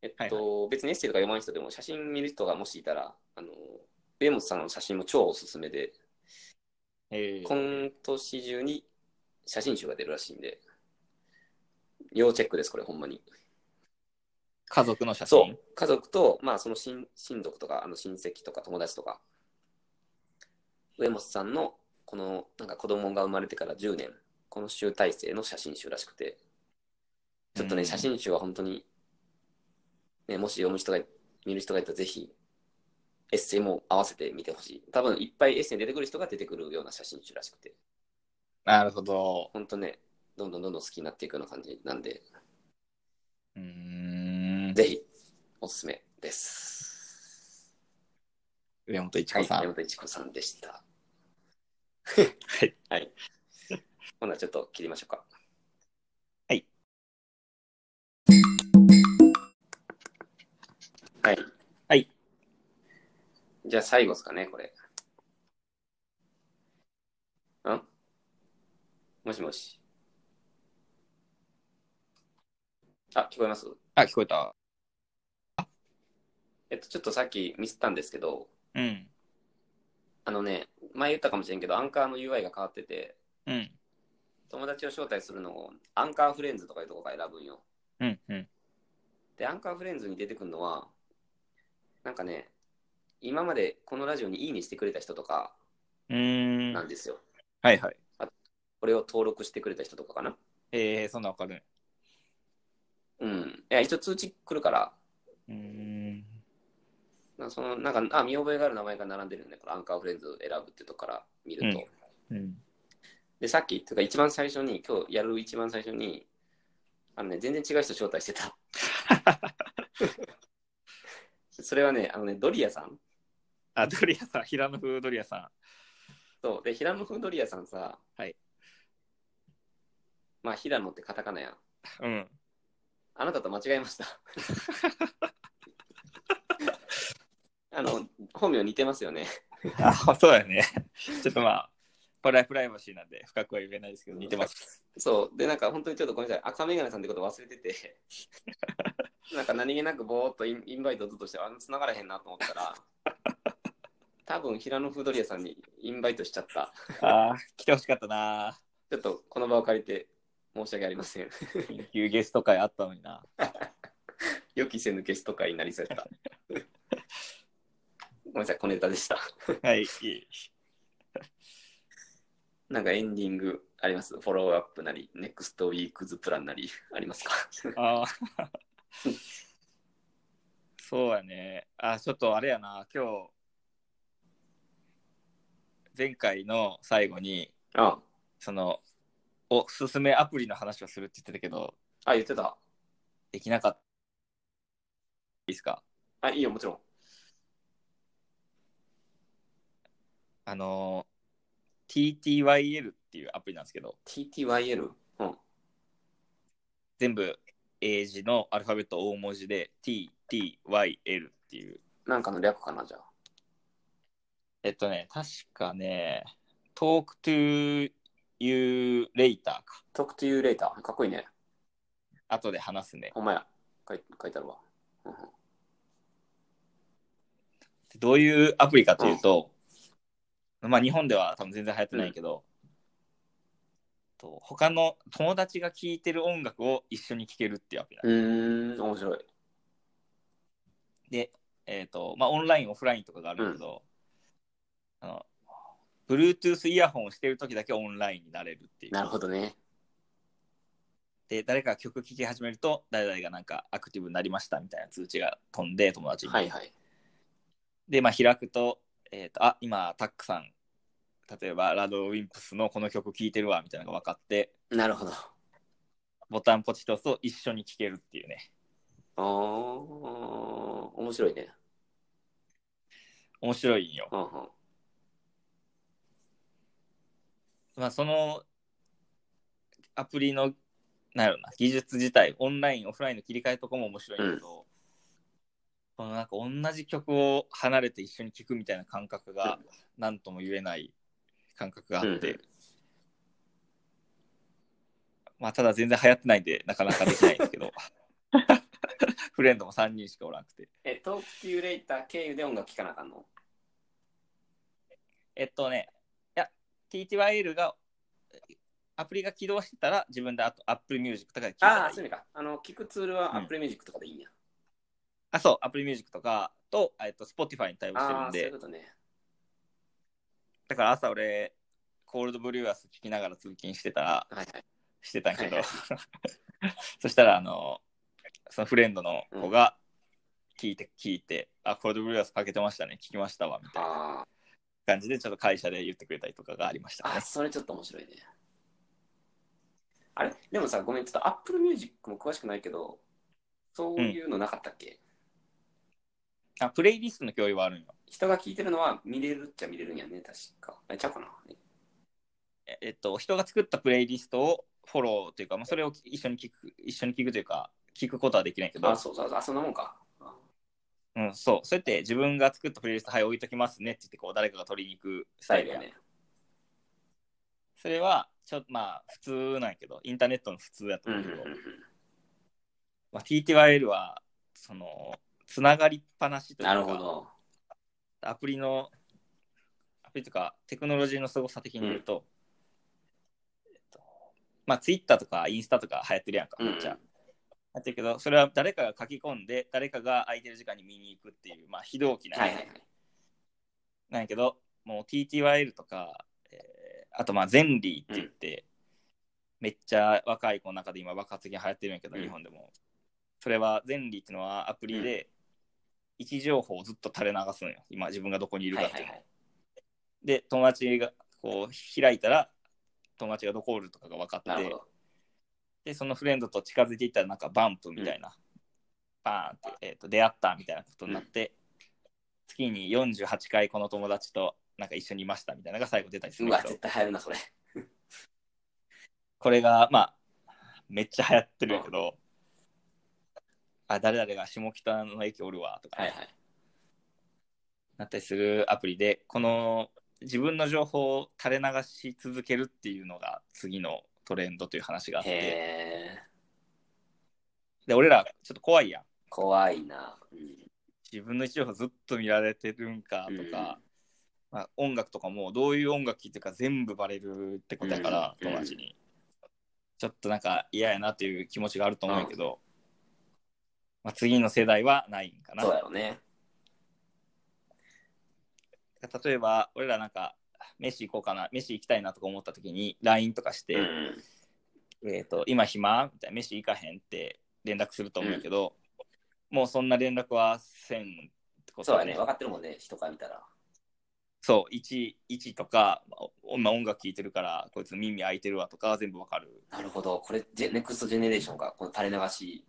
Speaker 2: えっと、別にエッセイとか読まない人でも、写真見る人がもしいたら、あの、上本さんの写真も超おすすめで、
Speaker 1: えー、
Speaker 2: 今年中に写真集が出るらしいんで、要チェックです、これ、ほんまに。
Speaker 1: 家族の写真。
Speaker 2: そう。家族と、まあ、その親親族とか、あの親戚とか友達とか、上本さんのこのなんか子供が生まれてから10年この集大成の写真集らしくてちょっと
Speaker 1: う
Speaker 2: ね、
Speaker 1: ん
Speaker 2: 写真集は本当に、ね、もし読む人が見る人がいたらぜひエッセイも合わせて見てほしい多分いっぱいエッセイに出てくる人が出てくるような写真集らしくて
Speaker 1: なるほど。
Speaker 2: 本当ねどんどんどんどん好きになっていくような感じなんで
Speaker 1: うーん。
Speaker 2: ぜひおすすめです
Speaker 1: 上本一
Speaker 2: は
Speaker 1: 子
Speaker 2: い、
Speaker 1: さん。
Speaker 2: 山田一子さんでした。
Speaker 1: はい。
Speaker 2: はい。ほな、ちょっと切りましょうか。
Speaker 1: はい。
Speaker 2: はい。
Speaker 1: はい。
Speaker 2: じゃあ最後ですかね、これ。んもしもし。あ、聞こえます
Speaker 1: あ、聞こえた。
Speaker 2: えっと、ちょっとさっきミスったんですけど、
Speaker 1: うん。
Speaker 2: あのね、前言ったかもしれんけど、アンカーの UI が変わってて、
Speaker 1: うん。
Speaker 2: 友達を招待するのをアンカーフレンズとかいうとこから選ぶんよ。
Speaker 1: うん。うん。
Speaker 2: で、アンカーフレンズに出てくるのは、なんかね、今までこのラジオにいいねしてくれた人とか
Speaker 1: うーん。
Speaker 2: なんですよ。
Speaker 1: はいはい。
Speaker 2: これを登録してくれた人とかかな。
Speaker 1: えー、そんなわかる。
Speaker 2: うん。いや、一応通知来るから、
Speaker 1: うーん。
Speaker 2: なその、なんか、あ、見覚えがある名前が並んでるんだから、アンカーフレンズ選ぶってとこから見ると。
Speaker 1: うんうん。
Speaker 2: で、さっき、というか一番最初に、今日やる一番最初に、あのね、全然違う人招待し
Speaker 1: [laughs]
Speaker 2: てた。それはね、あのね、ドリアさん
Speaker 1: あ、ドリアさん、平野風ドリアさ
Speaker 2: そう。で、平野フンドリアさんさ、
Speaker 1: はい。
Speaker 2: まあ、平野ってカタカナやん。
Speaker 1: ん。うん。
Speaker 2: あなたと間違え
Speaker 1: [laughs]
Speaker 2: ました。あの、本名似てますよね。
Speaker 1: あ、そうやね。 [laughs] ちょっとまあ、これはプライバシーなんで、深くは言えないですけど、似てます。
Speaker 2: そう。で、なんか本当にちょっとごめんなさい。赤メガネさんってこと忘れてて。なんか何気なくぼーっとインインバイトずっとして、あの、繋がらへんなと思ったら、多分平野フードリアさんにインバイトしちゃった。
Speaker 1: [laughs] あー、来てほしかったな。
Speaker 2: ちょっとこの場を借りて申し訳ありません。
Speaker 1: 緊急ゲスト会あったのにな。
Speaker 2: 予期せぬゲスト会になりそうやった。ごめんなさい、小ネタでした。
Speaker 1: はい。いい
Speaker 2: なんかエンディングありますフォローアップなり、ネクストウィークズプランなり、ありますか
Speaker 1: ああ。そうやね。あ、ちょっとあれやな、今日、前回の最後に、
Speaker 2: あ
Speaker 1: その、おすすめアプリの話をするって言ってたけど、
Speaker 2: あ、あ、言ってた。
Speaker 1: できなかった。いいですか
Speaker 2: あ、いいよ、もちろん。
Speaker 1: あのー、TTYL っていうアプリなんですけど、
Speaker 2: TTYL? うん。
Speaker 1: 全部英字のアルファベット大文字で TTYL っていう。
Speaker 2: なんかの略かな、じゃあ。
Speaker 1: えっとね、確かね、Talk to you later か。
Speaker 2: Talk to you later. かっこいいね。
Speaker 1: 後で話すね。
Speaker 2: ほんまや。書い書いてあるわ。うんうん
Speaker 1: どういうアプリかというと、まあ日本では多分全然流行ってないけど、と他の友達が聴いてる音楽を一緒に聴けるっていうアプリだ、
Speaker 2: うーん、面白い。
Speaker 1: で、えっ、と、まあオンライン、オフラインとかがあるんだけど、あの、Bluetooth イヤホンをしてる時だけオンラインになれるっていう。
Speaker 2: なるほどね。
Speaker 1: で、誰かが曲聴き始めると、誰々がなんかアクティブになりましたみたいな通知が飛んで、友達に。
Speaker 2: はいはい。
Speaker 1: で、まあ、開くと、えっ、と、あ、今、タックさん、例えば、ラドウィンプスのこの曲聴いてるわ、みたいなのが分かって、
Speaker 2: なるほど。
Speaker 1: ボタンポチッと押すと一緒に聴けるっていうね、
Speaker 2: あー、面白いね。
Speaker 1: 面白いんよ。
Speaker 2: うんうん。
Speaker 1: まあ、その、アプリの、なんやろな、技術自体、オンライン、オフラインの切り替えとかも面白いんだけど、このなんか同じ曲を離れて一緒に聴くみたいな感覚が、なんとも言えない感覚があって、
Speaker 2: うん
Speaker 1: まあ、ただ全然流行ってないんで、なかなかできないんですけど、 [laughs] フレンドも3人しかおらなくて。
Speaker 2: え、Talk to you later 経由で音楽聴かなあかんの
Speaker 1: えっとね、いや、TTYL が、アプリが起動してたら、自分であと Apple Music とかで聞いたら
Speaker 2: あ
Speaker 1: い
Speaker 2: ー、
Speaker 1: い
Speaker 2: そういう意味か。あの、聞くツールは Apple Music とかでいいんや。
Speaker 1: あ、そう、Apple Music とかと、えっと、Spotify に対応してる
Speaker 2: あ
Speaker 1: ん
Speaker 2: ー、そうい
Speaker 1: で
Speaker 2: うこ、とね。
Speaker 1: だから朝俺、コールドブリューアス聞きながら通勤してたら、
Speaker 2: はいはい。
Speaker 1: してたんやけど
Speaker 2: はい、
Speaker 1: [laughs] そしたら、あの、そのフレンドの子が聞いて、聞いて、あ、コールドブリューアスかけてましたね、聞きましたわ、みたいな
Speaker 2: あ
Speaker 1: 感じで、ちょっと会社で言ってくれたりとかがありまし
Speaker 2: ー
Speaker 1: た
Speaker 2: あ、
Speaker 1: ね。
Speaker 2: それちょっと面白いね。あれでもさ、ごめん、ちょっと Apple Music も詳しくないけど、そういうのなかったっけ、
Speaker 1: あ、プレイリストの共有はあるんよ。
Speaker 2: 人が聞いてるのは見れるっちゃ見れるんやね、確か。え、ちゃうかな。
Speaker 1: ええっと、人が作ったプレイリストをフォローというか、まあ、それを一緒に聞く、一緒に聞くというか、聞くことはできないけど、
Speaker 2: あ、そうそう、あ、そんなもんか。あ
Speaker 1: うん、そう、そうやって自分が作ったプレイリスト、はい、置いときますねって言って、こう、誰かが取りに行くス
Speaker 2: スタ
Speaker 1: タ
Speaker 2: イ
Speaker 1: イ
Speaker 2: ル
Speaker 1: ル
Speaker 2: や
Speaker 1: や
Speaker 2: ね。
Speaker 1: それは、ちょっとまあ、普通なんやけど、インターネットの普通やと
Speaker 2: うんう
Speaker 1: 思
Speaker 2: ん
Speaker 1: う
Speaker 2: う
Speaker 1: けど、
Speaker 2: んうん。
Speaker 1: まあ、TTYL は、その、つながりっぱなしというか、
Speaker 2: なるほど。
Speaker 1: アプリの、アプリとか、テクノロジーのすごさ的に言うと、えっとまあ、Twitter とかインスタとか流行ってるやんか、
Speaker 2: うん
Speaker 1: めっちゃ。だってるけど、それは誰かが書き込んで、誰かが空いてる時間に見に行くっていう、まあ、非同期な、
Speaker 2: はいはいはい。
Speaker 1: なんやけど、もう TTYL とか、えーあと、まあ、ゼンリーって言って、めっちゃ若い子の中で今、爆発的に流行ってるんやけど、
Speaker 2: うん
Speaker 1: 日本でも。それは、ゼンリーっていうのはアプリで、位置情報をずっと垂れ流すのよ。今、自分がどこにいるか
Speaker 2: はい
Speaker 1: っ
Speaker 2: は
Speaker 1: ていうのを
Speaker 2: いはい。
Speaker 1: で友達がこう開いたら友達がどこおるとかが分か
Speaker 2: な
Speaker 1: っ
Speaker 2: るほ
Speaker 1: て
Speaker 2: ど。
Speaker 1: でそのフレンドと近づいていったらなんかバンプみたいな、バーンって、えー、と出会ったみたいなことになって、月に48回この友達となんか一緒にいましたみたいなのが最後出たりする
Speaker 2: うん
Speaker 1: だ
Speaker 2: わ、
Speaker 1: けど
Speaker 2: 絶対流行るな、それ。
Speaker 1: これがまあめっちゃ流行ってるんやけど、あ誰々が下北の駅おるわとか、
Speaker 2: はいはい。
Speaker 1: なったりするアプリでこの自分の情報を垂れ流し続けるっていうのが次のトレンドという話があって。
Speaker 2: へえ、
Speaker 1: で、俺らちょっと怖いやん。
Speaker 2: 怖いな。うん
Speaker 1: 自分の一応ずっと見られてるんかとか、まあ、音楽とかもどういう音楽聴いてるか全部バレるってことやから、
Speaker 2: うん
Speaker 1: 友達に。ちょっとなんか嫌やなっていう気持ちがあると思うけど、まあ、次の世代はないんかな
Speaker 2: そう。だよね。
Speaker 1: 例えば、俺らなんか、飯行こうかな、飯行きたいなとか思った時に LINE とかして、
Speaker 2: うん。
Speaker 1: えー、と今暇みたいな飯行かへんって連絡すると思うけど、もうそんな連絡はせんってこと
Speaker 2: そうだね。分かってるもんね、人から見たら。
Speaker 1: そう、1、1とか、おまあ音楽聴いてるから、こいつ耳開いてるわとか、全部わかる。
Speaker 2: なるほど。これ、ジェネクストジェネレーションか。この垂れ流し。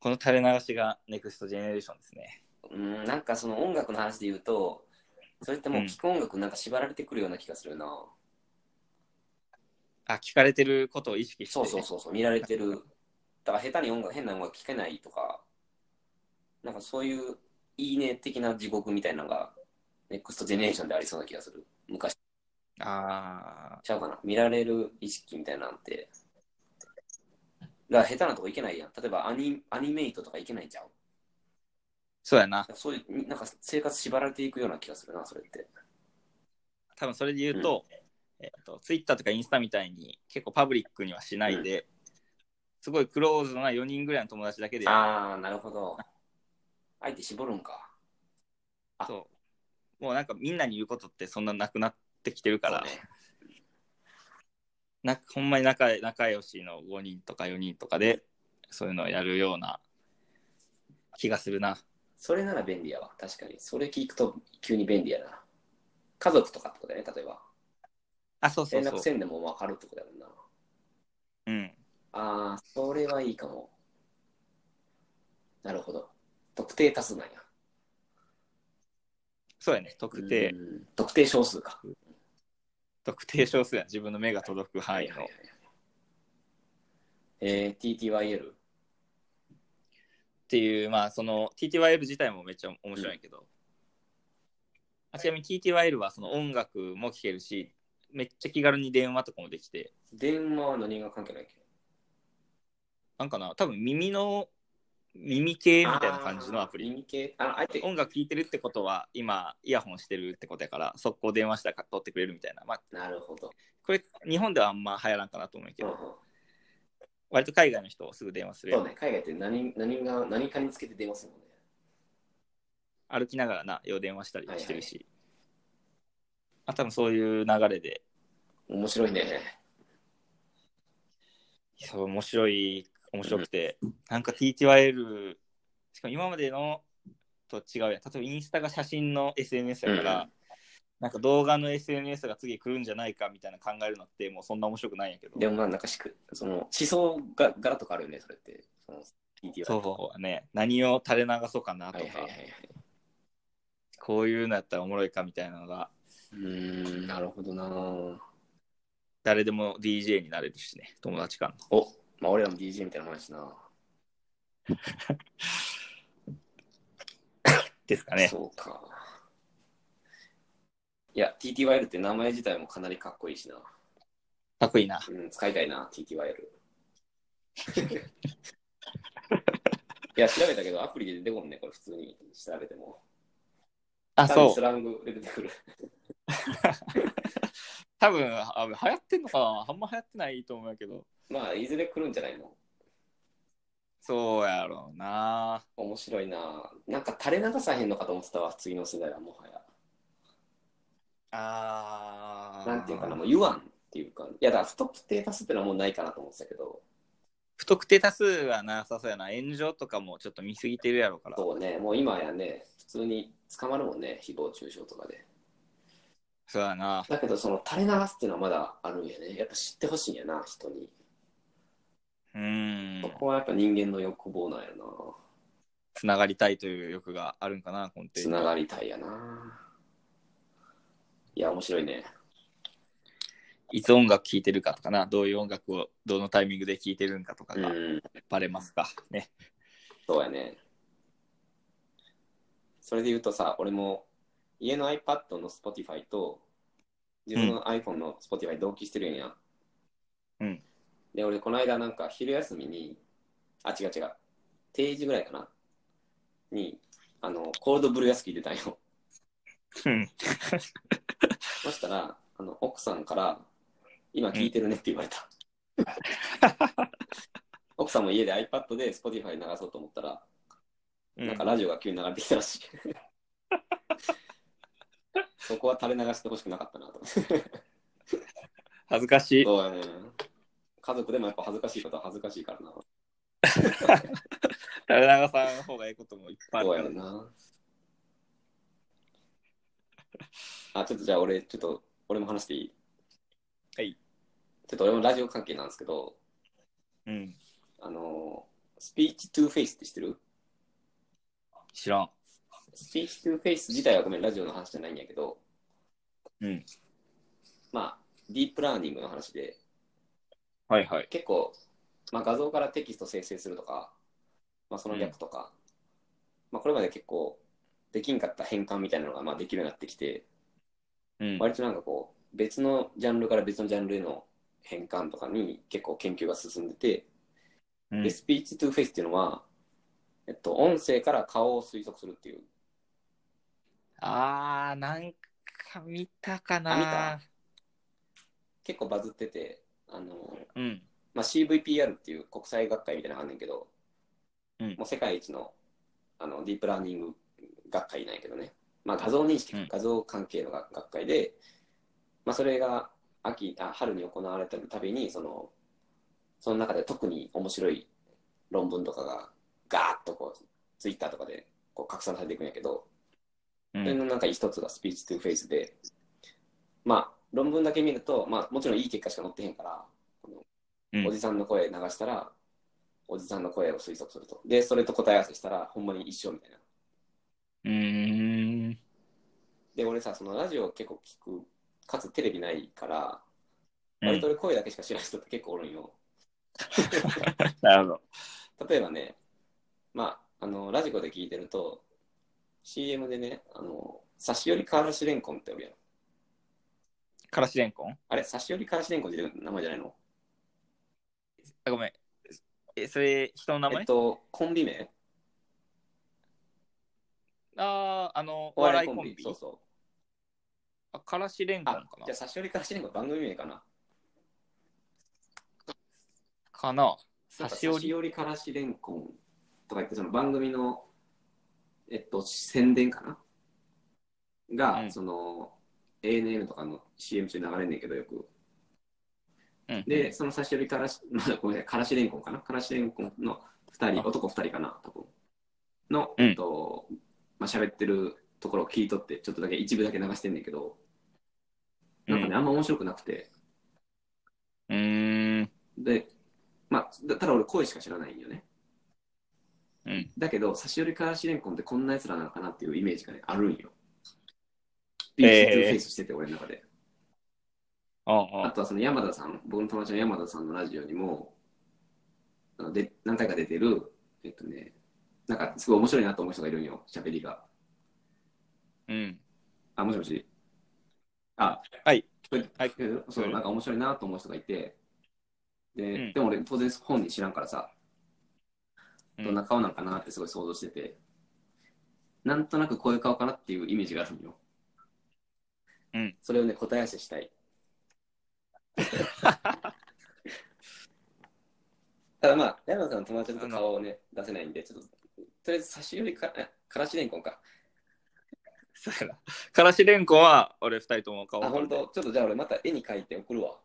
Speaker 1: この垂れ流しがネクストジェネレーションですね。
Speaker 2: うん、なんかその音楽の話で言うと、それってもう
Speaker 1: うん
Speaker 2: 聞く音楽なんか縛られてくるような気がするな。
Speaker 1: あ、聞かれてることを意識して、
Speaker 2: そうそうそうそう、見られてる。だから下手に音楽、変な音楽聴けないとか、なんかそういういいね的な地獄みたいなのが、ネクストジェネレーションでありそうな気がする。昔
Speaker 1: あ
Speaker 2: ちゃうかな。見られる意識みたいなんて。だから下手なとこ行けないやん。例えばアニアニメイトとか行けないじゃん。
Speaker 1: ーそうやな。
Speaker 2: そういう、なんか生活縛られていくような気がするな、それって。
Speaker 1: 多分それで言うと、えっと、Twitter とかインスタみたいに結構パブリックにはしないで、すごいクローズな4人ぐらいの友達だけで、
Speaker 2: あー、なるほど。相手絞るんか。あ
Speaker 1: そう。もうなんかみんなに言うことってそんななくなってきてるから、
Speaker 2: そうね
Speaker 1: なんかほんまに仲仲良しの5人とか4人とかでそういうのをやるような気がするな
Speaker 2: それなら便利やわ。確かに。それ聞くと急に便利やな。家族とかってことだよね、例えば。
Speaker 1: あそうそう
Speaker 2: 連
Speaker 1: そ
Speaker 2: 絡
Speaker 1: う
Speaker 2: せんでも分かるってことやもんな。
Speaker 1: うん
Speaker 2: ああ、それはいいかも。なるほど。特定多数なんや。
Speaker 1: そうやね特定、
Speaker 2: うん特定少数か。
Speaker 1: 特定少数や自分の目が届く範囲の、
Speaker 2: はい。えー、TTYL?
Speaker 1: っていうまあその TTYL 自体もめっちゃ面白いんやけど、あちなみに TTYL はその音楽も聴けるしめっちゃ気軽に電話とかもできて
Speaker 2: 電話は何が関係ないっけ
Speaker 1: なんかな多分耳の耳系みたいな感じのアプ
Speaker 2: あー
Speaker 1: リ
Speaker 2: 耳系あの、相手、
Speaker 1: 音楽聴いてるってことは今イヤホンしてるってことやから速攻電話したら取ってくれるみたいな、まあ、
Speaker 2: なるほど。
Speaker 1: これ日本ではあんま流行らんかなと思うけ
Speaker 2: うんう
Speaker 1: ど、
Speaker 2: ん
Speaker 1: 割と海外の人すぐ電話するや
Speaker 2: そ
Speaker 1: ん
Speaker 2: うね、海外って何何が何かにつけて電話するもんね。
Speaker 1: 歩きながらなよう電話したりしてるし、まあ多分そういう流れで、
Speaker 2: 面白いね。
Speaker 1: そう面白い、面白くて、なんか TTYL、しかも今までのと違うやん。例えばインスタが写真の SNS やから、
Speaker 2: うん
Speaker 1: なんか動画の SNS が次来るんじゃないかみたいな考えるのって、もうそんな面白くないんやけど。
Speaker 2: でもまあ、なんかしく、その、思想が、柄とかあるよね、それって。その、TTY
Speaker 1: そうね、何を垂れ流そうかなと
Speaker 2: は
Speaker 1: か、
Speaker 2: いはいはいはい。
Speaker 1: こういうのやったらおもろいかみたいなのが、
Speaker 2: うーん、なるほどな
Speaker 1: 誰でも DJ になれるしね、友達間の。
Speaker 2: お、まあ、俺らも DJ みたいなもんやしな
Speaker 1: ですかね。
Speaker 2: そうか。いや、TTYL って名前自体もかなりかっこいいしな。
Speaker 1: かっこいいな。
Speaker 2: うん、使いたいな、TTYL。いや、調べたけど、アプリで出てこんね、これ普通に調べても。
Speaker 1: あ、
Speaker 2: 単
Speaker 1: そ
Speaker 2: に
Speaker 1: う
Speaker 2: ス。ラングで出てくる。 [laughs]
Speaker 1: 多分あ流行ってんのかなあんま流行ってないと思うんやけど。
Speaker 2: まあ、いずれ来るんじゃないの
Speaker 1: そうやろうな。
Speaker 2: 面白いななんか垂れ流さへんのかと思ってたわ、次の世代はもはや。
Speaker 1: あー
Speaker 2: なんていうかな、もう言わんっていうか、いや、だから不特定多数ってのはもうないかなと思ってたけど、
Speaker 1: 不特定多数はなさそうやな。炎上とかもちょっと見すぎてるやろから。
Speaker 2: そうね、もう今やね、普通に捕まるもんね、誹謗中傷とかで。
Speaker 1: そうやな。
Speaker 2: だけど、その垂れ流すっていうのはまだあるんやね。やっぱ知ってほしいんやな、人に。
Speaker 1: うーん
Speaker 2: そ。こはやっぱ人間の欲望なんやな。
Speaker 1: つながりたいという欲があるんかな、根
Speaker 2: つ
Speaker 1: 底に。
Speaker 2: ながりたいやな。いや、面白いね。
Speaker 1: いつ音楽聴いてるかとかな。どういう音楽をどのタイミングで聴いてるんかとか
Speaker 2: う
Speaker 1: が
Speaker 2: ん、
Speaker 1: バレますか。ね。
Speaker 2: そうやね。それで言うとさ、俺も家の iPad の Spotify と自分の iPhone の Spotify 同期してるんや。
Speaker 1: うん。
Speaker 2: で、俺この間なんか昼休みに、あ、違う違う、定時ぐらいかなに、あの、コールドブルース聞いてたんよ。 [laughs]
Speaker 1: うん
Speaker 2: そしたら、あの奥さんから、今聞いてるねって言われた。
Speaker 1: [laughs]
Speaker 2: 奥さんも家で iPad で Spotify 流そうと思ったら、なんかラジオが急に流れてきたらしい。 [laughs] そこは垂れ流してほしくなかったなと思って。
Speaker 1: 恥ずかしい。
Speaker 2: そうやね。家族でもやっぱ恥ずかしいことは恥ずかしいからな。
Speaker 1: 垂れ流さんの方がいいこともいっぱいある
Speaker 2: そう
Speaker 1: か
Speaker 2: や
Speaker 1: ら
Speaker 2: ろな。あ、ちょっとじゃあ俺、ちょっと、俺も話していい
Speaker 1: はい。
Speaker 2: ちょっと俺もラジオ関係なんですけど、
Speaker 1: うん。
Speaker 2: あのー、スピーチトゥーフェイスって知ってる
Speaker 1: 知らん。
Speaker 2: スピーチトゥーフェイス自体はごめん、ラジオの話じゃないんやけど、
Speaker 1: うん。
Speaker 2: まあ、ディープラーニングの話で、
Speaker 1: はいはい。
Speaker 2: 結構、まあ、画像からテキスト生成するとか、まあ、その逆とか、まあ、これまで結構、できんかった変換みたいなのがまあできるようになってきて、
Speaker 1: うん。
Speaker 2: 割となんかこう、別のジャンルから別のジャンルへの変換とかに結構研究が進んでて、
Speaker 1: うん
Speaker 2: で、スピーチトゥーフェイスっていうのは、えっと、音声から顔を推測するっていう
Speaker 1: あー、なんか見たかな。
Speaker 2: あ見た結構バズってて、あの、
Speaker 1: うん。
Speaker 2: まあ、CVPR っていう国際学会みたいなのがあんねんけど、
Speaker 1: うん
Speaker 2: もう世界一のあのディープラーニング学会なんやけどね、まあ、画像認識か、
Speaker 1: うん
Speaker 2: 画像関係のが学会で、まあ、それが秋あ春に行われたたびにそのその中で特に面白い論文とかがガーッとこうツイッターとかでこう拡散されていくんやけど、
Speaker 1: う
Speaker 2: それ
Speaker 1: ん。
Speaker 2: のなんか一つがスピーチトゥーフェイスで、まあ、論文だけ見ると、まあ、もちろんいい結果しか載ってへんから、こ
Speaker 1: うん
Speaker 2: のおじさんの声流したら、おじさんの声を推測すると。で、それと答え合わせしたら、ほんまに一緒みたいな。
Speaker 1: うーん。
Speaker 2: で、俺さ、そのラジオ結構聞く、かつテレビないから、
Speaker 1: うん
Speaker 2: 割と俺声だけしか知らない人って結構おるんよ。
Speaker 1: なるほど。
Speaker 2: 例えばね、まあ、あの、ラジコで聞いてると、CM でね、あの、差し寄りからしれんこんっておるやん。
Speaker 1: からしれんこん
Speaker 2: あれ、差し寄りからしれんこんって名前じゃないの
Speaker 1: あ、ごめん。え、それ、人の名前、
Speaker 2: えっと、コンビ名
Speaker 1: あー、あの、
Speaker 2: お
Speaker 1: お笑
Speaker 2: 笑い
Speaker 1: い
Speaker 2: コ
Speaker 1: コ
Speaker 2: ン
Speaker 1: ン
Speaker 2: ビ
Speaker 1: ビ。
Speaker 2: そうそう。
Speaker 1: あ、からしれんこん
Speaker 2: あ
Speaker 1: か、
Speaker 2: じゃ
Speaker 1: な
Speaker 2: あ、差し寄りからしれんこん番組名かな。
Speaker 1: かな。
Speaker 2: なん
Speaker 1: 差
Speaker 2: か
Speaker 1: し寄り。
Speaker 2: からしれんこんとか言って、その番組の、えっと、宣伝かなが、
Speaker 1: うん
Speaker 2: その、 ANN とかの CM 中流れんねんけど、よく。
Speaker 1: うん、
Speaker 2: で、その差し寄りからし、 [laughs] まだごめんなさい、からしれんこんかなからしれんこんの二人、
Speaker 1: あ
Speaker 2: 男二人かな、多分。の、
Speaker 1: うん
Speaker 2: えっと、まあ、喋ってるところを聞いとって、ちょっとだけ、一部だけ流してんねんけど、なんかね、あんま面白くなくて。
Speaker 1: うん、うーん、
Speaker 2: で、まあ、だただ俺声しか知らないんよね。
Speaker 1: うん、
Speaker 2: だけど、差し寄りからしれんこんってこんな奴らなのかなっていうイメージがね、あるんよ。
Speaker 1: えー
Speaker 2: ビーチトゥーフェイスしてて、俺の中で。
Speaker 1: ああ
Speaker 2: あ
Speaker 1: ああ、
Speaker 2: とはその山田さん、僕の友達の山田さんのラジオにも、あので何回か出てる、えっとね、なんかすごい面白いなと思う人がいるんよ、喋りが。
Speaker 1: うん、
Speaker 2: あ、もしもし。あ、
Speaker 1: はい
Speaker 2: 聞こえて。
Speaker 1: はい
Speaker 2: そ
Speaker 1: 聞こえ
Speaker 2: う、
Speaker 1: る
Speaker 2: なんか面白いなと思う人がいて、で、
Speaker 1: うん
Speaker 2: でも俺当然本人知らんからさ、
Speaker 1: うん
Speaker 2: どんな顔なんかなってすごい想像してて、なんとなくこういう顔かなっていうイメージがあるんよ。
Speaker 1: うん
Speaker 2: それをね、答え合わせ
Speaker 1: [laughs]
Speaker 2: したい。ただまあ、山田さんの友達の顔をね、出せないんで、ちょっと、とりあえず差し寄りか、あからしれんこんか。
Speaker 1: そうや [laughs] な。からしれんこんは俺二人とも顔
Speaker 2: あ、
Speaker 1: 分か
Speaker 2: 本
Speaker 1: るで
Speaker 2: 当ちょっとじゃあ俺また絵に描いて送るわ。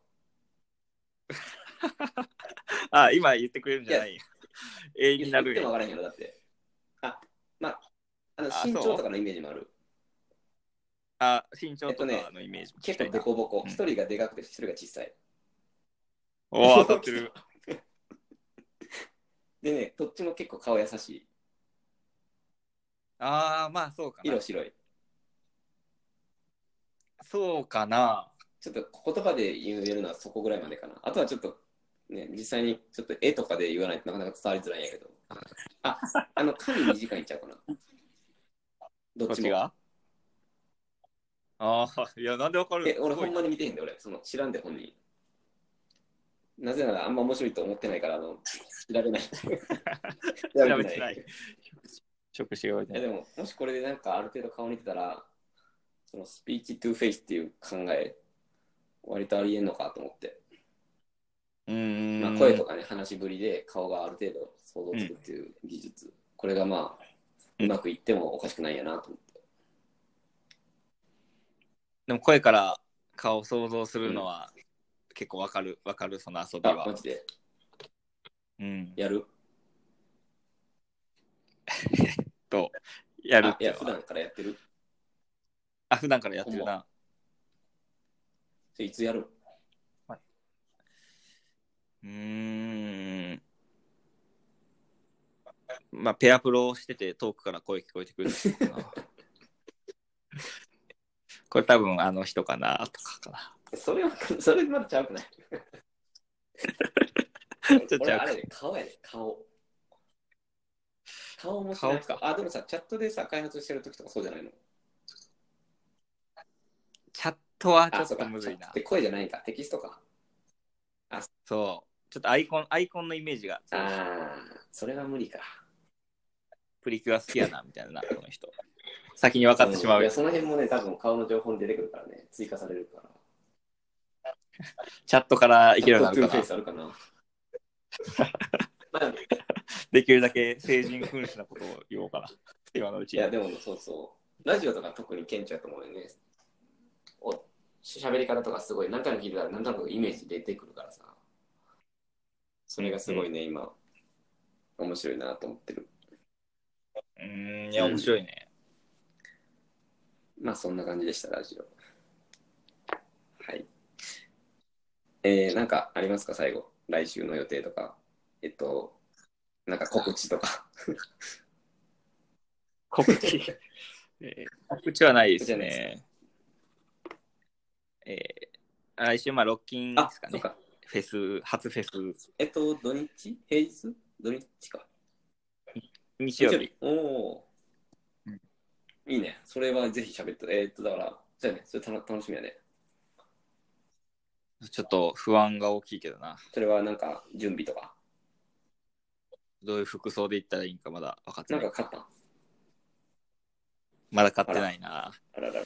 Speaker 1: あ、今言ってくれるんじゃない永遠
Speaker 2: 言
Speaker 1: に
Speaker 2: っ
Speaker 1: なる
Speaker 2: て
Speaker 1: よ。
Speaker 2: も分からへんやろ、だって。あ、まあ、あの
Speaker 1: あ
Speaker 2: 身
Speaker 1: そ
Speaker 2: 長
Speaker 1: う
Speaker 2: とかのイメージもある。
Speaker 1: あ、身長とかのイメージも聞き
Speaker 2: 結
Speaker 1: た
Speaker 2: 構
Speaker 1: い
Speaker 2: デ
Speaker 1: な。
Speaker 2: コボコ。
Speaker 1: うん
Speaker 2: 一、人がでかくて、一人が小さい。
Speaker 1: おお、当たってる。
Speaker 2: [laughs] でね、どっちも結構顔優しい。
Speaker 1: ああ、まあそうかな
Speaker 2: 色。白い。
Speaker 1: そうかな。
Speaker 2: ちょっと言葉で言えるのはそこぐらいまでかな。あとはちょっと、ね、実際にちょっと絵とかで言わないとなかなか伝わりづらいんやけど。あ、あの、髪短いんちゃうかな。ど
Speaker 1: こ
Speaker 2: っ
Speaker 1: っ
Speaker 2: ち
Speaker 1: ち
Speaker 2: も。
Speaker 1: がああ、いや、なんでわかる
Speaker 2: え、俺
Speaker 1: すご
Speaker 2: ほ
Speaker 1: い
Speaker 2: んまに見てへんで、俺。その、知らんで、本人。なぜならあんま面白いと思ってないから、あの、調べない。
Speaker 1: [laughs]
Speaker 2: 調
Speaker 1: 調べてない。職種が置いて
Speaker 2: いや
Speaker 1: ない。
Speaker 2: でも、もしこれでなんかある程度顔似てたら、そのスピーチトゥーフェイスっていう考え、割とありえんのかと思って、
Speaker 1: うーん。
Speaker 2: まあ、声とかね、話しぶりで顔がある程度想像つくっていう技術、これがまあ、
Speaker 1: うん
Speaker 2: うまくいってもおかしくないんやなと思って。
Speaker 1: でも声から顔を想像するのは結構わかる、わかる、その遊び
Speaker 2: あ、マ
Speaker 1: は。
Speaker 2: ジで
Speaker 1: うん。
Speaker 2: やる
Speaker 1: と、やるっ
Speaker 2: あい
Speaker 1: てい
Speaker 2: や、
Speaker 1: う
Speaker 2: 普
Speaker 1: のは。
Speaker 2: 段からやってる
Speaker 1: あ、普段からやってる
Speaker 2: ほん
Speaker 1: な。
Speaker 2: それいつやる
Speaker 1: うーん。まあ、ペアプロをしてて遠くから声聞こえてくるのか
Speaker 2: [laughs]
Speaker 1: な。これ多分あの人かなとかかな。
Speaker 2: それは、 [laughs] それまだちゃうくない
Speaker 1: [laughs] ちょっと
Speaker 2: 俺
Speaker 1: ちゃうか
Speaker 2: あれね、顔やね、顔。顔もしない
Speaker 1: 顔
Speaker 2: あ、でもさ、チャットでさ、開発してる時とかそうじゃないの
Speaker 1: チャットはちょ
Speaker 2: あ、
Speaker 1: っ
Speaker 2: そう
Speaker 1: と
Speaker 2: か。
Speaker 1: むずいな。
Speaker 2: で、声じゃないんか。テキストか。
Speaker 1: そう。ちょっとアイコン、アイコンのイメージが
Speaker 2: ああ、それは無理か。
Speaker 1: プリキュア好きやな、みたいな、この人。先に分かってしまう
Speaker 2: い
Speaker 1: よ
Speaker 2: や、。その辺もね、多分顔の情報に出てくるからね。追加されるから。
Speaker 1: チャットからいけるようにな
Speaker 2: チャッ
Speaker 1: る
Speaker 2: トト
Speaker 1: か
Speaker 2: ゥーフェ
Speaker 1: な
Speaker 2: イ。スあるかな。
Speaker 1: [laughs]
Speaker 2: まあ、い
Speaker 1: できるだけ成人君主なことを言おうかな。今のうちに。
Speaker 2: や、でもそうそう。ラジオとか特に顕著やと思うよね。お喋り方とかすごい、何回も聞いてたら何となくイメージ出てくるからさ。それがすごいね、今。面白いなと思ってる。
Speaker 1: うーん、いや、面白いね。
Speaker 2: まあそんな感じでした、ラジオ。はい。えー、なんかありますか、最後。来週の予定とか。えっと、なんか告知とか。
Speaker 1: 告知。えー [laughs] 告知はないです
Speaker 2: 告知はな
Speaker 1: ね。えー来週、まあ、ロッキンで
Speaker 2: あ、
Speaker 1: すか
Speaker 2: そう
Speaker 1: ね。
Speaker 2: か。
Speaker 1: フェス、初フェス、
Speaker 2: えっと、土日平日土日か。
Speaker 1: 日曜日。
Speaker 2: おおー、
Speaker 1: うん
Speaker 2: いいね。それはぜひ喋って。えーっと、だから、そうやね。それたの楽しみやね。
Speaker 1: ちょっと不安が大きいけどな。
Speaker 2: それはなんか準備とか。
Speaker 1: どういう服装で行ったらいいんかまだ分かって
Speaker 2: なん
Speaker 1: な
Speaker 2: か
Speaker 1: い。
Speaker 2: 買ったん
Speaker 1: まだ買ってないな。
Speaker 2: あららら。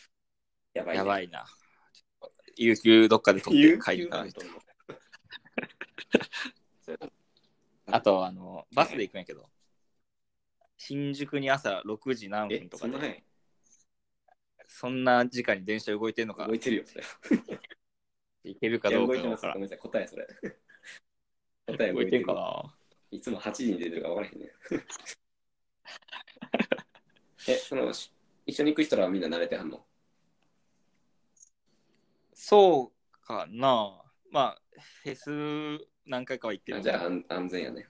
Speaker 2: やばい、ね。
Speaker 1: やばいな。有給どっかで取って帰った
Speaker 2: な
Speaker 1: ら。あ
Speaker 2: あ
Speaker 1: と、あの、バスで行くんやけど、新宿に朝6時何
Speaker 2: え
Speaker 1: 分、と
Speaker 2: そ
Speaker 1: か
Speaker 2: んな
Speaker 1: で、
Speaker 2: ね。
Speaker 1: そんな時間に電車動いてるのか
Speaker 2: 動、いてるよ、それ。
Speaker 1: いけるかどう
Speaker 2: いや動
Speaker 1: か
Speaker 2: いて
Speaker 1: が
Speaker 2: ま
Speaker 1: わ
Speaker 2: す。
Speaker 1: か
Speaker 2: ご
Speaker 1: ら
Speaker 2: め
Speaker 1: ん。
Speaker 2: んなさい、答え
Speaker 1: [laughs]
Speaker 2: それ。答え動
Speaker 1: 動
Speaker 2: い
Speaker 1: い
Speaker 2: て
Speaker 1: て
Speaker 2: る
Speaker 1: るかない
Speaker 2: つも8時に出てるか分からへんね。 [laughs] え、その、し一緒に行く人らはみんな慣れてはんの
Speaker 1: そうかなまあ、フェス何回かは行って
Speaker 2: あ
Speaker 1: る
Speaker 2: じゃあ安安全やね。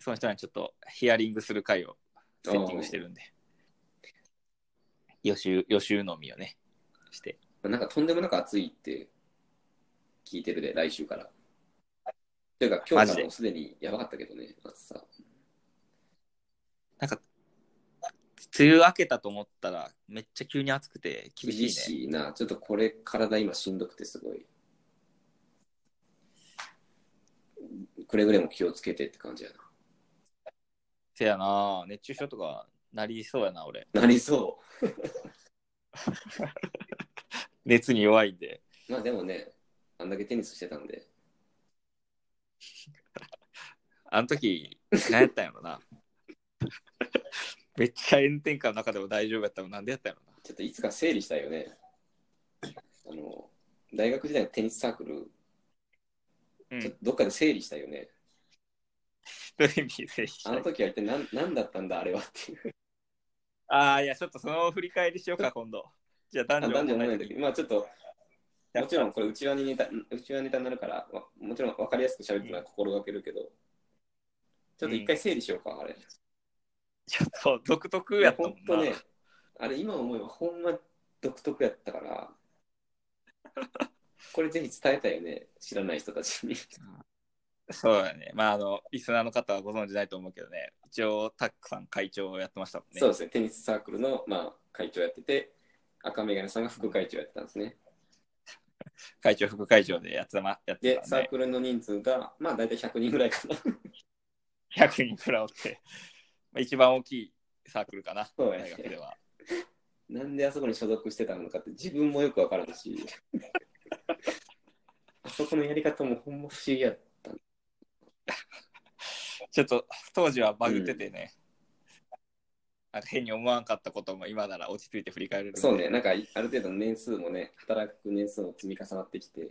Speaker 1: その人にちょっとヒアリングする回をセッティングしてるんで。予習、予習のみをね、して。
Speaker 2: なんかとんでもなく暑いって聞いてるで、来週から。というか、今
Speaker 1: マ
Speaker 2: 日
Speaker 1: ジ
Speaker 2: から
Speaker 1: で
Speaker 2: もうすでにやばかったけどね、暑さ。
Speaker 1: なんか、梅雨明けたと思ったら、めっちゃ急に暑くて厳しいね。
Speaker 2: 厳しいな。ちょっとこれ、体今しんどくてすごい。くれぐれも気をつけてって感じや
Speaker 1: せやな、熱中症とかなりそう [laughs] やな、俺。
Speaker 2: な。なりそ
Speaker 1: 熱に弱いんで。
Speaker 2: う。まあでもね、あんだけテニスしてたんで、
Speaker 1: あの時、何やったんやろな。 [laughs] めっちゃ炎天下の中でも大丈夫やったのなんでやったんやろな。
Speaker 2: ちょっといつか整理したいよね。あの、大学時代のテニスサークル、
Speaker 1: うん
Speaker 2: ちょっとどっかで整理したいよね。
Speaker 1: どういう意味で
Speaker 2: あの時は一体何何だったんだ、あれはっていう。
Speaker 1: ああ、いや、ちょっとその振り返りしようか、今度。じゃあ、
Speaker 2: あ
Speaker 1: 男女
Speaker 2: 男女
Speaker 1: 問
Speaker 2: の
Speaker 1: 題
Speaker 2: ない
Speaker 1: の時
Speaker 2: 時まあちょっと、もちろんこれ内輪にネタ、内輪ネタになるから、わもちろん分かりやすく喋るのは心がけるけど、ちょっと一回整理しようか、あれ。
Speaker 1: ちょっと独特
Speaker 2: い
Speaker 1: や
Speaker 2: や、
Speaker 1: ったも
Speaker 2: ほ
Speaker 1: ん
Speaker 2: ん
Speaker 1: な。
Speaker 2: とね、あれ今思えばほんま独特やった [laughs] から、これぜひ伝えたいよね、知らない人た [laughs] ちに。
Speaker 1: そうだね。まあ、あの、リスナーの方はご存知ないと思うけどね、一応、タックさん会長をやってましたもんね。
Speaker 2: そうですね、テニスサークルの、まあ、会長やってて、赤眼鏡さんが副会長やってたんですね。
Speaker 1: 会長、副会長でやって,、ま、やって
Speaker 2: で、
Speaker 1: たん
Speaker 2: サー
Speaker 1: で、
Speaker 2: クルの人数が、まあ大体100人ぐらいかな。
Speaker 1: 100人くらいおって、 [laughs] まあ、一番大きいサークルかな、
Speaker 2: そうや
Speaker 1: 大
Speaker 2: ね
Speaker 1: 学では。
Speaker 2: なんであそこに所属してたのかって自分もよくわからんし、 [laughs] あそこのやり方もほんま不思議やった。
Speaker 1: ちょっと、当時はバグっててね、なんか変に思わんかったことも今なら落ち着いて振り返れるんで
Speaker 2: そうね、なんかある程度の年数もね、働く年数も積み重なってきて、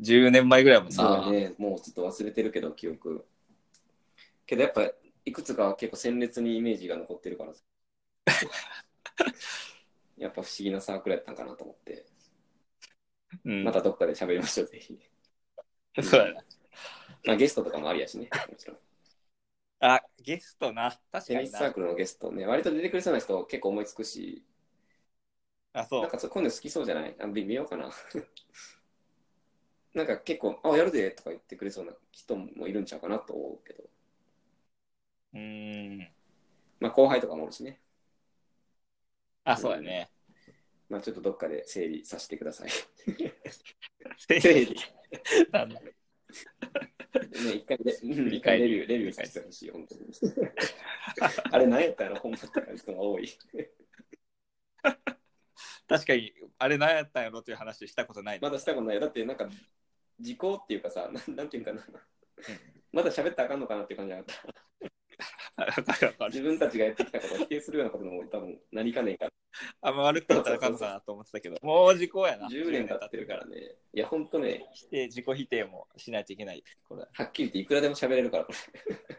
Speaker 1: 10年前ぐらいやもん
Speaker 2: そう
Speaker 1: な
Speaker 2: だね、もうちょっと忘れてるけど、記憶。けどやっぱ、いくつかは結構鮮烈にイメージが残って
Speaker 1: [laughs]
Speaker 2: るからさやっぱ不思議なサークルやったんかなと思って、
Speaker 1: うん
Speaker 2: またどっかで喋りましょう、ぜひ。
Speaker 1: そうやな。
Speaker 2: まあゲストとかもありやしね、もちろん。
Speaker 1: あ、ゲストな。確
Speaker 2: テ
Speaker 1: か
Speaker 2: ニ
Speaker 1: に
Speaker 2: スサー
Speaker 1: な。
Speaker 2: クルのゲストね、割と出てくれそうな人結構思いつくし、
Speaker 1: あ、そ
Speaker 2: なん
Speaker 1: う。
Speaker 2: かそう今度好きそうじゃないあ見見ようかな。 [laughs] なんか結構、あ、やるでとか言ってくれそうな人もいるんちゃうかなと思うけど、
Speaker 1: うーん。
Speaker 2: まあ後輩とかもおるしね、
Speaker 1: あ、そうや
Speaker 2: [laughs]
Speaker 1: ね。
Speaker 2: まあちょっとどっかで整理させてください。
Speaker 1: 整
Speaker 2: [laughs] 整理。
Speaker 1: なんだ
Speaker 2: ね、一回で、うん一
Speaker 1: 一
Speaker 2: 回
Speaker 1: 回
Speaker 2: レビュー、レビューさせてほしい、本当に。あれ何やったらほんまって感じのが多い。
Speaker 1: 確かに、あれ何やったんやろっていう話したことないね、
Speaker 2: まだしたことない。だってなんか、時効っていうかさ、なんなんていうんかな。まだ喋ったらあかんのかなっていう感じがあった。
Speaker 1: [laughs] わかるわかる
Speaker 2: 自分たちがやってきたことを否定するようなことも多分なりかねえから。
Speaker 1: あんま悪くなったらあかんのかなと思ってたけど、
Speaker 2: [laughs]
Speaker 1: もう時効やな。
Speaker 2: 10年経ってるから。ね。いや、ほんとね、
Speaker 1: 否定、自己否定もしないといけない。これ
Speaker 2: はっきり言っていくらでも喋れるから、これ。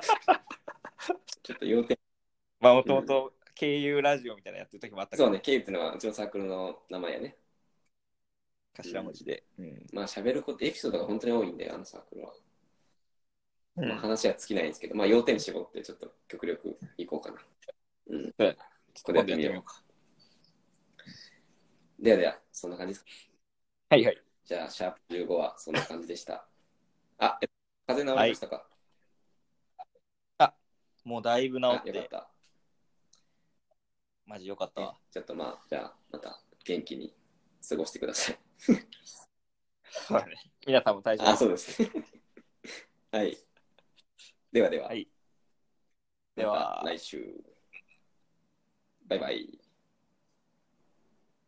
Speaker 1: [laughs]
Speaker 2: ちょっと要点。
Speaker 1: まあ、もともと、経由ラジオみたいなのやってる時もあったか
Speaker 2: そ
Speaker 1: ら、
Speaker 2: うね、K っていうのはうちのサークルの名前やね。
Speaker 1: 頭文字で。うん。
Speaker 2: まあ喋ること、エピソードが本当に多いんで、あのサークルは。
Speaker 1: うん
Speaker 2: まあ、話は尽きないんですけど、まあ要点絞ってちょっと極力いこうかな。うん。
Speaker 1: そうや
Speaker 2: ここ
Speaker 1: 今
Speaker 2: で
Speaker 1: 度やってて
Speaker 2: やっみ
Speaker 1: み
Speaker 2: よ
Speaker 1: よ
Speaker 2: う
Speaker 1: う。か。
Speaker 2: ではでは、そんな感じですか。
Speaker 1: はいはい。
Speaker 2: じゃあ、シャープ15はそんな感じでした。あ、え風邪治りましたか、
Speaker 1: もうだいぶ治っ、
Speaker 2: あ、よかってた。
Speaker 1: マジよかったわ。
Speaker 2: ちょっとまあ、じゃあ、また元気に過ごしてください。
Speaker 1: そうだね。皆さんも大丈
Speaker 2: あ、
Speaker 1: 夫。
Speaker 2: そうです。 [laughs] はい。ではでは。
Speaker 1: はい
Speaker 2: で
Speaker 1: で
Speaker 2: は
Speaker 1: は、
Speaker 2: 来週。バイバイ。